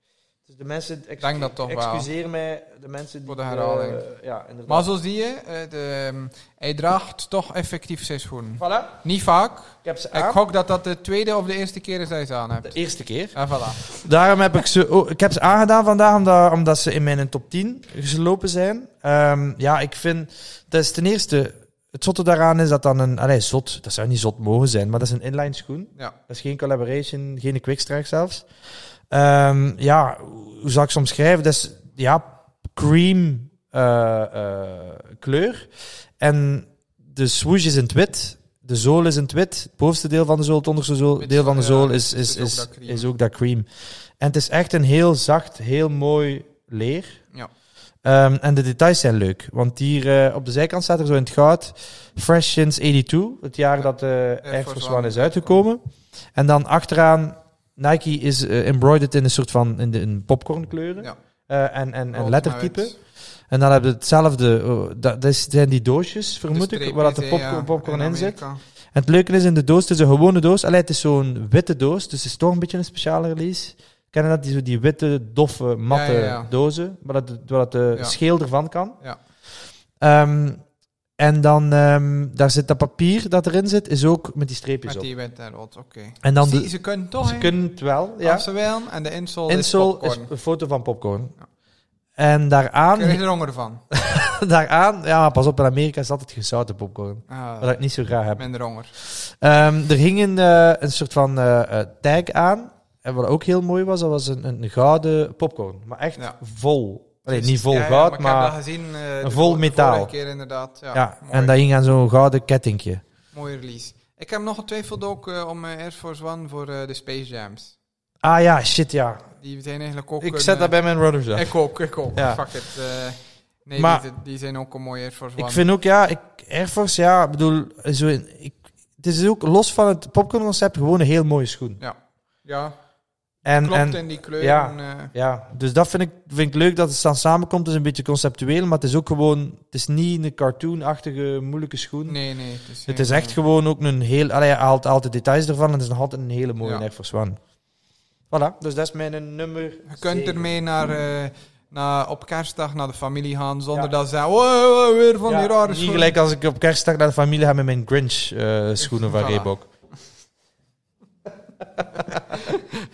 Speaker 1: Dus de mensen, excu-
Speaker 2: Denk dat toch wel.
Speaker 1: excuseer mij, de mensen die...
Speaker 2: Voor de herhaling.
Speaker 1: eh, ja, inderdaad.
Speaker 2: Maar zo zie je, eh, de, ehm, hij draagt toch effectief zijn schoenen.
Speaker 1: Voilà,
Speaker 2: Niet vaak.
Speaker 1: ik heb ze
Speaker 2: Ik
Speaker 1: aan.
Speaker 2: gok dat dat de tweede of de eerste keer is dat je ze aan
Speaker 1: De
Speaker 2: hebt.
Speaker 1: eerste keer.
Speaker 2: En voilà.
Speaker 1: Daarom heb ik ze, oh, ik heb ze aangedaan vandaag, omdat, omdat ze in mijn top 10 gelopen zijn. Ehm, ja, ik vind, dat is ten eerste, het zotte daaraan is dat dan een, allee, zot, dat zou niet zot mogen zijn, maar dat is een inline schoen.
Speaker 2: Ja.
Speaker 1: Dat is geen collaboration, geen quickstrike zelfs. Ehm, ja, hoe zou ik ze omschrijven? Dat is, ja, cream eh, eh, kleur. En de swoosh is in het wit. De zool is in het wit. Het bovenste deel van de zool, het onderste zool,
Speaker 2: Wit,
Speaker 1: deel van de
Speaker 2: ja,
Speaker 1: zool is,
Speaker 2: is
Speaker 1: is,
Speaker 2: ook
Speaker 1: is,
Speaker 2: dat
Speaker 1: is,
Speaker 2: cream.
Speaker 1: ook dat cream. En het is echt een heel zacht, heel mooi leer.
Speaker 2: Ja.
Speaker 1: Ehm, en de details zijn leuk. Want hier eh, op de zijkant staat er zo in het goud... Fresh since 82, het jaar dat eh, de
Speaker 2: Eh,
Speaker 1: Air Force One is uitgekomen. En dan achteraan... Nike is eh, embroidered in een soort van in de, in popcornkleuren
Speaker 2: Ja.
Speaker 1: Eh, en, en, en
Speaker 2: Rood
Speaker 1: lettertype.
Speaker 2: met wit.
Speaker 1: En dan hebben we hetzelfde. oh, dat, dat is- zijn die doosjes,
Speaker 2: De
Speaker 1: vermoed ik,
Speaker 2: streep
Speaker 1: waar dat de
Speaker 2: is,
Speaker 1: popcorn,
Speaker 2: ja,
Speaker 1: popcorn in zit.
Speaker 2: Amerika.
Speaker 1: En het leuke is in de doos, het is een gewone doos. Alleen het is zo'n witte doos, dus het is toch een beetje een speciale release. Kennen dat, die, zo die witte, doffe, matte
Speaker 2: Ja, ja, ja.
Speaker 1: dozen, waar dat, de- waar dat de
Speaker 2: Ja.
Speaker 1: scheel ervan kan.
Speaker 2: Ja.
Speaker 1: Ehm, en dan, ehm, daar zit dat papier dat erin zit, is ook met die streepjes
Speaker 2: Met
Speaker 1: op.
Speaker 2: die wit en rood, oké.
Speaker 1: En dan
Speaker 2: Zie,
Speaker 1: de,
Speaker 2: Ze kunnen toch,
Speaker 1: ze
Speaker 2: hè?
Speaker 1: kunnen het wel,
Speaker 2: Als
Speaker 1: ja.
Speaker 2: ze willen. En de insole,
Speaker 1: Insole
Speaker 2: is
Speaker 1: is,
Speaker 2: popcorn.
Speaker 1: een foto van popcorn.
Speaker 2: Ja.
Speaker 1: En
Speaker 2: Krijg je
Speaker 1: daaraan,
Speaker 2: er honger van?
Speaker 1: [LAUGHS] daaraan, ja, pas op, in Amerika is altijd gezouten popcorn.
Speaker 2: Ah,
Speaker 1: Wat ik niet zo graag heb.
Speaker 2: minder honger.
Speaker 1: Ehm, er hing een, eh, een soort van eh, eh, tag aan. En wat ook heel mooi was, dat was een, een gouden popcorn. Maar echt
Speaker 2: Ja.
Speaker 1: vol. Allee,
Speaker 2: Dus-
Speaker 1: niet vol
Speaker 2: ja, ja,
Speaker 1: goud,
Speaker 2: maar...
Speaker 1: maar...
Speaker 2: Ik heb dat gezien. eh, de
Speaker 1: vol
Speaker 2: vorige
Speaker 1: metaal.
Speaker 2: keer inderdaad. Ja,
Speaker 1: ja,
Speaker 2: mooi.
Speaker 1: en dat hing aan zo'n gouden kettingje.
Speaker 2: Mooie release. Ik heb nog getwijfeld ook eh, om eh, Air Force One voor eh, de Space Jams.
Speaker 1: Ah ja, shit ja.
Speaker 2: Die zijn eigenlijk ook...
Speaker 1: Ik
Speaker 2: een,
Speaker 1: zet dat
Speaker 2: eh,
Speaker 1: bij mijn runners up.
Speaker 2: Ik ook, ik ook.
Speaker 1: Ja.
Speaker 2: Fuck it. eh, nee,
Speaker 1: Maar-
Speaker 2: die, die zijn ook een mooie Air Force One.
Speaker 1: Ik vind ook, ja, ik, Air Force, ja, ik bedoel... Zo in- ik, het is ook, los van het popcornconcept, gewoon een heel mooie schoen.
Speaker 2: Ja,
Speaker 1: En,
Speaker 2: klopt
Speaker 1: en,
Speaker 2: in die kleur.
Speaker 1: ja.
Speaker 2: eh,
Speaker 1: Ja, dus dat vind ik, vind ik leuk dat het dan samenkomt. Het is een beetje conceptueel, maar het is ook gewoon... Het is niet een cartoonachtige, moeilijke schoen.
Speaker 2: nee, nee. Het is,
Speaker 1: Het is echt
Speaker 2: gewoon...
Speaker 1: gewoon ook een heel... Allee, hij haalt altijd details ervan en het is nog altijd een hele mooie
Speaker 2: Ja.
Speaker 1: Air Force One. Voilà, dus dat is mijn nummer
Speaker 2: Je kunt
Speaker 1: zeven.
Speaker 2: ermee naar, eh, naar, op kerstdag naar de familie gaan zonder
Speaker 1: Ja.
Speaker 2: dat ze zeggen, "Wow, wow, weer van
Speaker 1: Ja,
Speaker 2: die rare
Speaker 1: Niet
Speaker 2: schoenen."
Speaker 1: gelijk als ik op kerstdag naar de familie ga met mijn Grinch eh, schoenen van
Speaker 2: Voilà.
Speaker 1: Reebok.
Speaker 2: [LAUGHS]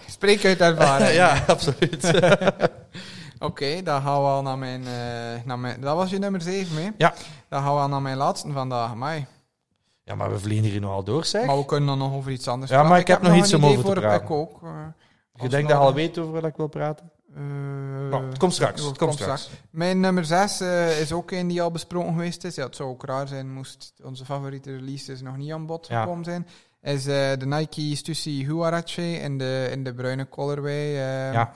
Speaker 2: Spreek uit ervaring.
Speaker 1: [LAUGHS] ja, absoluut.
Speaker 2: Oké, dan gaan we al naar mijn, eh, naar mijn... Dat was je nummer 7, hè?
Speaker 1: Ja.
Speaker 2: Dan gaan we al naar mijn laatste vandaag, amai.
Speaker 1: [LAUGHS] ja, maar we vliegen hier nogal door, zeg.
Speaker 2: Maar we kunnen dan nog over iets anders
Speaker 1: Ja, maar
Speaker 2: praten.
Speaker 1: ik heb nog
Speaker 2: een
Speaker 1: iets om
Speaker 2: idee
Speaker 1: over te
Speaker 2: voor-
Speaker 1: praten.
Speaker 2: Ik ook. eh,
Speaker 1: je
Speaker 2: als
Speaker 1: denkt
Speaker 2: we
Speaker 1: dat je al
Speaker 2: dan-
Speaker 1: weet over wat ik wil praten?
Speaker 2: Eh,
Speaker 1: Nou, het komt straks.
Speaker 2: het
Speaker 1: Het
Speaker 2: komt
Speaker 1: komt straks.
Speaker 2: Mijn nummer 6 is ook een die al besproken geweest is. Ja, het zou ook raar zijn moest onze favoriete releases nog niet aan bod
Speaker 1: Ja.
Speaker 2: gekomen zijn. Is eh, de Nike Stussy Huarache in de, in de bruine colorway. eh,
Speaker 1: Ja.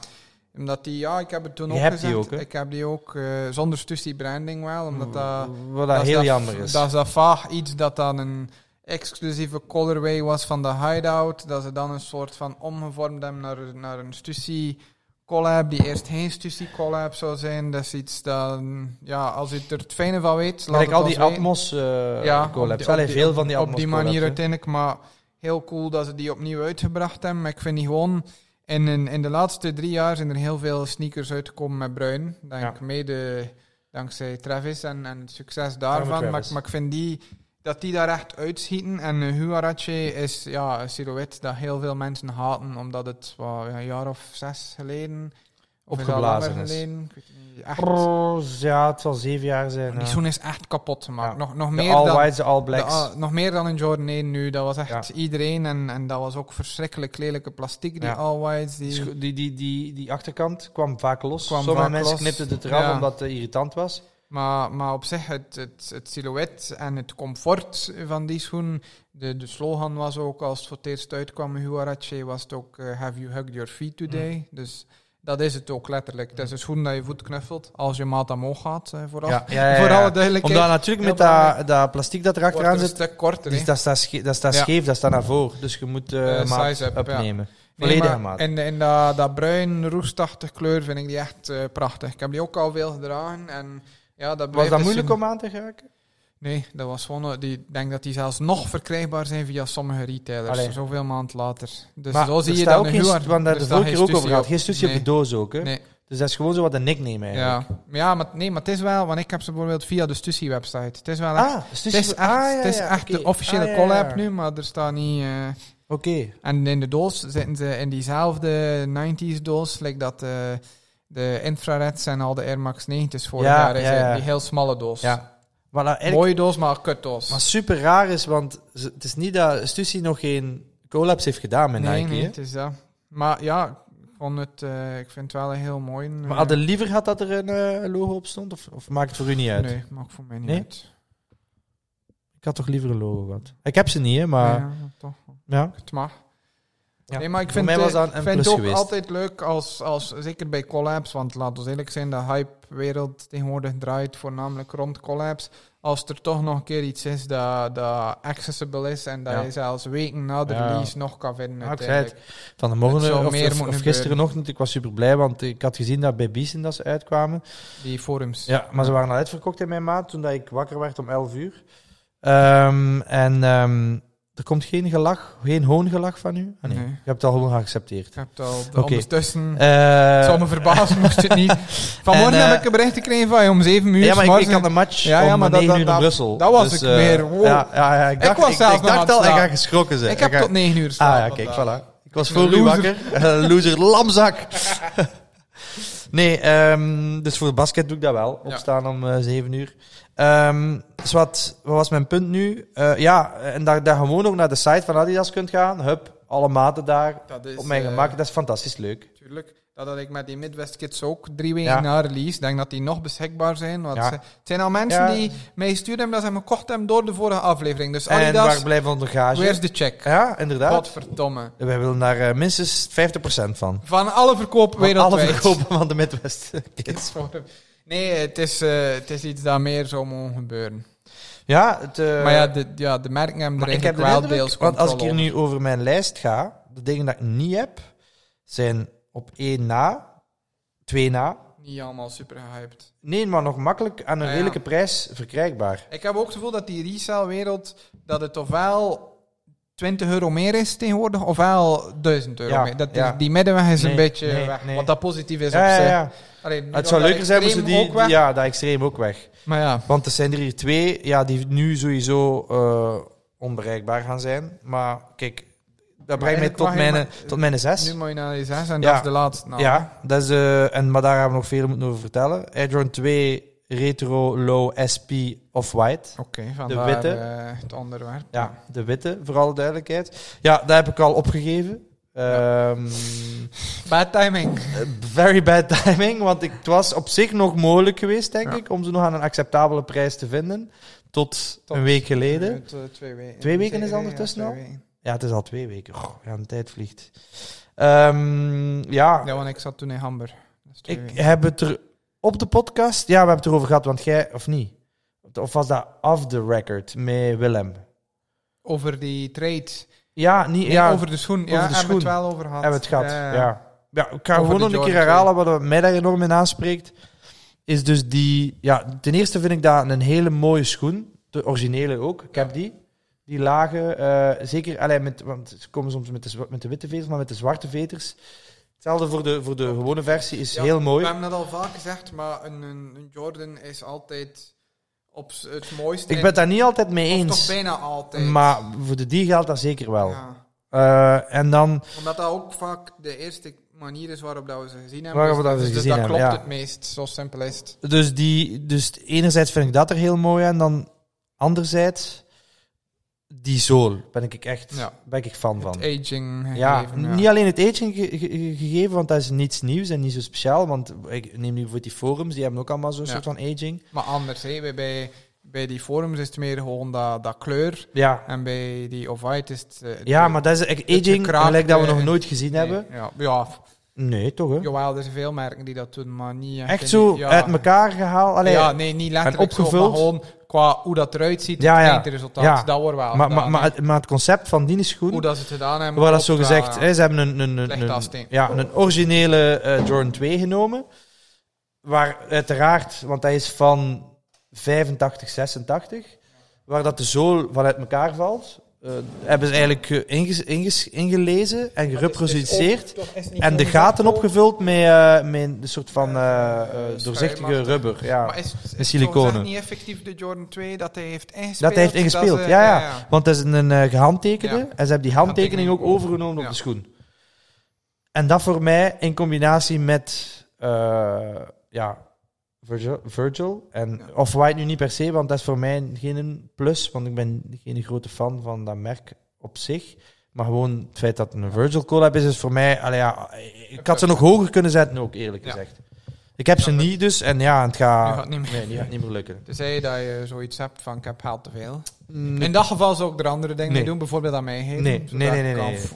Speaker 2: Omdat die, ja, ik heb het toen
Speaker 1: Je
Speaker 2: ook
Speaker 1: hebt die
Speaker 2: gezegd.
Speaker 1: ook, hè?
Speaker 2: Ik heb die ook eh, zonder Stussy branding wel, omdat dat...
Speaker 1: Wat dat
Speaker 2: is
Speaker 1: heel
Speaker 2: dat-
Speaker 1: jammer is.
Speaker 2: Dat is dat vaag iets dat dan een exclusieve colorway was van de hideout. Dat ze dan een soort van omgevormd hebben naar, naar een Stussy collab, die eerst geen Stussy collab zou zijn. Dat is iets dat, ja, als je er het fijne van weet, laat
Speaker 1: Gelijk
Speaker 2: het
Speaker 1: al
Speaker 2: ons
Speaker 1: die
Speaker 2: weten.
Speaker 1: Atmos eh
Speaker 2: Ja, op
Speaker 1: collabs.
Speaker 2: die- op
Speaker 1: Allee,
Speaker 2: die-
Speaker 1: veel van die
Speaker 2: op
Speaker 1: Atmos
Speaker 2: die manier
Speaker 1: collabs, hè.
Speaker 2: uiteindelijk, maar Heel cool dat ze die opnieuw uitgebracht hebben. Maar ik vind die gewoon... In, in, in de laatste drie jaar zijn er heel veel sneakers uitgekomen met bruin. Denk
Speaker 1: Ja.
Speaker 2: mede dankzij Travis en, en het succes daarvan. Maar,
Speaker 1: Travis.
Speaker 2: maar ik vind die... Dat die daar echt uitschieten. En eh, Huarache is ja, een silhouet dat heel veel mensen haten. Omdat het wat, ja, een jaar of zes geleden... Of is al
Speaker 1: Opgeblazen
Speaker 2: langer
Speaker 1: is.
Speaker 2: geleden, ik weet niet, echt...
Speaker 1: Brrr, ja, het zal zeven jaar zijn.
Speaker 2: Die
Speaker 1: ja.
Speaker 2: schoen is echt kapot gemaakt.
Speaker 1: eh, Ja.
Speaker 2: Nog, nog,
Speaker 1: De
Speaker 2: meer
Speaker 1: All
Speaker 2: dan,
Speaker 1: Whites, de All
Speaker 2: de
Speaker 1: Blacks.
Speaker 2: al- nog meer dan een Jordan 1 nu. Dat was echt
Speaker 1: Ja.
Speaker 2: iedereen. En, en dat was ook verschrikkelijk lelijke plastic, die
Speaker 1: Ja.
Speaker 2: All Whites.
Speaker 1: Die,
Speaker 2: Die,
Speaker 1: scho- die, die, die, die achterkant kwam vaak los.
Speaker 2: Kwam
Speaker 1: Sommige
Speaker 2: vaak
Speaker 1: mensen
Speaker 2: los.
Speaker 1: knipten het eraf
Speaker 2: Ja.
Speaker 1: omdat het irritant was.
Speaker 2: maar, maar op zich, het, het, het silhouet en het comfort van die schoen. De, de slogan was ook, als het voor het eerst uitkwam, Huarache, was het ook eh, Have you hugged your feet today?
Speaker 1: Mm.
Speaker 2: Dus dat is het ook letterlijk. Het is een schoen dat je voet knuffelt als je maat omhoog gaat, eh, vooral.
Speaker 1: Ja, ja, ja,
Speaker 2: Voor
Speaker 1: ja.
Speaker 2: alle duidelijkheid.
Speaker 1: Omdat natuurlijk met
Speaker 2: heel
Speaker 1: dat, dat plastic dat
Speaker 2: wordt er
Speaker 1: erachteraan
Speaker 2: een
Speaker 1: zit,
Speaker 2: stuk korter.
Speaker 1: die,
Speaker 2: hè.
Speaker 1: dat staat, sche- dat staat
Speaker 2: Ja.
Speaker 1: scheef, dat staat naar voren. Dus je moet eh
Speaker 2: Eh,
Speaker 1: maat
Speaker 2: size up, ja.
Speaker 1: opnemen.
Speaker 2: Nee,
Speaker 1: Volledige
Speaker 2: maar
Speaker 1: maat.
Speaker 2: En, en dat, dat bruin roestachtig kleur vind ik die echt eh, prachtig. Ik heb die ook al veel gedragen. En, ja, dat
Speaker 1: was
Speaker 2: blijft
Speaker 1: dat
Speaker 2: dus
Speaker 1: moeilijk
Speaker 2: een-
Speaker 1: om aan te raken?
Speaker 2: Nee, dat was gewoon... eh, die- Ik denk dat die zelfs nog verkrijgbaar zijn via sommige retailers.
Speaker 1: Allee.
Speaker 2: Zoveel maand later. Dus
Speaker 1: maar
Speaker 2: zo
Speaker 1: er
Speaker 2: zie je
Speaker 1: staat
Speaker 2: dat
Speaker 1: ook geen, st- want daar de vorige keer ook over gehad. Geen stukje op de doos ook. Hè?
Speaker 2: Nee,
Speaker 1: Dus dat is gewoon zo wat een nickname eigenlijk.
Speaker 2: ja. Maar ja, maar, nee, maar het is wel... Want ik heb ze bijvoorbeeld via de Stussy-website. Het is wel echt...
Speaker 1: Ah, dus
Speaker 2: het is echt, het is echt de officiële
Speaker 1: Ah,
Speaker 2: collab nu, maar er staat niet... eh,
Speaker 1: Oké.
Speaker 2: En in de doos zitten ze in diezelfde 90s doos, like dat eh, de infrareds en al de Air Max 90's vorig
Speaker 1: Ja,
Speaker 2: jaar is
Speaker 1: ja, ja.
Speaker 2: in die heel smalle doos.
Speaker 1: Ja. Voilà, eigenlijk-
Speaker 2: Mooie doos, maar kutdoos.
Speaker 1: Maar super raar is, want ze- het is niet dat Stussy nog geen collabs heeft gedaan met
Speaker 2: nee,
Speaker 1: Nike.
Speaker 2: nee,
Speaker 1: hè?
Speaker 2: het is dat. Maar ja, ik, vond het, eh, ik vind het wel een heel mooi.
Speaker 1: Maar had je liever gehad dat er een eh, logo op stond? Of, of maakt het voor u niet uit?
Speaker 2: Nee, maakt voor mij niet
Speaker 1: Nee?
Speaker 2: uit.
Speaker 1: Ik had toch liever een logo gehad? Ik heb ze niet, hè, maar...
Speaker 2: Ja, toch,
Speaker 1: Ja.
Speaker 2: het mag.
Speaker 1: Ja.
Speaker 2: Nee, maar ik
Speaker 1: Voor
Speaker 2: vind,
Speaker 1: mij
Speaker 2: eh,
Speaker 1: was dat een
Speaker 2: ik vind
Speaker 1: plus
Speaker 2: het ook
Speaker 1: geweest.
Speaker 2: altijd leuk, als, als, zeker bij collabs, want laten we eerlijk zijn, de hype-wereld tegenwoordig draait voornamelijk rond collabs. Als er toch nog een keer iets is dat, dat accessible is en dat
Speaker 1: Ja.
Speaker 2: je zelfs weken na de
Speaker 1: Ja.
Speaker 2: release nog kan vinden.
Speaker 1: Ja, ik zei
Speaker 2: uiteindelijk.
Speaker 1: Van de
Speaker 2: Het zou
Speaker 1: morgen of,
Speaker 2: meer
Speaker 1: of,
Speaker 2: moeten
Speaker 1: of gisterenochtend, ik was super blij, want ik had gezien dat bij Beeson dat ze uitkwamen.
Speaker 2: Die forums.
Speaker 1: Ja, maar ze waren al uitverkocht in mijn maand, toen dat ik wakker werd om 11 uur. Ehm, en ehm, er komt geen gelach, geen hoongelach van u? Ah, nee.
Speaker 2: Nee.
Speaker 1: Je hebt het al gewoon geaccepteerd.
Speaker 2: Ik heb het al
Speaker 1: Oké.
Speaker 2: ondertussen...
Speaker 1: Eh,
Speaker 2: het zou me verbazen moest het
Speaker 1: [LAUGHS]
Speaker 2: niet. Vanmorgen
Speaker 1: En, eh,
Speaker 2: heb ik een bericht gekregen van je om 7 uur.
Speaker 1: ja, maar ik, ik
Speaker 2: s'morgens.
Speaker 1: had een match
Speaker 2: Ja, ja,
Speaker 1: om
Speaker 2: maar dat-
Speaker 1: 9
Speaker 2: dat-
Speaker 1: uur in
Speaker 2: dat-
Speaker 1: Brussel.
Speaker 2: dat was ik
Speaker 1: eh,
Speaker 2: weer, wow.
Speaker 1: Ja, ja, ja, ik dacht, ik
Speaker 2: was zelfs
Speaker 1: ik
Speaker 2: nog aan
Speaker 1: dacht
Speaker 2: het
Speaker 1: al, ik
Speaker 2: slapen.
Speaker 1: ga geschrokken zijn.
Speaker 2: ik heb
Speaker 1: ga-
Speaker 2: tot 9 uur
Speaker 1: Ah
Speaker 2: slapen.
Speaker 1: ja, kijk,
Speaker 2: vandaag.
Speaker 1: voilà. Ik was
Speaker 2: Een
Speaker 1: voor u
Speaker 2: loser.
Speaker 1: wakker. [LAUGHS] loser, lamzak. nee, ehm, dus voor de basket doe ik dat wel. Opstaan om eh, 7 uur. Ehm dus wat, wat was mijn punt nu? Eh, ja, en daar, daar gewoon ook naar de site van Adidas kunt gaan. Hup, alle maten daar.
Speaker 2: Dat is,
Speaker 1: Op mijn
Speaker 2: eh,
Speaker 1: gemak, dat is fantastisch leuk.
Speaker 2: Tuurlijk. Dat had ik met die Midwest Kids ook drie weken
Speaker 1: Ja.
Speaker 2: na release. Ik denk dat die nog beschikbaar zijn. Want
Speaker 1: Ja.
Speaker 2: ze- het zijn al mensen
Speaker 1: Ja.
Speaker 2: die mij stuurden hebben dat ze hem gekocht hebben door de vorige aflevering. Dus
Speaker 1: En waar
Speaker 2: Adidas,
Speaker 1: blijven onze
Speaker 2: where's
Speaker 1: gage?
Speaker 2: the check?
Speaker 1: Ja, inderdaad.
Speaker 2: Godverdomme.
Speaker 1: Wij willen daar eh, minstens 50% van.
Speaker 2: Van alle verkoop
Speaker 1: Van alle
Speaker 2: wereldwijd. [LAUGHS]
Speaker 1: verkopen van de Midwest [LAUGHS] Kids.
Speaker 2: Nee, het is, eh, het is iets dat meer zou mogen gebeuren.
Speaker 1: Ja, het, eh,
Speaker 2: maar ja de, ja, de merken hebben er
Speaker 1: Maar ik heb
Speaker 2: eigenlijk
Speaker 1: de
Speaker 2: wel
Speaker 1: indruk,
Speaker 2: deels
Speaker 1: want als ik
Speaker 2: controle
Speaker 1: hier nu over mijn lijst ga, de dingen dat ik niet heb, zijn op één na, twee na.
Speaker 2: over. Niet allemaal super gehyped.
Speaker 1: Nee, maar nog makkelijk aan een
Speaker 2: Ah, ja.
Speaker 1: redelijke prijs verkrijgbaar.
Speaker 2: Ik heb ook het gevoel dat die resale-wereld, dat het ofwel 20 euro meer is tegenwoordig, ofwel 1000 euro
Speaker 1: Ja,
Speaker 2: meer. Dat is-
Speaker 1: ja.
Speaker 2: die middenweg is
Speaker 1: Nee,
Speaker 2: een beetje
Speaker 1: nee,
Speaker 2: weg,
Speaker 1: nee.
Speaker 2: wat dat positief is Dus
Speaker 1: Ja,
Speaker 2: op
Speaker 1: ja,
Speaker 2: zich.
Speaker 1: ja.
Speaker 2: Allee, nu
Speaker 1: Het
Speaker 2: was
Speaker 1: zou
Speaker 2: dat
Speaker 1: leuker zijn als ze
Speaker 2: extreem
Speaker 1: die,
Speaker 2: ook weg,
Speaker 1: ja, dat extreem ook weg.
Speaker 2: Maar ja,
Speaker 1: Want er zijn er hier twee ja, die nu sowieso eh, onbereikbaar gaan zijn. Maar kijk, dat brengt mij
Speaker 2: eigenlijk
Speaker 1: tot
Speaker 2: mag je
Speaker 1: mijn,
Speaker 2: maar-
Speaker 1: tot mijn zes.
Speaker 2: nu moet je naar die 6 en
Speaker 1: Ja.
Speaker 2: dat is de laatste. Nou,
Speaker 1: Ja, dat is, eh, en, maar daar gaan we nog veel moeten over vertellen. Air Jordan 2 Retro Low SP Off-White.
Speaker 2: Oké, vandaar
Speaker 1: witte.
Speaker 2: eh, het onderwerp.
Speaker 1: Ja, de witte, voor alle duidelijkheid. Ja, dat heb ik al opgegeven. Ehm,
Speaker 2: Bad timing.
Speaker 1: very bad timing, want ik, het was op zich nog mogelijk geweest, denk
Speaker 2: Ja.
Speaker 1: ik, om ze nog aan een acceptabele prijs te vinden. Tot,
Speaker 2: Tot
Speaker 1: een week geleden.
Speaker 2: Eh, t- twee weken.
Speaker 1: Twee weken is
Speaker 2: Zeker, ja,
Speaker 1: ondertussen
Speaker 2: twee
Speaker 1: al?
Speaker 2: weken.
Speaker 1: Ja, het is al twee weken. Goh, ja, de tijd vliegt. Ehm, ja,
Speaker 2: Ja, want ik zat toen in Hamburg. Dat is twee
Speaker 1: ik
Speaker 2: weken.
Speaker 1: heb het er op de podcast... Ja, we hebben het erover gehad, want jij... Of niet? Of was dat off the record met Willem?
Speaker 2: Over die trade.
Speaker 1: Ja, niet...
Speaker 2: Nee,
Speaker 1: ja,
Speaker 2: over de schoen.
Speaker 1: over
Speaker 2: ja,
Speaker 1: de
Speaker 2: hebben we het
Speaker 1: schoen.
Speaker 2: wel over gehad.
Speaker 1: Hebben we het gehad,
Speaker 2: Eh,
Speaker 1: ja. Ja, ik ga
Speaker 2: Over
Speaker 1: gewoon
Speaker 2: de
Speaker 1: nog een keer
Speaker 2: Jordan
Speaker 1: herhalen wat mij daar enorm in aanspreekt. Is dus die... Ja, ten eerste vind ik dat een hele mooie schoen. De originele ook. Ik heb die. die lagen, eh, zeker, allee, met, want ze komen soms met de, zwa- met de witte veters, maar met de zwarte veters. Hetzelfde voor de, voor de gewone versie is
Speaker 2: Ja,
Speaker 1: heel mooi.
Speaker 2: We hebben het al vaak gezegd, maar een, een, een Jordan is altijd op s- het mooiste.
Speaker 1: Ik ben het daar niet altijd mee
Speaker 2: en toch
Speaker 1: eens,
Speaker 2: bijna altijd.
Speaker 1: maar voor de die geldt dat zeker wel.
Speaker 2: Ja.
Speaker 1: Eh, en dan,
Speaker 2: Omdat dat ook vaak de eerste manier is waarop dat we ze gezien hebben.
Speaker 1: Waarop
Speaker 2: dus
Speaker 1: dat we
Speaker 2: dus
Speaker 1: ze
Speaker 2: dus
Speaker 1: gezien
Speaker 2: dat
Speaker 1: hebben,
Speaker 2: klopt
Speaker 1: ja.
Speaker 2: het meest, zo simpel is het.
Speaker 1: dus, die, dus enerzijds vind ik dat er heel mooi aan, dan anderzijds die zool ben ik echt
Speaker 2: Ja.
Speaker 1: ben ik fan van.
Speaker 2: Aging
Speaker 1: Ja,
Speaker 2: gegeven, ja.
Speaker 1: niet alleen het aging ge- ge- ge- gegeven, want dat is niets nieuws en niet zo speciaal. Want ik neem nu voor die forums, die hebben ook allemaal zo'n
Speaker 2: Ja.
Speaker 1: soort van aging.
Speaker 2: Maar anders, hé, bij- bij, bij die forums is het meer gewoon dat, dat kleur.
Speaker 1: Ja,
Speaker 2: En bij die off-white is het... eh,
Speaker 1: ja
Speaker 2: de-
Speaker 1: maar dat is echt aging
Speaker 2: gekraakte
Speaker 1: gelijk dat we nog
Speaker 2: en-
Speaker 1: nooit gezien
Speaker 2: nee,
Speaker 1: hebben.
Speaker 2: Ja, ja,
Speaker 1: Nee, toch hè?
Speaker 2: jawel, er zijn veel merken die dat doen, maar niet...
Speaker 1: Echt
Speaker 2: in
Speaker 1: zo
Speaker 2: die- ja.
Speaker 1: uit elkaar gehaald. Allee,
Speaker 2: ja, nee, niet letterlijk
Speaker 1: en opgevuld.
Speaker 2: Zo, maar gewoon qua hoe dat eruit ziet,
Speaker 1: Ja, ja.
Speaker 2: het eindresultaat,
Speaker 1: Ja.
Speaker 2: dat wordt wel
Speaker 1: maar,
Speaker 2: gedaan,
Speaker 1: maar, maar,
Speaker 2: hè.
Speaker 1: het, maar het concept van die schoen,
Speaker 2: hoe
Speaker 1: we
Speaker 2: dat ze het gedaan hebben. eh,
Speaker 1: hadden dat zo
Speaker 2: klopt,
Speaker 1: gezegd,
Speaker 2: ja.
Speaker 1: hè, ze hebben een, een, een,
Speaker 2: Slechte
Speaker 1: een,
Speaker 2: afsteen.
Speaker 1: ja, een originele eh, Jordan 2 genomen. Waar uiteraard, want hij is van 85, 86, waar dat de zool van uit elkaar valt. eh, hebben ze eigenlijk eh, inges- inges- ingelezen en gereproduceerd. En de gaten opgevuld met, eh, met een soort van eh, eh, doorzichtige
Speaker 2: Schuimachtig.
Speaker 1: rubber. Ja.
Speaker 2: Maar is, is
Speaker 1: En siliconen.
Speaker 2: toch echt niet effectief de Jordan 2 dat hij heeft ingespeeld?
Speaker 1: Dat hij heeft ingespeeld,
Speaker 2: ze-
Speaker 1: ja, ja. Want dat is een, een eh, gehandtekende.
Speaker 2: Ja.
Speaker 1: En ze hebben die handtekening
Speaker 2: Handtekening
Speaker 1: ook overgenomen op
Speaker 2: Ja.
Speaker 1: de schoen. En dat voor mij in combinatie met eh, ja, Virgil, Virgil en
Speaker 2: Ja.
Speaker 1: Off-White nu niet per se, want dat is voor mij geen plus. Want ik ben geen grote fan van dat merk op zich. Maar gewoon het feit dat het een Virgil collab is, is voor mij... allee, ja, ik had ze nog hoger kunnen zetten ook, eerlijk
Speaker 2: Ja.
Speaker 1: gezegd. Ik heb ze
Speaker 2: Ja, maar-
Speaker 1: niet dus, en ja, het gaat...
Speaker 2: Nu gaat het niet meer.
Speaker 1: Nee, die gaat niet meer lukken.
Speaker 2: Dus hij dat je zoiets hebt van, ik heb haalt te veel.
Speaker 1: Nee,
Speaker 2: In dat geval zou ik er andere dingen mee
Speaker 1: Nee.
Speaker 2: doen, bijvoorbeeld aan mij geven.
Speaker 1: nee, nee, nee. nee, nee,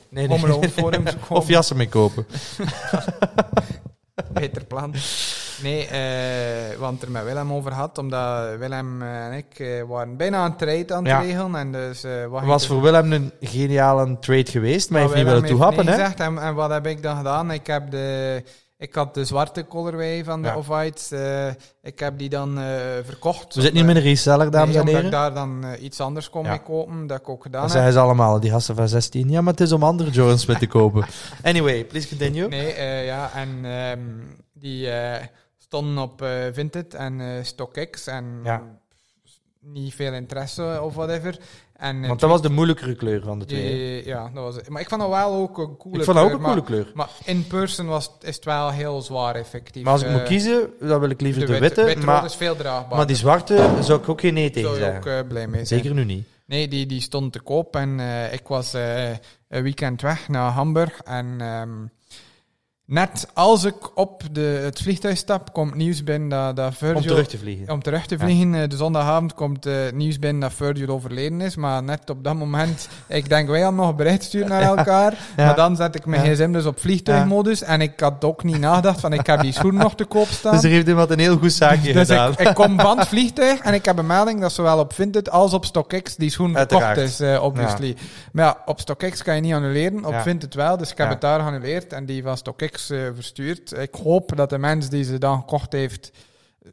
Speaker 1: nee, nee.
Speaker 2: voor hem
Speaker 1: [LAUGHS] Of jassen mee kopen.
Speaker 2: Beter plan. Nee, eh, want er met Willem over had, omdat Willem en ik eh, waren bijna een trade aan het
Speaker 1: Ja.
Speaker 2: regelen. En dus, eh, wat
Speaker 1: was
Speaker 2: ging
Speaker 1: voor Willem een geniale trade geweest, maar hij heeft niet willen toehappen. Hè?
Speaker 2: Gezegd, en, en wat heb ik dan gedaan? Ik, heb de, ik had de zwarte colorway van de
Speaker 1: Ja.
Speaker 2: Off-Whites. eh, ik heb die dan eh, verkocht. Eh,
Speaker 1: We zitten niet met een reseller, dames
Speaker 2: Nee,
Speaker 1: en
Speaker 2: omdat
Speaker 1: heren.
Speaker 2: ik daar dan eh, iets anders kon
Speaker 1: Ja.
Speaker 2: mee kopen, dat ik ook gedaan
Speaker 1: Dan
Speaker 2: heb.
Speaker 1: zeggen ze allemaal, die gasten van 16. Ja, maar het is om andere Jordans mee te
Speaker 2: [LAUGHS]
Speaker 1: kopen. Anyway, please continue.
Speaker 2: Nee, eh, ja, en ehm, die eh, stonden op eh Vinted en eh, StockX en
Speaker 1: Ja.
Speaker 2: niet veel interesse of whatever. En, eh,
Speaker 1: Want dat was de moeilijkere kleur van de
Speaker 2: die-
Speaker 1: twee. hè?
Speaker 2: ja, dat was het. Maar ik vond dat wel ook een coole
Speaker 1: Ik vond dat ook
Speaker 2: kleur,
Speaker 1: een
Speaker 2: maar-
Speaker 1: coole kleur.
Speaker 2: Maar in person was, is het wel heel zwaar effectief.
Speaker 1: Maar als ik
Speaker 2: Eh,
Speaker 1: moet kiezen, dan wil ik liever de,
Speaker 2: wit-
Speaker 1: witte.
Speaker 2: witte rood
Speaker 1: maar,
Speaker 2: is veel draagbaar.
Speaker 1: maar die zwarte zou ik ook geen nee tegen
Speaker 2: Zou je ook
Speaker 1: zeggen.
Speaker 2: eh, blij mee zijn.
Speaker 1: Zeker nu niet.
Speaker 2: Nee, die, die stond te koop en eh, ik was eh, een weekend weg naar Hamburg. En ehm, net als ik op de, het vliegtuig stap, komt nieuws binnen dat, dat Virgil...
Speaker 1: Om terug te vliegen.
Speaker 2: om terug te
Speaker 1: Ja.
Speaker 2: vliegen, eh, de zondagavond komt eh, nieuws binnen dat Virgil overleden is. Maar net op dat moment, [LAUGHS] ik denk wij hadden nog een bericht sturen naar elkaar.
Speaker 1: Ja.
Speaker 2: Maar dan zet ik mijn
Speaker 1: Ja.
Speaker 2: gsm dus op vliegtuigmodus. En ik had ook niet nagedacht van ik heb die schoen nog te koop staan.
Speaker 1: [LAUGHS] Dus er heeft iemand een heel goed
Speaker 2: [LAUGHS]
Speaker 1: zaakje
Speaker 2: Dus
Speaker 1: gedaan.
Speaker 2: ik, ik kom van het vliegtuig en ik heb een melding dat zowel op Vinted als op StockX die schoen
Speaker 1: Uiteraard.
Speaker 2: verkocht is, eh, obviously. Maar ja, op StockX kan je niet annuleren, op
Speaker 1: Ja.
Speaker 2: Vinted wel. Dus ik heb
Speaker 1: Ja.
Speaker 2: het daar geannuleerd en die van StockX eh, verstuurd. Ik hoop dat de mens die ze dan gekocht heeft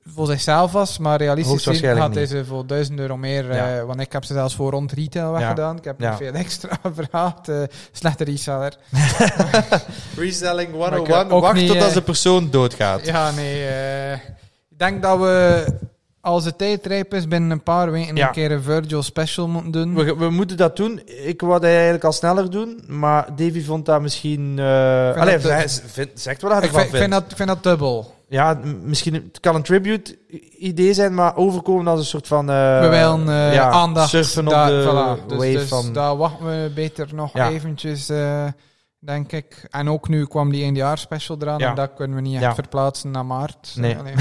Speaker 2: voor zichzelf was, maar realistisch gezien
Speaker 1: Hoogstwaarschijnlijk
Speaker 2: had hij ze voor 1000 euro meer, eh,
Speaker 1: Ja.
Speaker 2: want ik heb ze zelfs voor rond retail weggedaan. Ik heb
Speaker 1: Ja.
Speaker 2: niet veel extra [LAUGHS] verhaald. eh, slechte reseller.
Speaker 1: Reselling
Speaker 2: Maar ik
Speaker 1: 101.
Speaker 2: heb ook
Speaker 1: Wacht
Speaker 2: niet,
Speaker 1: totdat
Speaker 2: eh,
Speaker 1: de persoon doodgaat.
Speaker 2: Ja, nee. eh, ik denk dat we, als het tijdrijp is, binnen een paar weken
Speaker 1: Ja.
Speaker 2: een keer een Virgil special moeten doen.
Speaker 1: We, we moeten dat doen. Ik wou dat eigenlijk al sneller doen, maar Davy vond dat misschien. eh
Speaker 2: vind
Speaker 1: Allee,
Speaker 2: dat
Speaker 1: hij
Speaker 2: de-
Speaker 1: z- vindt- zegt wel dat hij
Speaker 2: ik
Speaker 1: ervan
Speaker 2: vind,
Speaker 1: vindt.
Speaker 2: ik vind dat, ik vind dat dubbel.
Speaker 1: Ja, m- misschien het kan een tribute-idee zijn, maar overkomen als een soort van. eh,
Speaker 2: we willen eh,
Speaker 1: ja,
Speaker 2: aandacht.
Speaker 1: Surfen op
Speaker 2: daar-
Speaker 1: de
Speaker 2: voilà. Dus,
Speaker 1: wave
Speaker 2: dus
Speaker 1: van.
Speaker 2: daar wachten we beter nog
Speaker 1: Ja.
Speaker 2: eventjes, eh, denk ik. En ook nu kwam die jaar special eraan,
Speaker 1: Ja.
Speaker 2: en dat kunnen we niet echt
Speaker 1: Ja.
Speaker 2: verplaatsen naar maart.
Speaker 1: Nee.
Speaker 2: Allee,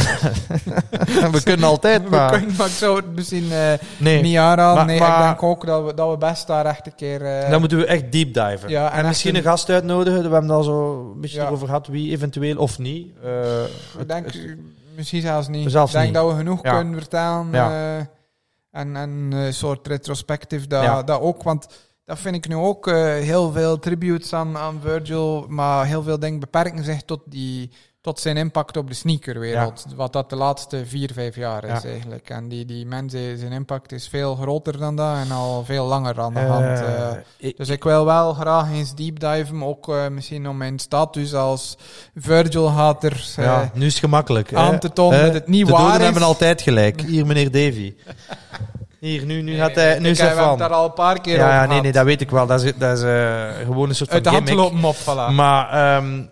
Speaker 1: [LAUGHS] [LAUGHS] we kunnen altijd,
Speaker 2: [LAUGHS] we
Speaker 1: maar.
Speaker 2: kunnen, maar ik zou het misschien eh,
Speaker 1: nee,
Speaker 2: niet aanraden.
Speaker 1: Maar-
Speaker 2: nee,
Speaker 1: maar-
Speaker 2: ik denk ook dat we, dat we best daar echt een keer... eh,
Speaker 1: dan moeten we echt deep diven.
Speaker 2: ja, en,
Speaker 1: Misschien
Speaker 2: echt
Speaker 1: een gast uitnodigen. We hebben al zo een beetje
Speaker 2: Ja.
Speaker 1: erover gehad wie eventueel of niet. Eh,
Speaker 2: Ik
Speaker 1: het-
Speaker 2: denk
Speaker 1: het-
Speaker 2: misschien zelfs niet.
Speaker 1: Zelfs
Speaker 2: ik denk
Speaker 1: niet.
Speaker 2: dat we genoeg
Speaker 1: Ja.
Speaker 2: kunnen vertellen.
Speaker 1: Ja.
Speaker 2: eh, en en een soort retrospectief dat,
Speaker 1: Ja.
Speaker 2: dat ook. Want dat vind ik nu ook eh, heel veel tributes aan, aan Virgil. Maar heel veel dingen beperken zich tot die, tot zijn impact op de sneakerwereld. Wat dat de laatste vier, vijf jaar is
Speaker 1: Ja.
Speaker 2: eigenlijk. En die, die mensen, zijn impact is veel groter dan dat en al veel langer aan de hand. eh.
Speaker 1: Eh,
Speaker 2: Dus ik wil wel graag eens deepdiven, ook eh, misschien om mijn status als Virgil-hater eh,
Speaker 1: ja, nu is het gemakkelijk. hè.
Speaker 2: aan te tonen
Speaker 1: Hè?
Speaker 2: dat het niet
Speaker 1: de
Speaker 2: waar
Speaker 1: doden
Speaker 2: is.
Speaker 1: hebben altijd
Speaker 2: [LAUGHS]
Speaker 1: gelijk. Hier, meneer Davy. Hier, nu, nu, gaat hij, nu is hij
Speaker 2: We hebben
Speaker 1: van.
Speaker 2: het daar al een paar keer
Speaker 1: ja,
Speaker 2: over
Speaker 1: ja, nee,
Speaker 2: gehad.
Speaker 1: nee, dat weet ik wel. Dat is, dat is eh, gewoon een soort
Speaker 2: Uit de
Speaker 1: van
Speaker 2: hand
Speaker 1: gimmick.
Speaker 2: lopen op, voilà.
Speaker 1: Maar ehm,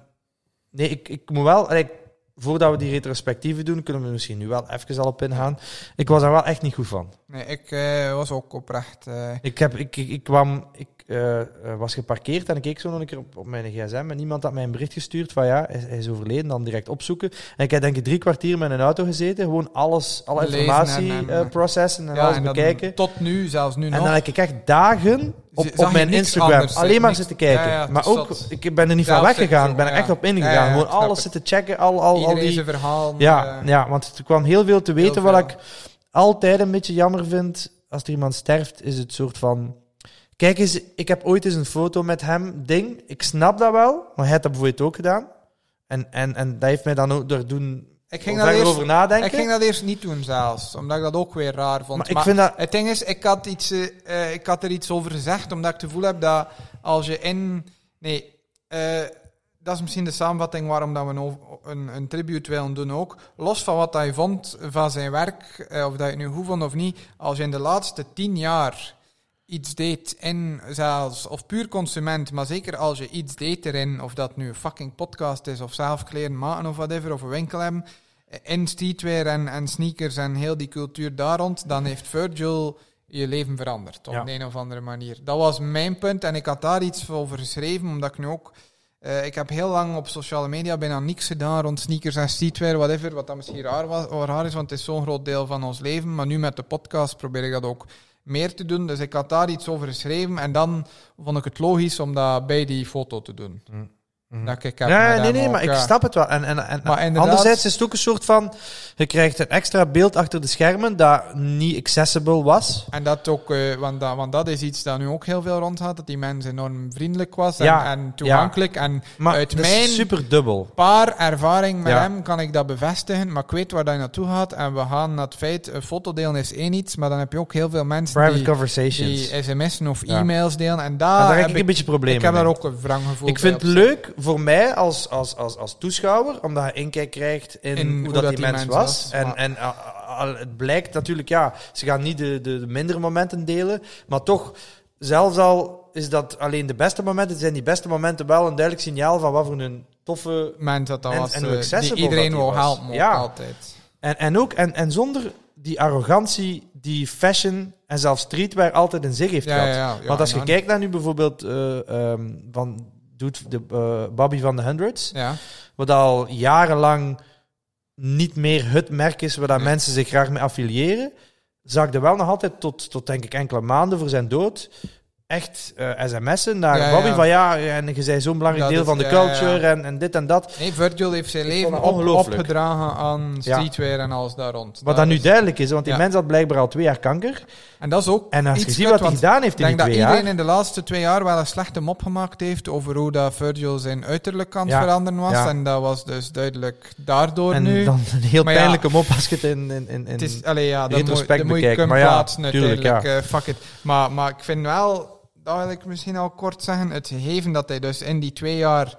Speaker 1: nee, ik, ik moet wel. allee, voordat we die retrospectieven doen, kunnen we er misschien nu wel even al op ingaan. Ik was daar wel echt niet goed van.
Speaker 2: Nee, ik eh, was ook oprecht. eh,
Speaker 1: Ik, heb, ik, ik, ik kwam, ik eh, eh, was geparkeerd en ik keek zo nog een keer op, op mijn gsm en iemand had mij een bericht gestuurd van ja, hij, hij is overleden, dan direct opzoeken. En ik heb denk ik drie kwartier met een auto gezeten, gewoon alles, alle
Speaker 2: Lezen en-
Speaker 1: informatie
Speaker 2: en-
Speaker 1: eh, processen en
Speaker 2: ja,
Speaker 1: alles
Speaker 2: en dan
Speaker 1: bekijken.
Speaker 2: tot nu, zelfs nu
Speaker 1: En
Speaker 2: nog.
Speaker 1: dan heb ik echt dagen op,
Speaker 2: Z-
Speaker 1: op
Speaker 2: zag je
Speaker 1: mijn
Speaker 2: niks
Speaker 1: Instagram
Speaker 2: anders, hè?
Speaker 1: alleen maar
Speaker 2: Niks-
Speaker 1: zitten kijken.
Speaker 2: Ja, ja, het
Speaker 1: maar
Speaker 2: is
Speaker 1: ook,
Speaker 2: zot.
Speaker 1: ik ben er niet
Speaker 2: Ja,
Speaker 1: van
Speaker 2: op zich
Speaker 1: weggegaan.
Speaker 2: zo,
Speaker 1: Ik ben er
Speaker 2: ja.
Speaker 1: echt op ingegaan.
Speaker 2: Ja, ja, ik
Speaker 1: Gewoon
Speaker 2: snap
Speaker 1: alles
Speaker 2: het.
Speaker 1: zitten checken, al, al, al
Speaker 2: Iedereen
Speaker 1: die...
Speaker 2: zijn verhaal.
Speaker 1: Ja,
Speaker 2: eh,
Speaker 1: ja, want er kwam heel veel te weten.
Speaker 2: veel.
Speaker 1: Wat ik altijd een beetje jammer vind, als er iemand sterft, is het soort van... Kijk eens, ik heb ooit eens een foto met hem, ding. Ik snap dat wel, maar hij had dat bijvoorbeeld ook gedaan. En, en, en dat heeft mij dan ook door doen
Speaker 2: Ik ging, dat
Speaker 1: verder
Speaker 2: eerst,
Speaker 1: over nadenken.
Speaker 2: ik ging dat eerst niet doen zelfs, omdat ik dat ook weer raar vond.
Speaker 1: maar ik vind dat...
Speaker 2: Het ding is, ik had, iets, eh, eh, ik had er iets over gezegd, omdat ik het gevoel heb dat als je in. Nee, eh, dat is misschien de samenvatting waarom dat we een, o- een, een tribute willen doen ook. Los van wat hij vond van zijn werk, eh, of dat je het nu goed vond of niet, als je in de laatste tien jaar iets deed in zelfs, of puur consument, maar zeker als je iets deed erin, of dat nu een fucking podcast is, of zelf kleren maken of whatever, of een winkel hebben, in streetwear en, en sneakers en heel die cultuur daar rond, dan heeft Virgil je leven veranderd op
Speaker 1: Ja.
Speaker 2: de een of andere manier. Dat was mijn punt en ik had daar iets over geschreven, omdat ik nu ook... eh, ik heb heel lang op sociale media bijna niks gedaan rond sneakers en streetwear, whatever, wat dan misschien raar, was, raar is, want het is zo'n groot deel van ons leven. Maar nu met de podcast probeer ik dat ook meer te doen. Dus ik had daar iets over geschreven en dan vond ik het logisch om dat bij die foto te doen.
Speaker 1: Mm. Mhm.
Speaker 2: Dat ik heb met
Speaker 1: Nee, nee,
Speaker 2: hem
Speaker 1: nee,
Speaker 2: ook,
Speaker 1: maar ik
Speaker 2: ja.
Speaker 1: snap het wel. En, en, en,
Speaker 2: Maar inderdaad-
Speaker 1: anderzijds is het ook een soort van... Je krijgt een extra beeld achter de schermen dat niet accessible was.
Speaker 2: En dat ook, eh, want, dat, want dat is iets dat nu ook heel veel rond gaat, dat die mensen enorm vriendelijk was en,
Speaker 1: Ja,
Speaker 2: en toegankelijk. En
Speaker 1: Maar
Speaker 2: Uit
Speaker 1: het
Speaker 2: mijn-
Speaker 1: is super dubbel.
Speaker 2: paar ervaring met
Speaker 1: Ja.
Speaker 2: hem kan ik dat bevestigen, maar ik weet waar dat naartoe gaat. En we gaan naar het feit, een foto delen is één iets, maar dan heb je ook heel veel mensen
Speaker 1: Private
Speaker 2: die,
Speaker 1: conversations.
Speaker 2: die sms'en of
Speaker 1: Ja.
Speaker 2: e-mails delen. En daar,
Speaker 1: en daar heb
Speaker 2: Ah, heb
Speaker 1: ik een beetje problemen
Speaker 2: ik heb
Speaker 1: mee.
Speaker 2: daar ook een wrang gevoel
Speaker 1: Ik vind
Speaker 2: bij
Speaker 1: het
Speaker 2: op.
Speaker 1: leuk voor mij als, als, als, als toeschouwer, omdat je inkijk krijgt in,
Speaker 2: In
Speaker 1: hoe, dat, die, mens was. En,
Speaker 2: maar-
Speaker 1: en ah, ah, ah, het blijkt natuurlijk, ja, ze gaan niet de, de, de mindere momenten delen, maar toch, zelfs al is dat alleen de beste momenten, zijn die beste momenten wel een duidelijk signaal van wat voor een toffe...
Speaker 2: moment dat dat
Speaker 1: En-
Speaker 2: was,
Speaker 1: en hoe
Speaker 2: eh, die
Speaker 1: accessible
Speaker 2: iedereen
Speaker 1: dat die
Speaker 2: wil
Speaker 1: was.
Speaker 2: helpen ook
Speaker 1: Ja.
Speaker 2: altijd.
Speaker 1: En, en ook, en, en zonder die arrogantie die fashion en zelfs streetwear altijd in zich heeft gehad. Want als je
Speaker 2: ja.
Speaker 1: kijkt naar nu bijvoorbeeld eh, ehm, van doet de eh, Bobby van de Hundreds,
Speaker 2: Ja.
Speaker 1: wat al jarenlang niet meer het merk is waar dat
Speaker 2: Nee.
Speaker 1: mensen zich graag mee affiliëren, zakte wel nog altijd tot, tot denk ik enkele maanden voor zijn dood echt eh, sms'en naar
Speaker 2: Ja,
Speaker 1: Bobby
Speaker 2: ja.
Speaker 1: van ja, en je zij zo'n belangrijk
Speaker 2: Dat
Speaker 1: deel
Speaker 2: is-
Speaker 1: van de
Speaker 2: ja,
Speaker 1: culture
Speaker 2: ja.
Speaker 1: En, en dit en dat.
Speaker 2: Nee, Virgil heeft zijn
Speaker 1: Ik
Speaker 2: leven
Speaker 1: vond dat
Speaker 2: op,
Speaker 1: ongelooflijk.
Speaker 2: opgedragen aan
Speaker 1: Ja.
Speaker 2: streetwear en alles daar rond.
Speaker 1: Wat
Speaker 2: Daar
Speaker 1: dan nu
Speaker 2: is-
Speaker 1: duidelijk is, want die
Speaker 2: Ja.
Speaker 1: mens had blijkbaar al twee jaar kanker.
Speaker 2: En dat is ook
Speaker 1: En als je
Speaker 2: iets
Speaker 1: ziet
Speaker 2: kut,
Speaker 1: wat hij
Speaker 2: want
Speaker 1: gedaan heeft
Speaker 2: Ik
Speaker 1: in die
Speaker 2: denk dat
Speaker 1: twee
Speaker 2: iedereen
Speaker 1: jaar...
Speaker 2: in de laatste twee jaar wel een slechte mop gemaakt heeft over hoe dat Virgil zijn uiterlijk aan het
Speaker 1: Ja,
Speaker 2: veranderen was.
Speaker 1: ja.
Speaker 2: En dat was dus duidelijk daardoor
Speaker 1: En
Speaker 2: nu.
Speaker 1: dan [LAUGHS] een heel
Speaker 2: Maar ja.
Speaker 1: pijnlijke mop als je het in... in, in, in
Speaker 2: het is, allee, ja, dat moet,
Speaker 1: retrospect
Speaker 2: dat moet je
Speaker 1: bekijken,
Speaker 2: kunnen
Speaker 1: maar ja,
Speaker 2: plaatsen
Speaker 1: tuurlijk,
Speaker 2: uiteindelijk. eh, fuck it. Maar, maar ik vind wel, dat wil ik misschien al kort zeggen, het gegeven dat hij dus in die twee jaar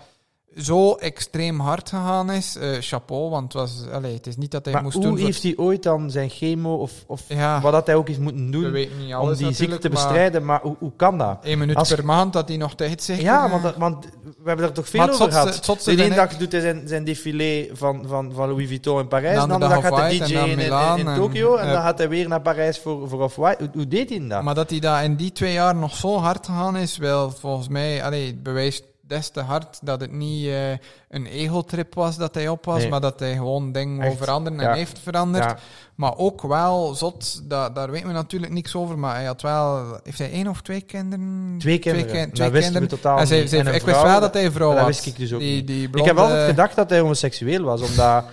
Speaker 2: zo extreem hard gegaan is, eh, chapeau, want het, was, allee, het is niet dat hij
Speaker 1: maar
Speaker 2: moest
Speaker 1: hoe
Speaker 2: doen... voor-
Speaker 1: heeft hij ooit dan zijn chemo of, of
Speaker 2: ja,
Speaker 1: wat dat hij ook heeft moeten
Speaker 2: we
Speaker 1: doen
Speaker 2: weten niet
Speaker 1: om
Speaker 2: alles
Speaker 1: die ziekte
Speaker 2: natuurlijk,
Speaker 1: te
Speaker 2: maar
Speaker 1: bestrijden? Maar hoe, hoe kan dat?
Speaker 2: één minuut
Speaker 1: Als-
Speaker 2: per maand dat hij nog tijd zegt.
Speaker 1: Ja, want, dat- want we hebben daar toch veel
Speaker 2: Maar het
Speaker 1: over
Speaker 2: zotste-
Speaker 1: gehad.
Speaker 2: het zotste
Speaker 1: De ene
Speaker 2: vind ik-
Speaker 1: dag doet hij zijn, zijn défilé van, van, van Louis Vuitton in Parijs.
Speaker 2: De
Speaker 1: De
Speaker 2: andere
Speaker 1: andere,
Speaker 2: dag
Speaker 1: dag gaat hij
Speaker 2: Off-White
Speaker 1: DJ
Speaker 2: en dan
Speaker 1: in, in,
Speaker 2: Milaan
Speaker 1: in
Speaker 2: en-
Speaker 1: Tokio. En,
Speaker 2: ja.
Speaker 1: dan gaat hij weer naar Parijs voor, voor Off-White. Hoe, hoe deed hij dat?
Speaker 2: Maar dat hij daar in die twee jaar nog zo hard gegaan is, wel volgens mij, allee, het bewijst des te hard dat het niet eh, een ego-trip was dat hij op was,
Speaker 1: Nee.
Speaker 2: maar dat hij gewoon dingen wil
Speaker 1: Echt,
Speaker 2: veranderen en
Speaker 1: ja.
Speaker 2: heeft veranderd.
Speaker 1: Ja.
Speaker 2: Maar ook wel, zot, da- daar weten we natuurlijk niks over, maar hij had wel, heeft hij één of twee kinderen?
Speaker 1: Twee kinderen.
Speaker 2: kin-
Speaker 1: dat wisten we totaal
Speaker 2: En zij-
Speaker 1: niet.
Speaker 2: zij-
Speaker 1: En een
Speaker 2: ik wist
Speaker 1: vrouw,
Speaker 2: wel dat hij een vrouw
Speaker 1: dat
Speaker 2: was.
Speaker 1: wist ik dus ook
Speaker 2: die,
Speaker 1: niet.
Speaker 2: die
Speaker 1: Ik heb
Speaker 2: blonde-
Speaker 1: altijd gedacht dat hij homoseksueel was, omdat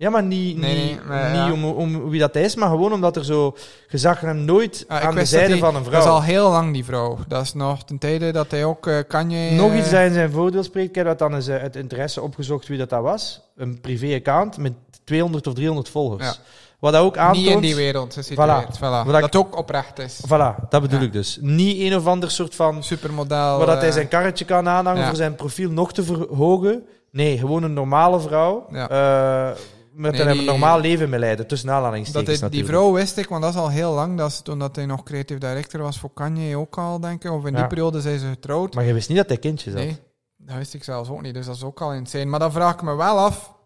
Speaker 1: Ja, maar niet,
Speaker 2: Nee, nee,
Speaker 1: niet,
Speaker 2: maar
Speaker 1: niet om,
Speaker 2: ja.
Speaker 1: om wie dat hij is, maar gewoon omdat er zo... Je zag hem nooit
Speaker 2: Ah, ik
Speaker 1: aan de
Speaker 2: wist dat
Speaker 1: zijde
Speaker 2: hij-
Speaker 1: van een vrouw.
Speaker 2: Dat is al heel lang, die vrouw. Dat is nog ten tijde dat hij ook eh Kanye...
Speaker 1: Nog
Speaker 2: eh,
Speaker 1: iets dat in zijn voordeel spreekt. Ik heb dat dan eens eh, uit interesse opgezocht wie dat, dat was. Een privé-account met 200 of 300 volgers.
Speaker 2: Ja.
Speaker 1: Wat dat ook aantoont...
Speaker 2: Niet in die wereld gesitueerd. Voilà.
Speaker 1: Wat
Speaker 2: Dat
Speaker 1: ik-
Speaker 2: ook oprecht is.
Speaker 1: Voilà, dat bedoel
Speaker 2: Ja.
Speaker 1: ik dus. Niet een of ander soort van...
Speaker 2: Supermodel.
Speaker 1: Waar dat hij
Speaker 2: eh,
Speaker 1: zijn karretje kan aanhangen
Speaker 2: ja.
Speaker 1: voor zijn profiel nog te verhogen. Nee, gewoon een normale vrouw.
Speaker 2: Ja.
Speaker 1: eh, met
Speaker 2: Nee,
Speaker 1: een
Speaker 2: die-
Speaker 1: normaal leven mee leiden. Tussen
Speaker 2: dat hij-
Speaker 1: aanhalingstekens
Speaker 2: die
Speaker 1: natuurlijk.
Speaker 2: vrouw wist ik, want dat is al heel lang. Dat is toen dat hij nog creative director was voor Kanye ook al, denk ik. Of in
Speaker 1: Ja.
Speaker 2: die periode zijn ze getrouwd.
Speaker 1: Maar je wist niet dat hij kindjes had.
Speaker 2: Nee, dat wist ik zelfs ook niet. Dus dat is ook al insane. Maar dan vraag ik me wel af...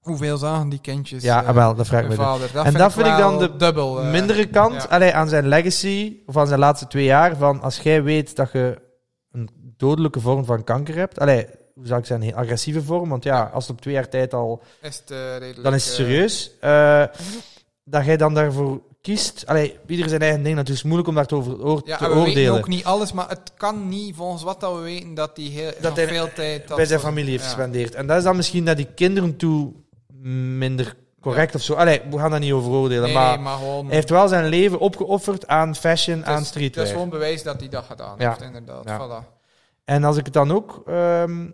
Speaker 2: Hoeveel zagen die kindjes
Speaker 1: ja,
Speaker 2: eh,
Speaker 1: ah, wel, dat vraag ik
Speaker 2: hun
Speaker 1: me. dus.
Speaker 2: vader? Dat
Speaker 1: En
Speaker 2: vind
Speaker 1: dat vind ik dan
Speaker 2: wel
Speaker 1: de
Speaker 2: dubbel, eh.
Speaker 1: Mindere kant
Speaker 2: ja.
Speaker 1: allee, aan zijn legacy, of aan zijn laatste twee jaar, van als jij weet dat je een dodelijke vorm van kanker hebt, allee, hoe zou ik zeggen, een agressieve vorm, want ja, als het op twee jaar tijd al
Speaker 2: Is het, eh, redelijk,
Speaker 1: dan is het
Speaker 2: eh,
Speaker 1: serieus. Eh, dat jij dan daarvoor kiest. Allee, ieder zijn eigen ding, natuurlijk is moeilijk om daar te, over, oor-
Speaker 2: Ja,
Speaker 1: te
Speaker 2: en we weten
Speaker 1: oordelen.
Speaker 2: ook niet alles, maar het kan niet volgens wat dat we weten dat hij heel
Speaker 1: Dat
Speaker 2: nog
Speaker 1: hij
Speaker 2: veel tijd had
Speaker 1: bij zijn
Speaker 2: voor-
Speaker 1: familie heeft
Speaker 2: ja.
Speaker 1: gespendeerd. En dat is dan misschien naar die kinderen toe minder correct of zo. Allee, we gaan daar niet over oordelen.
Speaker 2: Nee,
Speaker 1: maar
Speaker 2: nee, maar gewoon.
Speaker 1: hij heeft wel zijn leven opgeofferd aan fashion,
Speaker 2: het is-
Speaker 1: aan streetwear.
Speaker 2: Het is gewoon bewijs dat hij dat gedaan
Speaker 1: Ja.
Speaker 2: heeft, inderdaad.
Speaker 1: Ja.
Speaker 2: Voilà.
Speaker 1: En als ik het dan ook ehm,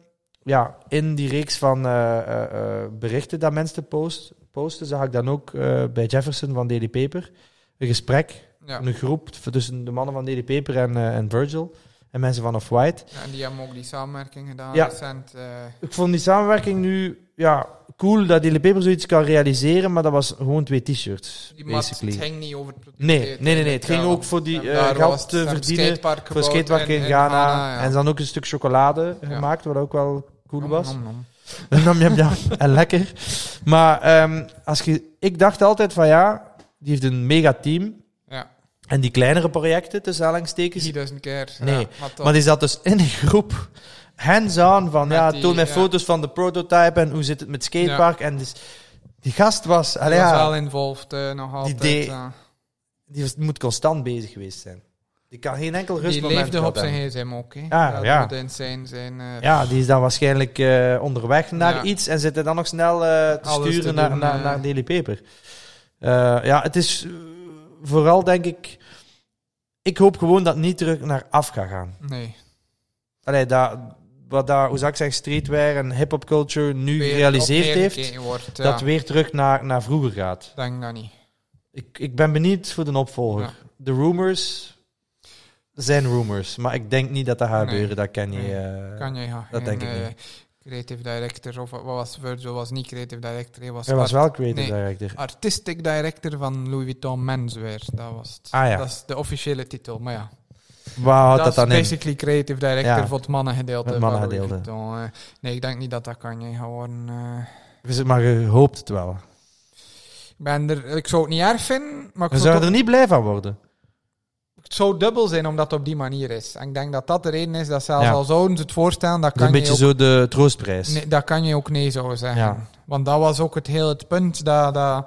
Speaker 1: ja, in die reeks van eh, eh, eh, berichten dat mensen post, posten, zag ik dan ook eh, bij Jefferson van Daily Paper een gesprek
Speaker 2: Ja.
Speaker 1: een groep t- tussen de mannen van Daily Paper en, eh, en Virgil en mensen van Off-White.
Speaker 2: Ja, En die hebben ook die samenwerking gedaan
Speaker 1: Ja.
Speaker 2: recent. eh.
Speaker 1: Ik vond die samenwerking nu ja, cool dat Daily Paper zoiets kan realiseren, maar dat was gewoon twee t-shirts,
Speaker 2: die mat, het
Speaker 1: basically.
Speaker 2: ging niet over het product.
Speaker 1: Nee, nee, nee, nee. Het ging ook voor die eh, geld te verdienen voor skatepark in Ghana. En dan ook een stuk chocolade
Speaker 2: Ja.
Speaker 1: gemaakt, wat ook wel cool was. [LAUGHS] Nam, nam, nam. En lekker. Maar ehm, als je, ik dacht altijd van ja, die heeft een mega team.
Speaker 2: Ja,
Speaker 1: En die kleinere projecten, tussen
Speaker 2: ik
Speaker 1: aanhalingstekens,
Speaker 2: zie dus een keer.
Speaker 1: Nee,
Speaker 2: ja, maar, toch.
Speaker 1: Maar die zat dus in een groep. Hands-on van,
Speaker 2: Met
Speaker 1: ja,
Speaker 2: die,
Speaker 1: toon mij
Speaker 2: ja.
Speaker 1: foto's van de prototype en hoe zit het met skatepark. En dus, die gast was,
Speaker 2: die
Speaker 1: allee,
Speaker 2: was
Speaker 1: ja,
Speaker 2: wel involved eh, nog altijd.
Speaker 1: deed-
Speaker 2: ja.
Speaker 1: die was- moet constant bezig geweest zijn. Die kan geen enkel
Speaker 2: Die
Speaker 1: rustmoment
Speaker 2: leefde
Speaker 1: gehad
Speaker 2: op zijn
Speaker 1: hebben.
Speaker 2: gsm ook. hè.
Speaker 1: Ah,
Speaker 2: dat
Speaker 1: ja.
Speaker 2: moet insane zijn. eh,
Speaker 1: Ja, die is dan waarschijnlijk eh, onderweg naar
Speaker 2: Ja.
Speaker 1: iets en zit er dan nog snel eh, te
Speaker 2: Alles te
Speaker 1: sturen
Speaker 2: doen,
Speaker 1: naar, naar,
Speaker 2: eh.
Speaker 1: naar Daily Paper. Eh, ja, het is eh, vooral, denk ik... Ik hoop gewoon dat het niet terug naar af gaat gaan.
Speaker 2: Nee.
Speaker 1: Allee, dat, wat daar, hoe zou ik zeggen, streetwear en hip-hop culture nu
Speaker 2: Weer
Speaker 1: gerealiseerd
Speaker 2: opnieuw
Speaker 1: heeft,
Speaker 2: gekeken Wordt, ja.
Speaker 1: dat weer terug naar, naar vroeger gaat.
Speaker 2: Denk dat niet.
Speaker 1: Ik, ik ben benieuwd voor de opvolger.
Speaker 2: Ja.
Speaker 1: De rumors zijn rumors, maar ik denk niet dat dat gaat
Speaker 2: Nee.
Speaker 1: gebeuren. Dat ken je.
Speaker 2: Nee.
Speaker 1: eh.
Speaker 2: Kan je ja.
Speaker 1: dat
Speaker 2: geen,
Speaker 1: denk ik
Speaker 2: eh, Creative director, of wat was Virgil, was niet creative director, hij was,
Speaker 1: Hij was
Speaker 2: art-
Speaker 1: wel creative
Speaker 2: nee.
Speaker 1: director.
Speaker 2: artistic director van Louis Vuitton Menswear. Dat was het.
Speaker 1: Ah, ja.
Speaker 2: Dat is de officiële titel, maar ja.
Speaker 1: Waar houdt dat,
Speaker 2: is
Speaker 1: dan in?
Speaker 2: basically creative director
Speaker 1: Ja.
Speaker 2: voor het mannengedeelte
Speaker 1: Het
Speaker 2: van
Speaker 1: mannengedeelte.
Speaker 2: Louis Vuitton. eh. nee, ik denk niet dat dat kan je gaan worden. eh.
Speaker 1: Dus- Maar je hoopt het wel.
Speaker 2: Ik, ben er, ik zou het niet erg vinden, maar
Speaker 1: Je
Speaker 2: ik zou
Speaker 1: zou
Speaker 2: het,
Speaker 1: er
Speaker 2: ook-
Speaker 1: niet blij van worden.
Speaker 2: het zou dubbel zijn omdat het op die manier is. En ik denk dat dat de reden is dat zelfs
Speaker 1: Ja.
Speaker 2: al zouden ze het voorstellen, dat
Speaker 1: Dat is
Speaker 2: kan
Speaker 1: een
Speaker 2: je
Speaker 1: beetje
Speaker 2: ook
Speaker 1: zo de troostprijs.
Speaker 2: Nee, dat kan je ook nee zo zeggen.
Speaker 1: Ja.
Speaker 2: Want dat was ook het hele het punt dat, dat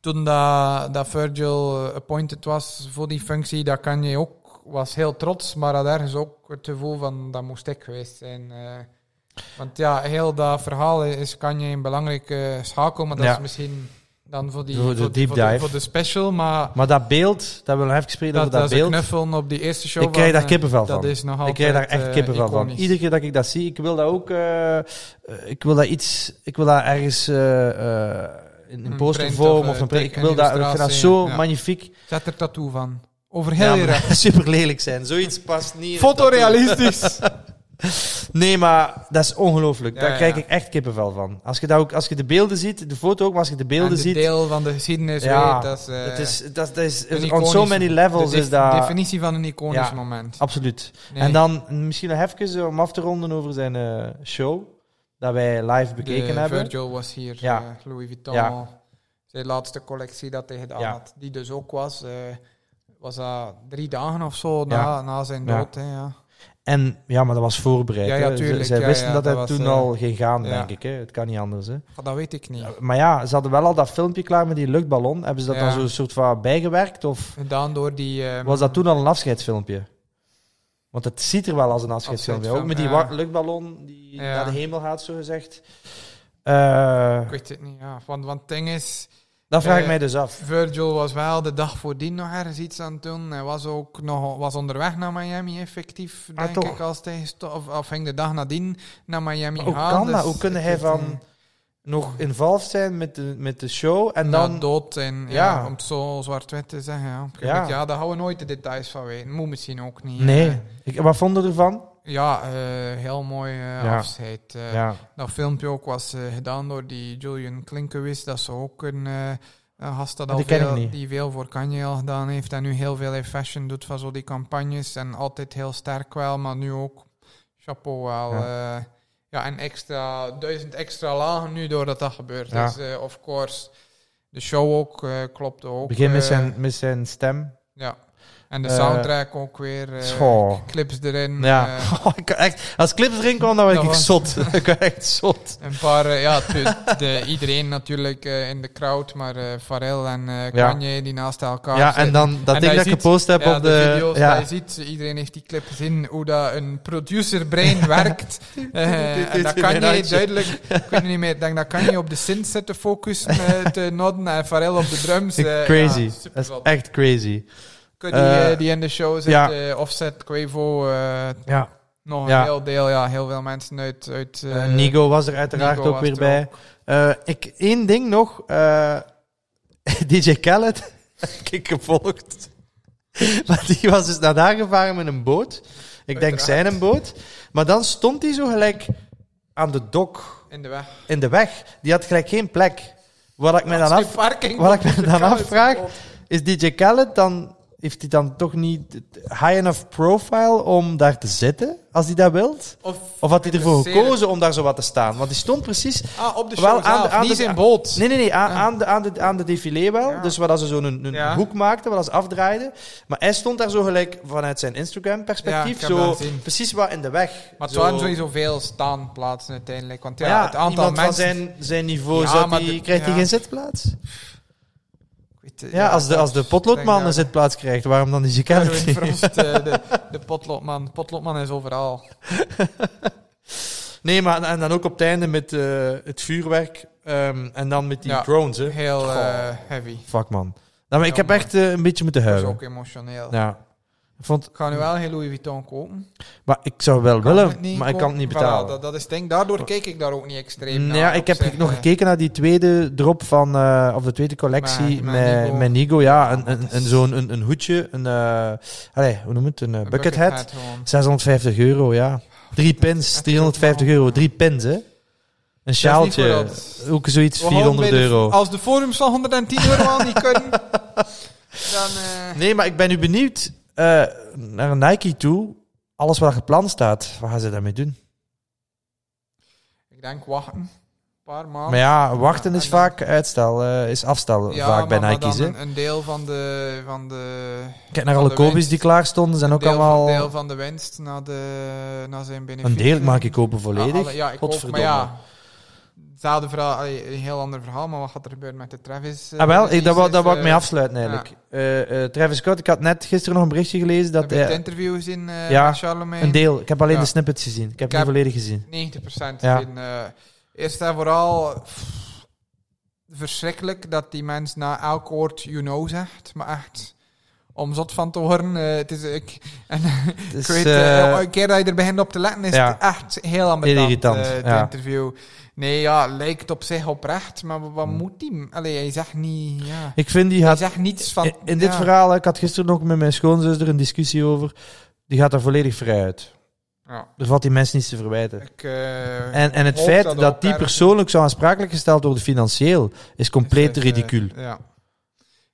Speaker 2: toen dat, dat Virgil eh, appointed was voor die functie, dat kan je ook was heel trots, maar had ergens ook het gevoel van dat moest ik geweest zijn. eh. want ja, heel dat verhaal is kan je een belangrijke schakel, maar dat
Speaker 1: Ja.
Speaker 2: is misschien dan voor die
Speaker 1: Voor de
Speaker 2: die-
Speaker 1: deep
Speaker 2: voor
Speaker 1: dive.
Speaker 2: voor de special, maar
Speaker 1: Maar dat beeld, dat wil ik even spreken
Speaker 2: dat,
Speaker 1: over dat,
Speaker 2: dat, is een
Speaker 1: beeld.
Speaker 2: knuffelen op die eerste show.
Speaker 1: Ik krijg
Speaker 2: van,
Speaker 1: daar
Speaker 2: eh,
Speaker 1: kippenvel
Speaker 2: Dat
Speaker 1: van.
Speaker 2: is nog altijd.
Speaker 1: Ik krijg daar echt
Speaker 2: eh,
Speaker 1: kippenvel van.
Speaker 2: iconisch.
Speaker 1: Iedere keer dat ik dat zie, ik wil dat ook. eh, eh, ik wil dat iets. Ik wil dat ergens eh, eh, in een
Speaker 2: Een
Speaker 1: postervorm
Speaker 2: print
Speaker 1: of,
Speaker 2: of,
Speaker 1: een
Speaker 2: eh,
Speaker 1: print. Ik
Speaker 2: tik-
Speaker 1: wil dat. Ik vind dat
Speaker 2: illustratie,
Speaker 1: zo
Speaker 2: ja.
Speaker 1: magnifiek.
Speaker 2: Zet er tattoo van. Over heel je rug.
Speaker 1: [LAUGHS] super lelijk zijn. Zoiets past niet. in-
Speaker 2: Fotorealistisch.
Speaker 1: [LAUGHS] Nee, maar dat is ongelooflijk.
Speaker 2: Ja,
Speaker 1: daar
Speaker 2: ja,
Speaker 1: krijg
Speaker 2: ja.
Speaker 1: ik echt kippenvel van. Als je, dat ook, als je de beelden ziet, de foto ook, maar als je de beelden
Speaker 2: En de
Speaker 1: ziet.
Speaker 2: deel van de geschiedenis.
Speaker 1: Ja,
Speaker 2: weet, dat is, eh,
Speaker 1: het is, dat, dat is,
Speaker 2: een
Speaker 1: on so
Speaker 2: iconisch-
Speaker 1: many
Speaker 2: de
Speaker 1: levels
Speaker 2: def-
Speaker 1: is dat.
Speaker 2: definitie van een iconisch
Speaker 1: Ja.
Speaker 2: moment.
Speaker 1: Absoluut.
Speaker 2: Nee.
Speaker 1: En dan misschien nog even eh, om af te ronden over zijn eh, show. Dat wij live bekeken
Speaker 2: De
Speaker 1: hebben.
Speaker 2: Virgil was hier,
Speaker 1: Ja.
Speaker 2: eh, Louis Vuitton.
Speaker 1: Ja.
Speaker 2: Zijn laatste collectie dat hij gedaan
Speaker 1: Ja.
Speaker 2: had, die dus ook was, eh, was dat drie dagen of zo na,
Speaker 1: Ja.
Speaker 2: na zijn
Speaker 1: Ja.
Speaker 2: dood. Hè, ja.
Speaker 1: En ja, maar dat was voorbereid.
Speaker 2: Ja, ja,
Speaker 1: hè. Ze-
Speaker 2: tuurlijk.
Speaker 1: Zij
Speaker 2: Ja,
Speaker 1: wisten
Speaker 2: ja,
Speaker 1: dat,
Speaker 2: dat
Speaker 1: hij
Speaker 2: was,
Speaker 1: toen
Speaker 2: eh,
Speaker 1: al ging gaan,
Speaker 2: ja.
Speaker 1: denk ik. Hè. Het kan niet anders. Hè.
Speaker 2: Ah, Dat weet ik niet.
Speaker 1: Maar ja, ze hadden wel al dat filmpje klaar met die luchtballon. Hebben ze dat
Speaker 2: Ja.
Speaker 1: dan zo'n soort van bijgewerkt? Of
Speaker 2: Gedaan door die... eh,
Speaker 1: was dat toen al een afscheidsfilmpje? Want het ziet er wel als een afscheidsfilmpje. Ook met die
Speaker 2: Afscheidsfilm,
Speaker 1: wa- luchtballon die
Speaker 2: Ja.
Speaker 1: naar de hemel gaat, zo gezegd. Eh,
Speaker 2: Ik weet het niet, ja. Want, want het ding is,
Speaker 1: dat vraag ik
Speaker 2: Eh,
Speaker 1: mij dus af.
Speaker 2: Virgil was wel de dag voordien nog ergens iets aan het doen. Hij was ook nog was onderweg naar Miami, effectief,
Speaker 1: Ah,
Speaker 2: denk
Speaker 1: toch.
Speaker 2: ik. Als hij gesto- of, of ging de dag nadien naar Miami
Speaker 1: Hoe
Speaker 2: gaan.
Speaker 1: kan dat?
Speaker 2: dus
Speaker 1: Hoe kunnen
Speaker 2: het
Speaker 1: hij
Speaker 2: is
Speaker 1: van
Speaker 2: een-
Speaker 1: nog involved zijn met de, met de show en
Speaker 2: na
Speaker 1: dan...
Speaker 2: dood en ja,
Speaker 1: Ja.
Speaker 2: om het zo zwart-wit te zeggen. Ja. Ik
Speaker 1: Ja.
Speaker 2: weet- ja, daar houden we nooit de details van weten. Moet misschien ook niet. Eh,
Speaker 1: Nee. Ik, wat vonden we ervan?
Speaker 2: Ja, eh, heel mooi eh,
Speaker 1: Ja.
Speaker 2: afscheid. eh.
Speaker 1: ja.
Speaker 2: Dat filmpje ook was eh, gedaan door die Julian Klinkewis. Dat is ook een, eh een gast dat
Speaker 1: Die
Speaker 2: al
Speaker 1: ken ik
Speaker 2: veel,
Speaker 1: niet.
Speaker 2: die veel voor Kanye al gedaan heeft. En nu heel veel in fashion doet van zo die campagnes. En altijd heel sterk wel, maar nu ook chapeau wel. Ja, ja en extra, duizend extra lagen nu doordat dat gebeurd
Speaker 1: Ja.
Speaker 2: is. eh, of course. De show ook eh, klopte ook.
Speaker 1: Begin met
Speaker 2: eh,
Speaker 1: zijn, met zijn stem.
Speaker 2: Ja. En de
Speaker 1: eh,
Speaker 2: soundtrack ook weer. eh,
Speaker 1: Schoon.
Speaker 2: clips erin.
Speaker 1: Ja. Oh,
Speaker 2: eh,
Speaker 1: [LAUGHS] Ik kan echt- als clips erin kwam, dan werd
Speaker 2: Dat
Speaker 1: ik
Speaker 2: was- [LAUGHS]
Speaker 1: zot. ik werd echt zot.
Speaker 2: Een paar, eh, ja, het- de, iedereen natuurlijk eh, in de crowd, maar eh Pharrell en eh
Speaker 1: Ja.
Speaker 2: Kanye die naast elkaar
Speaker 1: Ja, en
Speaker 2: zitten.
Speaker 1: dan dat
Speaker 2: En
Speaker 1: ding
Speaker 2: hij
Speaker 1: dat ik
Speaker 2: ziet-
Speaker 1: gepost heb
Speaker 2: ja,
Speaker 1: op
Speaker 2: de,
Speaker 1: de...
Speaker 2: video's
Speaker 1: ja.
Speaker 2: die je ziet, iedereen heeft die clip gezien, hoe dat een producerbrein [LAUGHS]
Speaker 1: [LAUGHS]
Speaker 2: werkt. Eh, en dat
Speaker 1: In een
Speaker 2: Kanye
Speaker 1: handje.
Speaker 2: duidelijk,
Speaker 1: [LAUGHS]
Speaker 2: ik weet het niet meer, ik denk dat Kanye op de synth zit te focussen, eh,
Speaker 1: [LAUGHS]
Speaker 2: te nodden, en Pharrell op de drums. eh,
Speaker 1: crazy.
Speaker 2: ja,
Speaker 1: dat
Speaker 2: super
Speaker 1: is
Speaker 2: zot.
Speaker 1: echt crazy.
Speaker 2: Cudi,
Speaker 1: eh,
Speaker 2: eh, die in de show zit,
Speaker 1: ja.
Speaker 2: eh, Offset, Quavo, eh,
Speaker 1: Ja.
Speaker 2: nog een
Speaker 1: Ja.
Speaker 2: heel deel, ja, heel veel mensen uit... uit eh,
Speaker 1: Eh, Nigo was er uiteraard
Speaker 2: Nigo
Speaker 1: ook
Speaker 2: was
Speaker 1: weer
Speaker 2: er
Speaker 1: bij.
Speaker 2: ook.
Speaker 1: Eh, ik, één ding nog. eh, [LAUGHS] DJ Khaled [LAUGHS] heb ik gevolgd. [LAUGHS] maar die was dus naar daar gevaren met een boot. Ik denk
Speaker 2: Uiteraard.
Speaker 1: zijn een boot. Maar dan stond hij zo gelijk aan de dok
Speaker 2: in de weg.
Speaker 1: in de weg. Die had gelijk geen plek. Wat ik me dan
Speaker 2: Als die
Speaker 1: af...
Speaker 2: parking
Speaker 1: wat ik me
Speaker 2: [LAUGHS] op de
Speaker 1: dan
Speaker 2: kant is
Speaker 1: afvraag-
Speaker 2: kapot.
Speaker 1: Is DJ Khaled dan... Heeft hij dan toch niet high enough profile om daar te zitten, als hij dat wilt?
Speaker 2: Of,
Speaker 1: Of had hij ervoor
Speaker 2: Interesseren.
Speaker 1: gekozen om daar zo wat te staan? Want die stond precies
Speaker 2: ah, op de show
Speaker 1: Wel, aan
Speaker 2: zelf,
Speaker 1: de- aan de-
Speaker 2: niet zijn boot.
Speaker 1: Nee, nee, nee. Aan,
Speaker 2: Ja.
Speaker 1: aan, de, aan, de, aan de défilé wel.
Speaker 2: Ja.
Speaker 1: Dus waar dat ze zo'n een, een
Speaker 2: Ja.
Speaker 1: hoek maakten, waar dat ze afdraaiden. Maar hij stond daar zo gelijk vanuit zijn
Speaker 2: Ja, ik
Speaker 1: Instagram-perspectief.
Speaker 2: heb
Speaker 1: zo
Speaker 2: dat gezien.
Speaker 1: precies wat in de weg.
Speaker 2: Maar het
Speaker 1: Zo.
Speaker 2: waren sowieso veel staanplaatsen uiteindelijk. Want ja,
Speaker 1: Maar ja,
Speaker 2: het aantal
Speaker 1: iemand
Speaker 2: mensen...
Speaker 1: van zijn, zijn niveau
Speaker 2: Ja,
Speaker 1: zat,
Speaker 2: maar
Speaker 1: die,
Speaker 2: de-
Speaker 1: krijgt hij
Speaker 2: ja.
Speaker 1: geen zitplaats.
Speaker 2: Ik weet het,
Speaker 1: Ja, als, de, als de
Speaker 2: dat-
Speaker 1: potloodman een
Speaker 2: ik denk
Speaker 1: zitplaats krijgt, waarom dan die
Speaker 2: dat-
Speaker 1: Khaled
Speaker 2: Erwin
Speaker 1: niet?
Speaker 2: Frost, eh, de, de potloodman. Potloodman is overal.
Speaker 1: Nee, maar en dan ook op het einde met eh, het vuurwerk ehm, en dan met die
Speaker 2: Ja.
Speaker 1: drones. Hè.
Speaker 2: Heel eh,
Speaker 1: Goh.
Speaker 2: heavy.
Speaker 1: Fuck man. Nou, maar ik
Speaker 2: Ja,
Speaker 1: heb
Speaker 2: man.
Speaker 1: echt eh, een beetje moeten
Speaker 2: Dat is
Speaker 1: huilen.
Speaker 2: ook emotioneel.
Speaker 1: Ja. Ik vond,
Speaker 2: Ik ga nu wel geen Louis Vuitton kopen.
Speaker 1: maar ik zou wel
Speaker 2: Kan
Speaker 1: willen,
Speaker 2: het niet
Speaker 1: maar ik kan het niet
Speaker 2: kopen. Voilà,
Speaker 1: betalen.
Speaker 2: dat, dat is het ding. Daardoor keek ik daar ook niet extreem naar.
Speaker 1: Ja, ik
Speaker 2: op
Speaker 1: heb
Speaker 2: zich,
Speaker 1: nog
Speaker 2: eh.
Speaker 1: gekeken naar die tweede drop van, eh, of de tweede collectie
Speaker 2: Met-
Speaker 1: met,
Speaker 2: met
Speaker 1: met,
Speaker 2: Nigo.
Speaker 1: Nigo. Ja, een,
Speaker 2: dat
Speaker 1: een, een,
Speaker 2: is-
Speaker 1: zo'n een, een hoedje, een, eh allee, hoe noem je het, een eh,
Speaker 2: Een
Speaker 1: buckethead.
Speaker 2: gewoon.
Speaker 1: 650 euro, ja. Drie pins,
Speaker 2: echt
Speaker 1: 350
Speaker 2: normaal.
Speaker 1: euro, drie pins, hè. Een sjaaltje,
Speaker 2: niet voor dat.
Speaker 1: ook zoiets,
Speaker 2: We houden
Speaker 1: 400
Speaker 2: bij de-
Speaker 1: euro.
Speaker 2: Als de forums van 110 euro al niet
Speaker 1: [LAUGHS]
Speaker 2: kunnen, dan... eh,
Speaker 1: Nee, maar ik ben nu benieuwd eh, naar Nike toe. Alles wat er gepland staat, wat gaan ze daarmee doen?
Speaker 2: Ik denk wachten. Een paar maanden.
Speaker 1: Maar ja, wachten
Speaker 2: Ja,
Speaker 1: is
Speaker 2: en dan-
Speaker 1: vaak uitstel, eh, is afstel
Speaker 2: Ja,
Speaker 1: vaak bij
Speaker 2: maar- maar
Speaker 1: Nike's.
Speaker 2: dan
Speaker 1: hè.
Speaker 2: Een, een deel van de... Van de
Speaker 1: Kijk naar
Speaker 2: van
Speaker 1: alle
Speaker 2: de
Speaker 1: Kobe's
Speaker 2: winst.
Speaker 1: die klaar stonden, zijn ook
Speaker 2: deel,
Speaker 1: allemaal...
Speaker 2: Een deel van de winst naar, de, naar zijn benefiet.
Speaker 1: Een deel maak ik open volledig.
Speaker 2: alle- ja, ik ook, maar
Speaker 1: Godverdomme.
Speaker 2: ja. Hetzelfde verhaal, allee, een heel ander verhaal, maar wat gaat er gebeuren met de Travis? eh,
Speaker 1: Ah, wel, ik,
Speaker 2: release?
Speaker 1: dat wou, dat
Speaker 2: Is,
Speaker 1: wou ik
Speaker 2: eh,
Speaker 1: mee afsluiten eigenlijk. Eh, eh, Travis Scott, ik had net gisteren nog een berichtje gelezen dat
Speaker 2: Heb je het
Speaker 1: hij...
Speaker 2: interview gezien eh
Speaker 1: ja,
Speaker 2: met Charlemagne?
Speaker 1: Een deel. Ik heb alleen
Speaker 2: Ja.
Speaker 1: de snippets gezien. Ik heb
Speaker 2: Ik
Speaker 1: het niet
Speaker 2: heb-
Speaker 1: volledig gezien.
Speaker 2: 90%
Speaker 1: Ja.
Speaker 2: in. eh, eerst en vooral pff, verschrikkelijk dat die mens na elk woord you know zegt, maar echt om zot van te horen. eh, het is, ik, en,
Speaker 1: Dus,
Speaker 2: ik weet,
Speaker 1: eh,
Speaker 2: eh, een keer dat je er begint op te letten, is
Speaker 1: ja.
Speaker 2: het echt heel ambetant,
Speaker 1: Heel irritant,
Speaker 2: eh, het
Speaker 1: ja.
Speaker 2: interview. Nee, ja, lijkt op zich oprecht, maar wa- wat
Speaker 1: Hmm.
Speaker 2: moet die? Allee, hij zegt niet... Ja.
Speaker 1: ik vind die
Speaker 2: Hij
Speaker 1: gaat...
Speaker 2: zegt niets van...
Speaker 1: In, in dit
Speaker 2: ja.
Speaker 1: verhaal, ik had gisteren nog met mijn schoonzus er een discussie over. Die gaat daar volledig vrij uit.
Speaker 2: Ja,
Speaker 1: Er valt die mensen niets te verwijten.
Speaker 2: ik, eh,
Speaker 1: En, en het
Speaker 2: hoop
Speaker 1: feit
Speaker 2: dat
Speaker 1: dat,
Speaker 2: er ook
Speaker 1: die
Speaker 2: ergens-
Speaker 1: persoonlijk zou aansprakelijk gesteld worden financieel, is compleet
Speaker 2: is, eh,
Speaker 1: ridicuul.
Speaker 2: ja.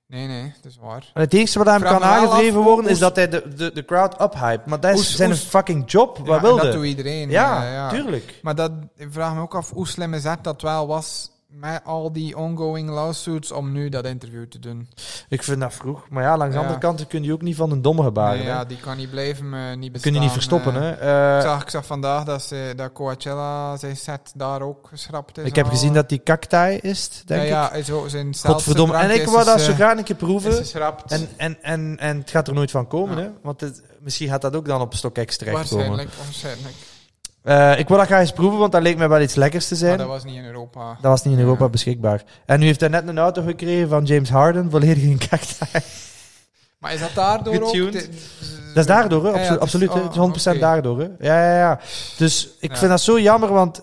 Speaker 2: Nee, nee, dat is waar.
Speaker 1: En Het enige wat aan hem
Speaker 2: Vraag
Speaker 1: kan
Speaker 2: me wel
Speaker 1: aangedreven
Speaker 2: af,
Speaker 1: worden,
Speaker 2: hoe-
Speaker 1: is dat hij de, de, de crowd uphypt. Maar dat
Speaker 2: Hoe-
Speaker 1: is zijn
Speaker 2: hoe-
Speaker 1: fucking job.
Speaker 2: Ja,
Speaker 1: Wat
Speaker 2: en
Speaker 1: wilde?
Speaker 2: dat doet iedereen.
Speaker 1: Ja,
Speaker 2: eh,
Speaker 1: tuurlijk.
Speaker 2: Maar dat, ik vraag me ook af hoe slim is dat dat wel was met al die ongoing lawsuits om nu dat interview te doen.
Speaker 1: Ik vind dat vroeg. Maar ja, langs de
Speaker 2: Ja.
Speaker 1: andere kant kun je ook niet van een domme gebaren.
Speaker 2: Nee,
Speaker 1: hè.
Speaker 2: ja, die kan niet blijven, eh, niet
Speaker 1: dat
Speaker 2: bestaan.
Speaker 1: kun je niet verstoppen.
Speaker 2: eh.
Speaker 1: hè.
Speaker 2: Ik
Speaker 1: Eh,
Speaker 2: zag, ik zag vandaag dat, ze, dat Coachella zijn set daar ook geschrapt is.
Speaker 1: ik heb
Speaker 2: al.
Speaker 1: gezien dat die cacti is, denk
Speaker 2: eh, ja, ja,
Speaker 1: ik.
Speaker 2: is ook zijn
Speaker 1: Godverdomme. En ik wou dat
Speaker 2: dus, eh,
Speaker 1: zo graag een keer proeven.
Speaker 2: geschrapt.
Speaker 1: En, en, en, en het gaat er nooit van komen.
Speaker 2: dus Ja.
Speaker 1: Hè? Want het- misschien gaat dat ook dan op stok extra komen.
Speaker 2: waarschijnlijk, waarschijnlijk.
Speaker 1: Eh, ik wil dat graag eens proeven, want dat leek mij wel iets lekkers te
Speaker 2: Maar
Speaker 1: zijn.
Speaker 2: dat was niet in Europa.
Speaker 1: Dat was niet in Europa
Speaker 2: Ja.
Speaker 1: beschikbaar. En nu heeft hij net een auto gekregen van James Harden, volledig in kaktaai.
Speaker 2: Maar is dat daardoor ook?
Speaker 1: Getuned.
Speaker 2: De-
Speaker 1: Dat is daardoor, hè?
Speaker 2: Ja, ja,
Speaker 1: Absolu-
Speaker 2: het is-
Speaker 1: absoluut. hè.
Speaker 2: ah,
Speaker 1: Het is 100%
Speaker 2: oké.
Speaker 1: daardoor. Hè? Ja, ja, ja. Dus ik
Speaker 2: Ja.
Speaker 1: vind dat zo jammer, want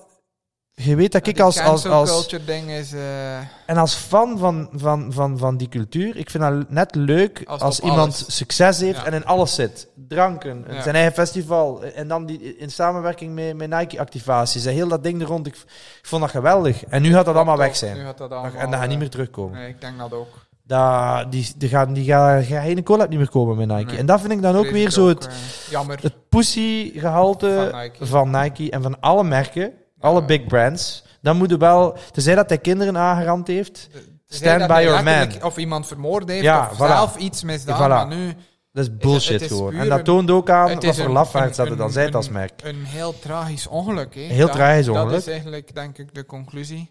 Speaker 1: je weet dat
Speaker 2: Ja,
Speaker 1: ik
Speaker 2: die
Speaker 1: als, als,
Speaker 2: cancel
Speaker 1: als,
Speaker 2: culture ding is... eh,
Speaker 1: en als fan van, van, van, van die cultuur, ik vind dat net leuk
Speaker 2: Als
Speaker 1: als,
Speaker 2: het op
Speaker 1: iemand
Speaker 2: alles-
Speaker 1: succes heeft
Speaker 2: Ja.
Speaker 1: en in alles zit. Dranken,
Speaker 2: Ja.
Speaker 1: zijn eigen festival en dan die, in samenwerking met, met Nike-activaties en heel dat ding er rond. Ik, ik vond dat geweldig. En nu gaat dat allemaal weg zijn.
Speaker 2: Nu gaat dat
Speaker 1: En
Speaker 2: allemaal... eh,
Speaker 1: dat gaat niet meer terugkomen.
Speaker 2: Nee, ik denk dat ook.
Speaker 1: Da, die, die gaan, die gaan, geen ene collab niet meer komen met Nike.
Speaker 2: Nee.
Speaker 1: En dat vind ik dan ook
Speaker 2: Vrees
Speaker 1: weer
Speaker 2: ik
Speaker 1: zo het,
Speaker 2: ook, eh, jammer.
Speaker 1: het eh, pussy-gehalte
Speaker 2: Van Nike.
Speaker 1: van Nike en van alle merken, alle big brands. Dan moet je wel, tenzij dat hij kinderen aangerand heeft,
Speaker 2: Zij dat
Speaker 1: by
Speaker 2: hij
Speaker 1: your man.
Speaker 2: letterlijk Of iemand vermoord heeft,
Speaker 1: Ja,
Speaker 2: of
Speaker 1: voilà.
Speaker 2: zelf iets misdaan,
Speaker 1: Voilà.
Speaker 2: maar nu...
Speaker 1: dat is bullshit
Speaker 2: het is
Speaker 1: gewoon.
Speaker 2: puur
Speaker 1: En dat
Speaker 2: een-
Speaker 1: toont ook aan
Speaker 2: het
Speaker 1: wat
Speaker 2: is
Speaker 1: voor
Speaker 2: een-
Speaker 1: lafaards dat
Speaker 2: een-
Speaker 1: het
Speaker 2: een-
Speaker 1: dan zijn
Speaker 2: een-
Speaker 1: als merk.
Speaker 2: Een heel tragisch ongeluk. Hè.
Speaker 1: Heel
Speaker 2: Dat-
Speaker 1: tragisch
Speaker 2: Dat
Speaker 1: ongeluk.
Speaker 2: is eigenlijk, denk ik, de conclusie.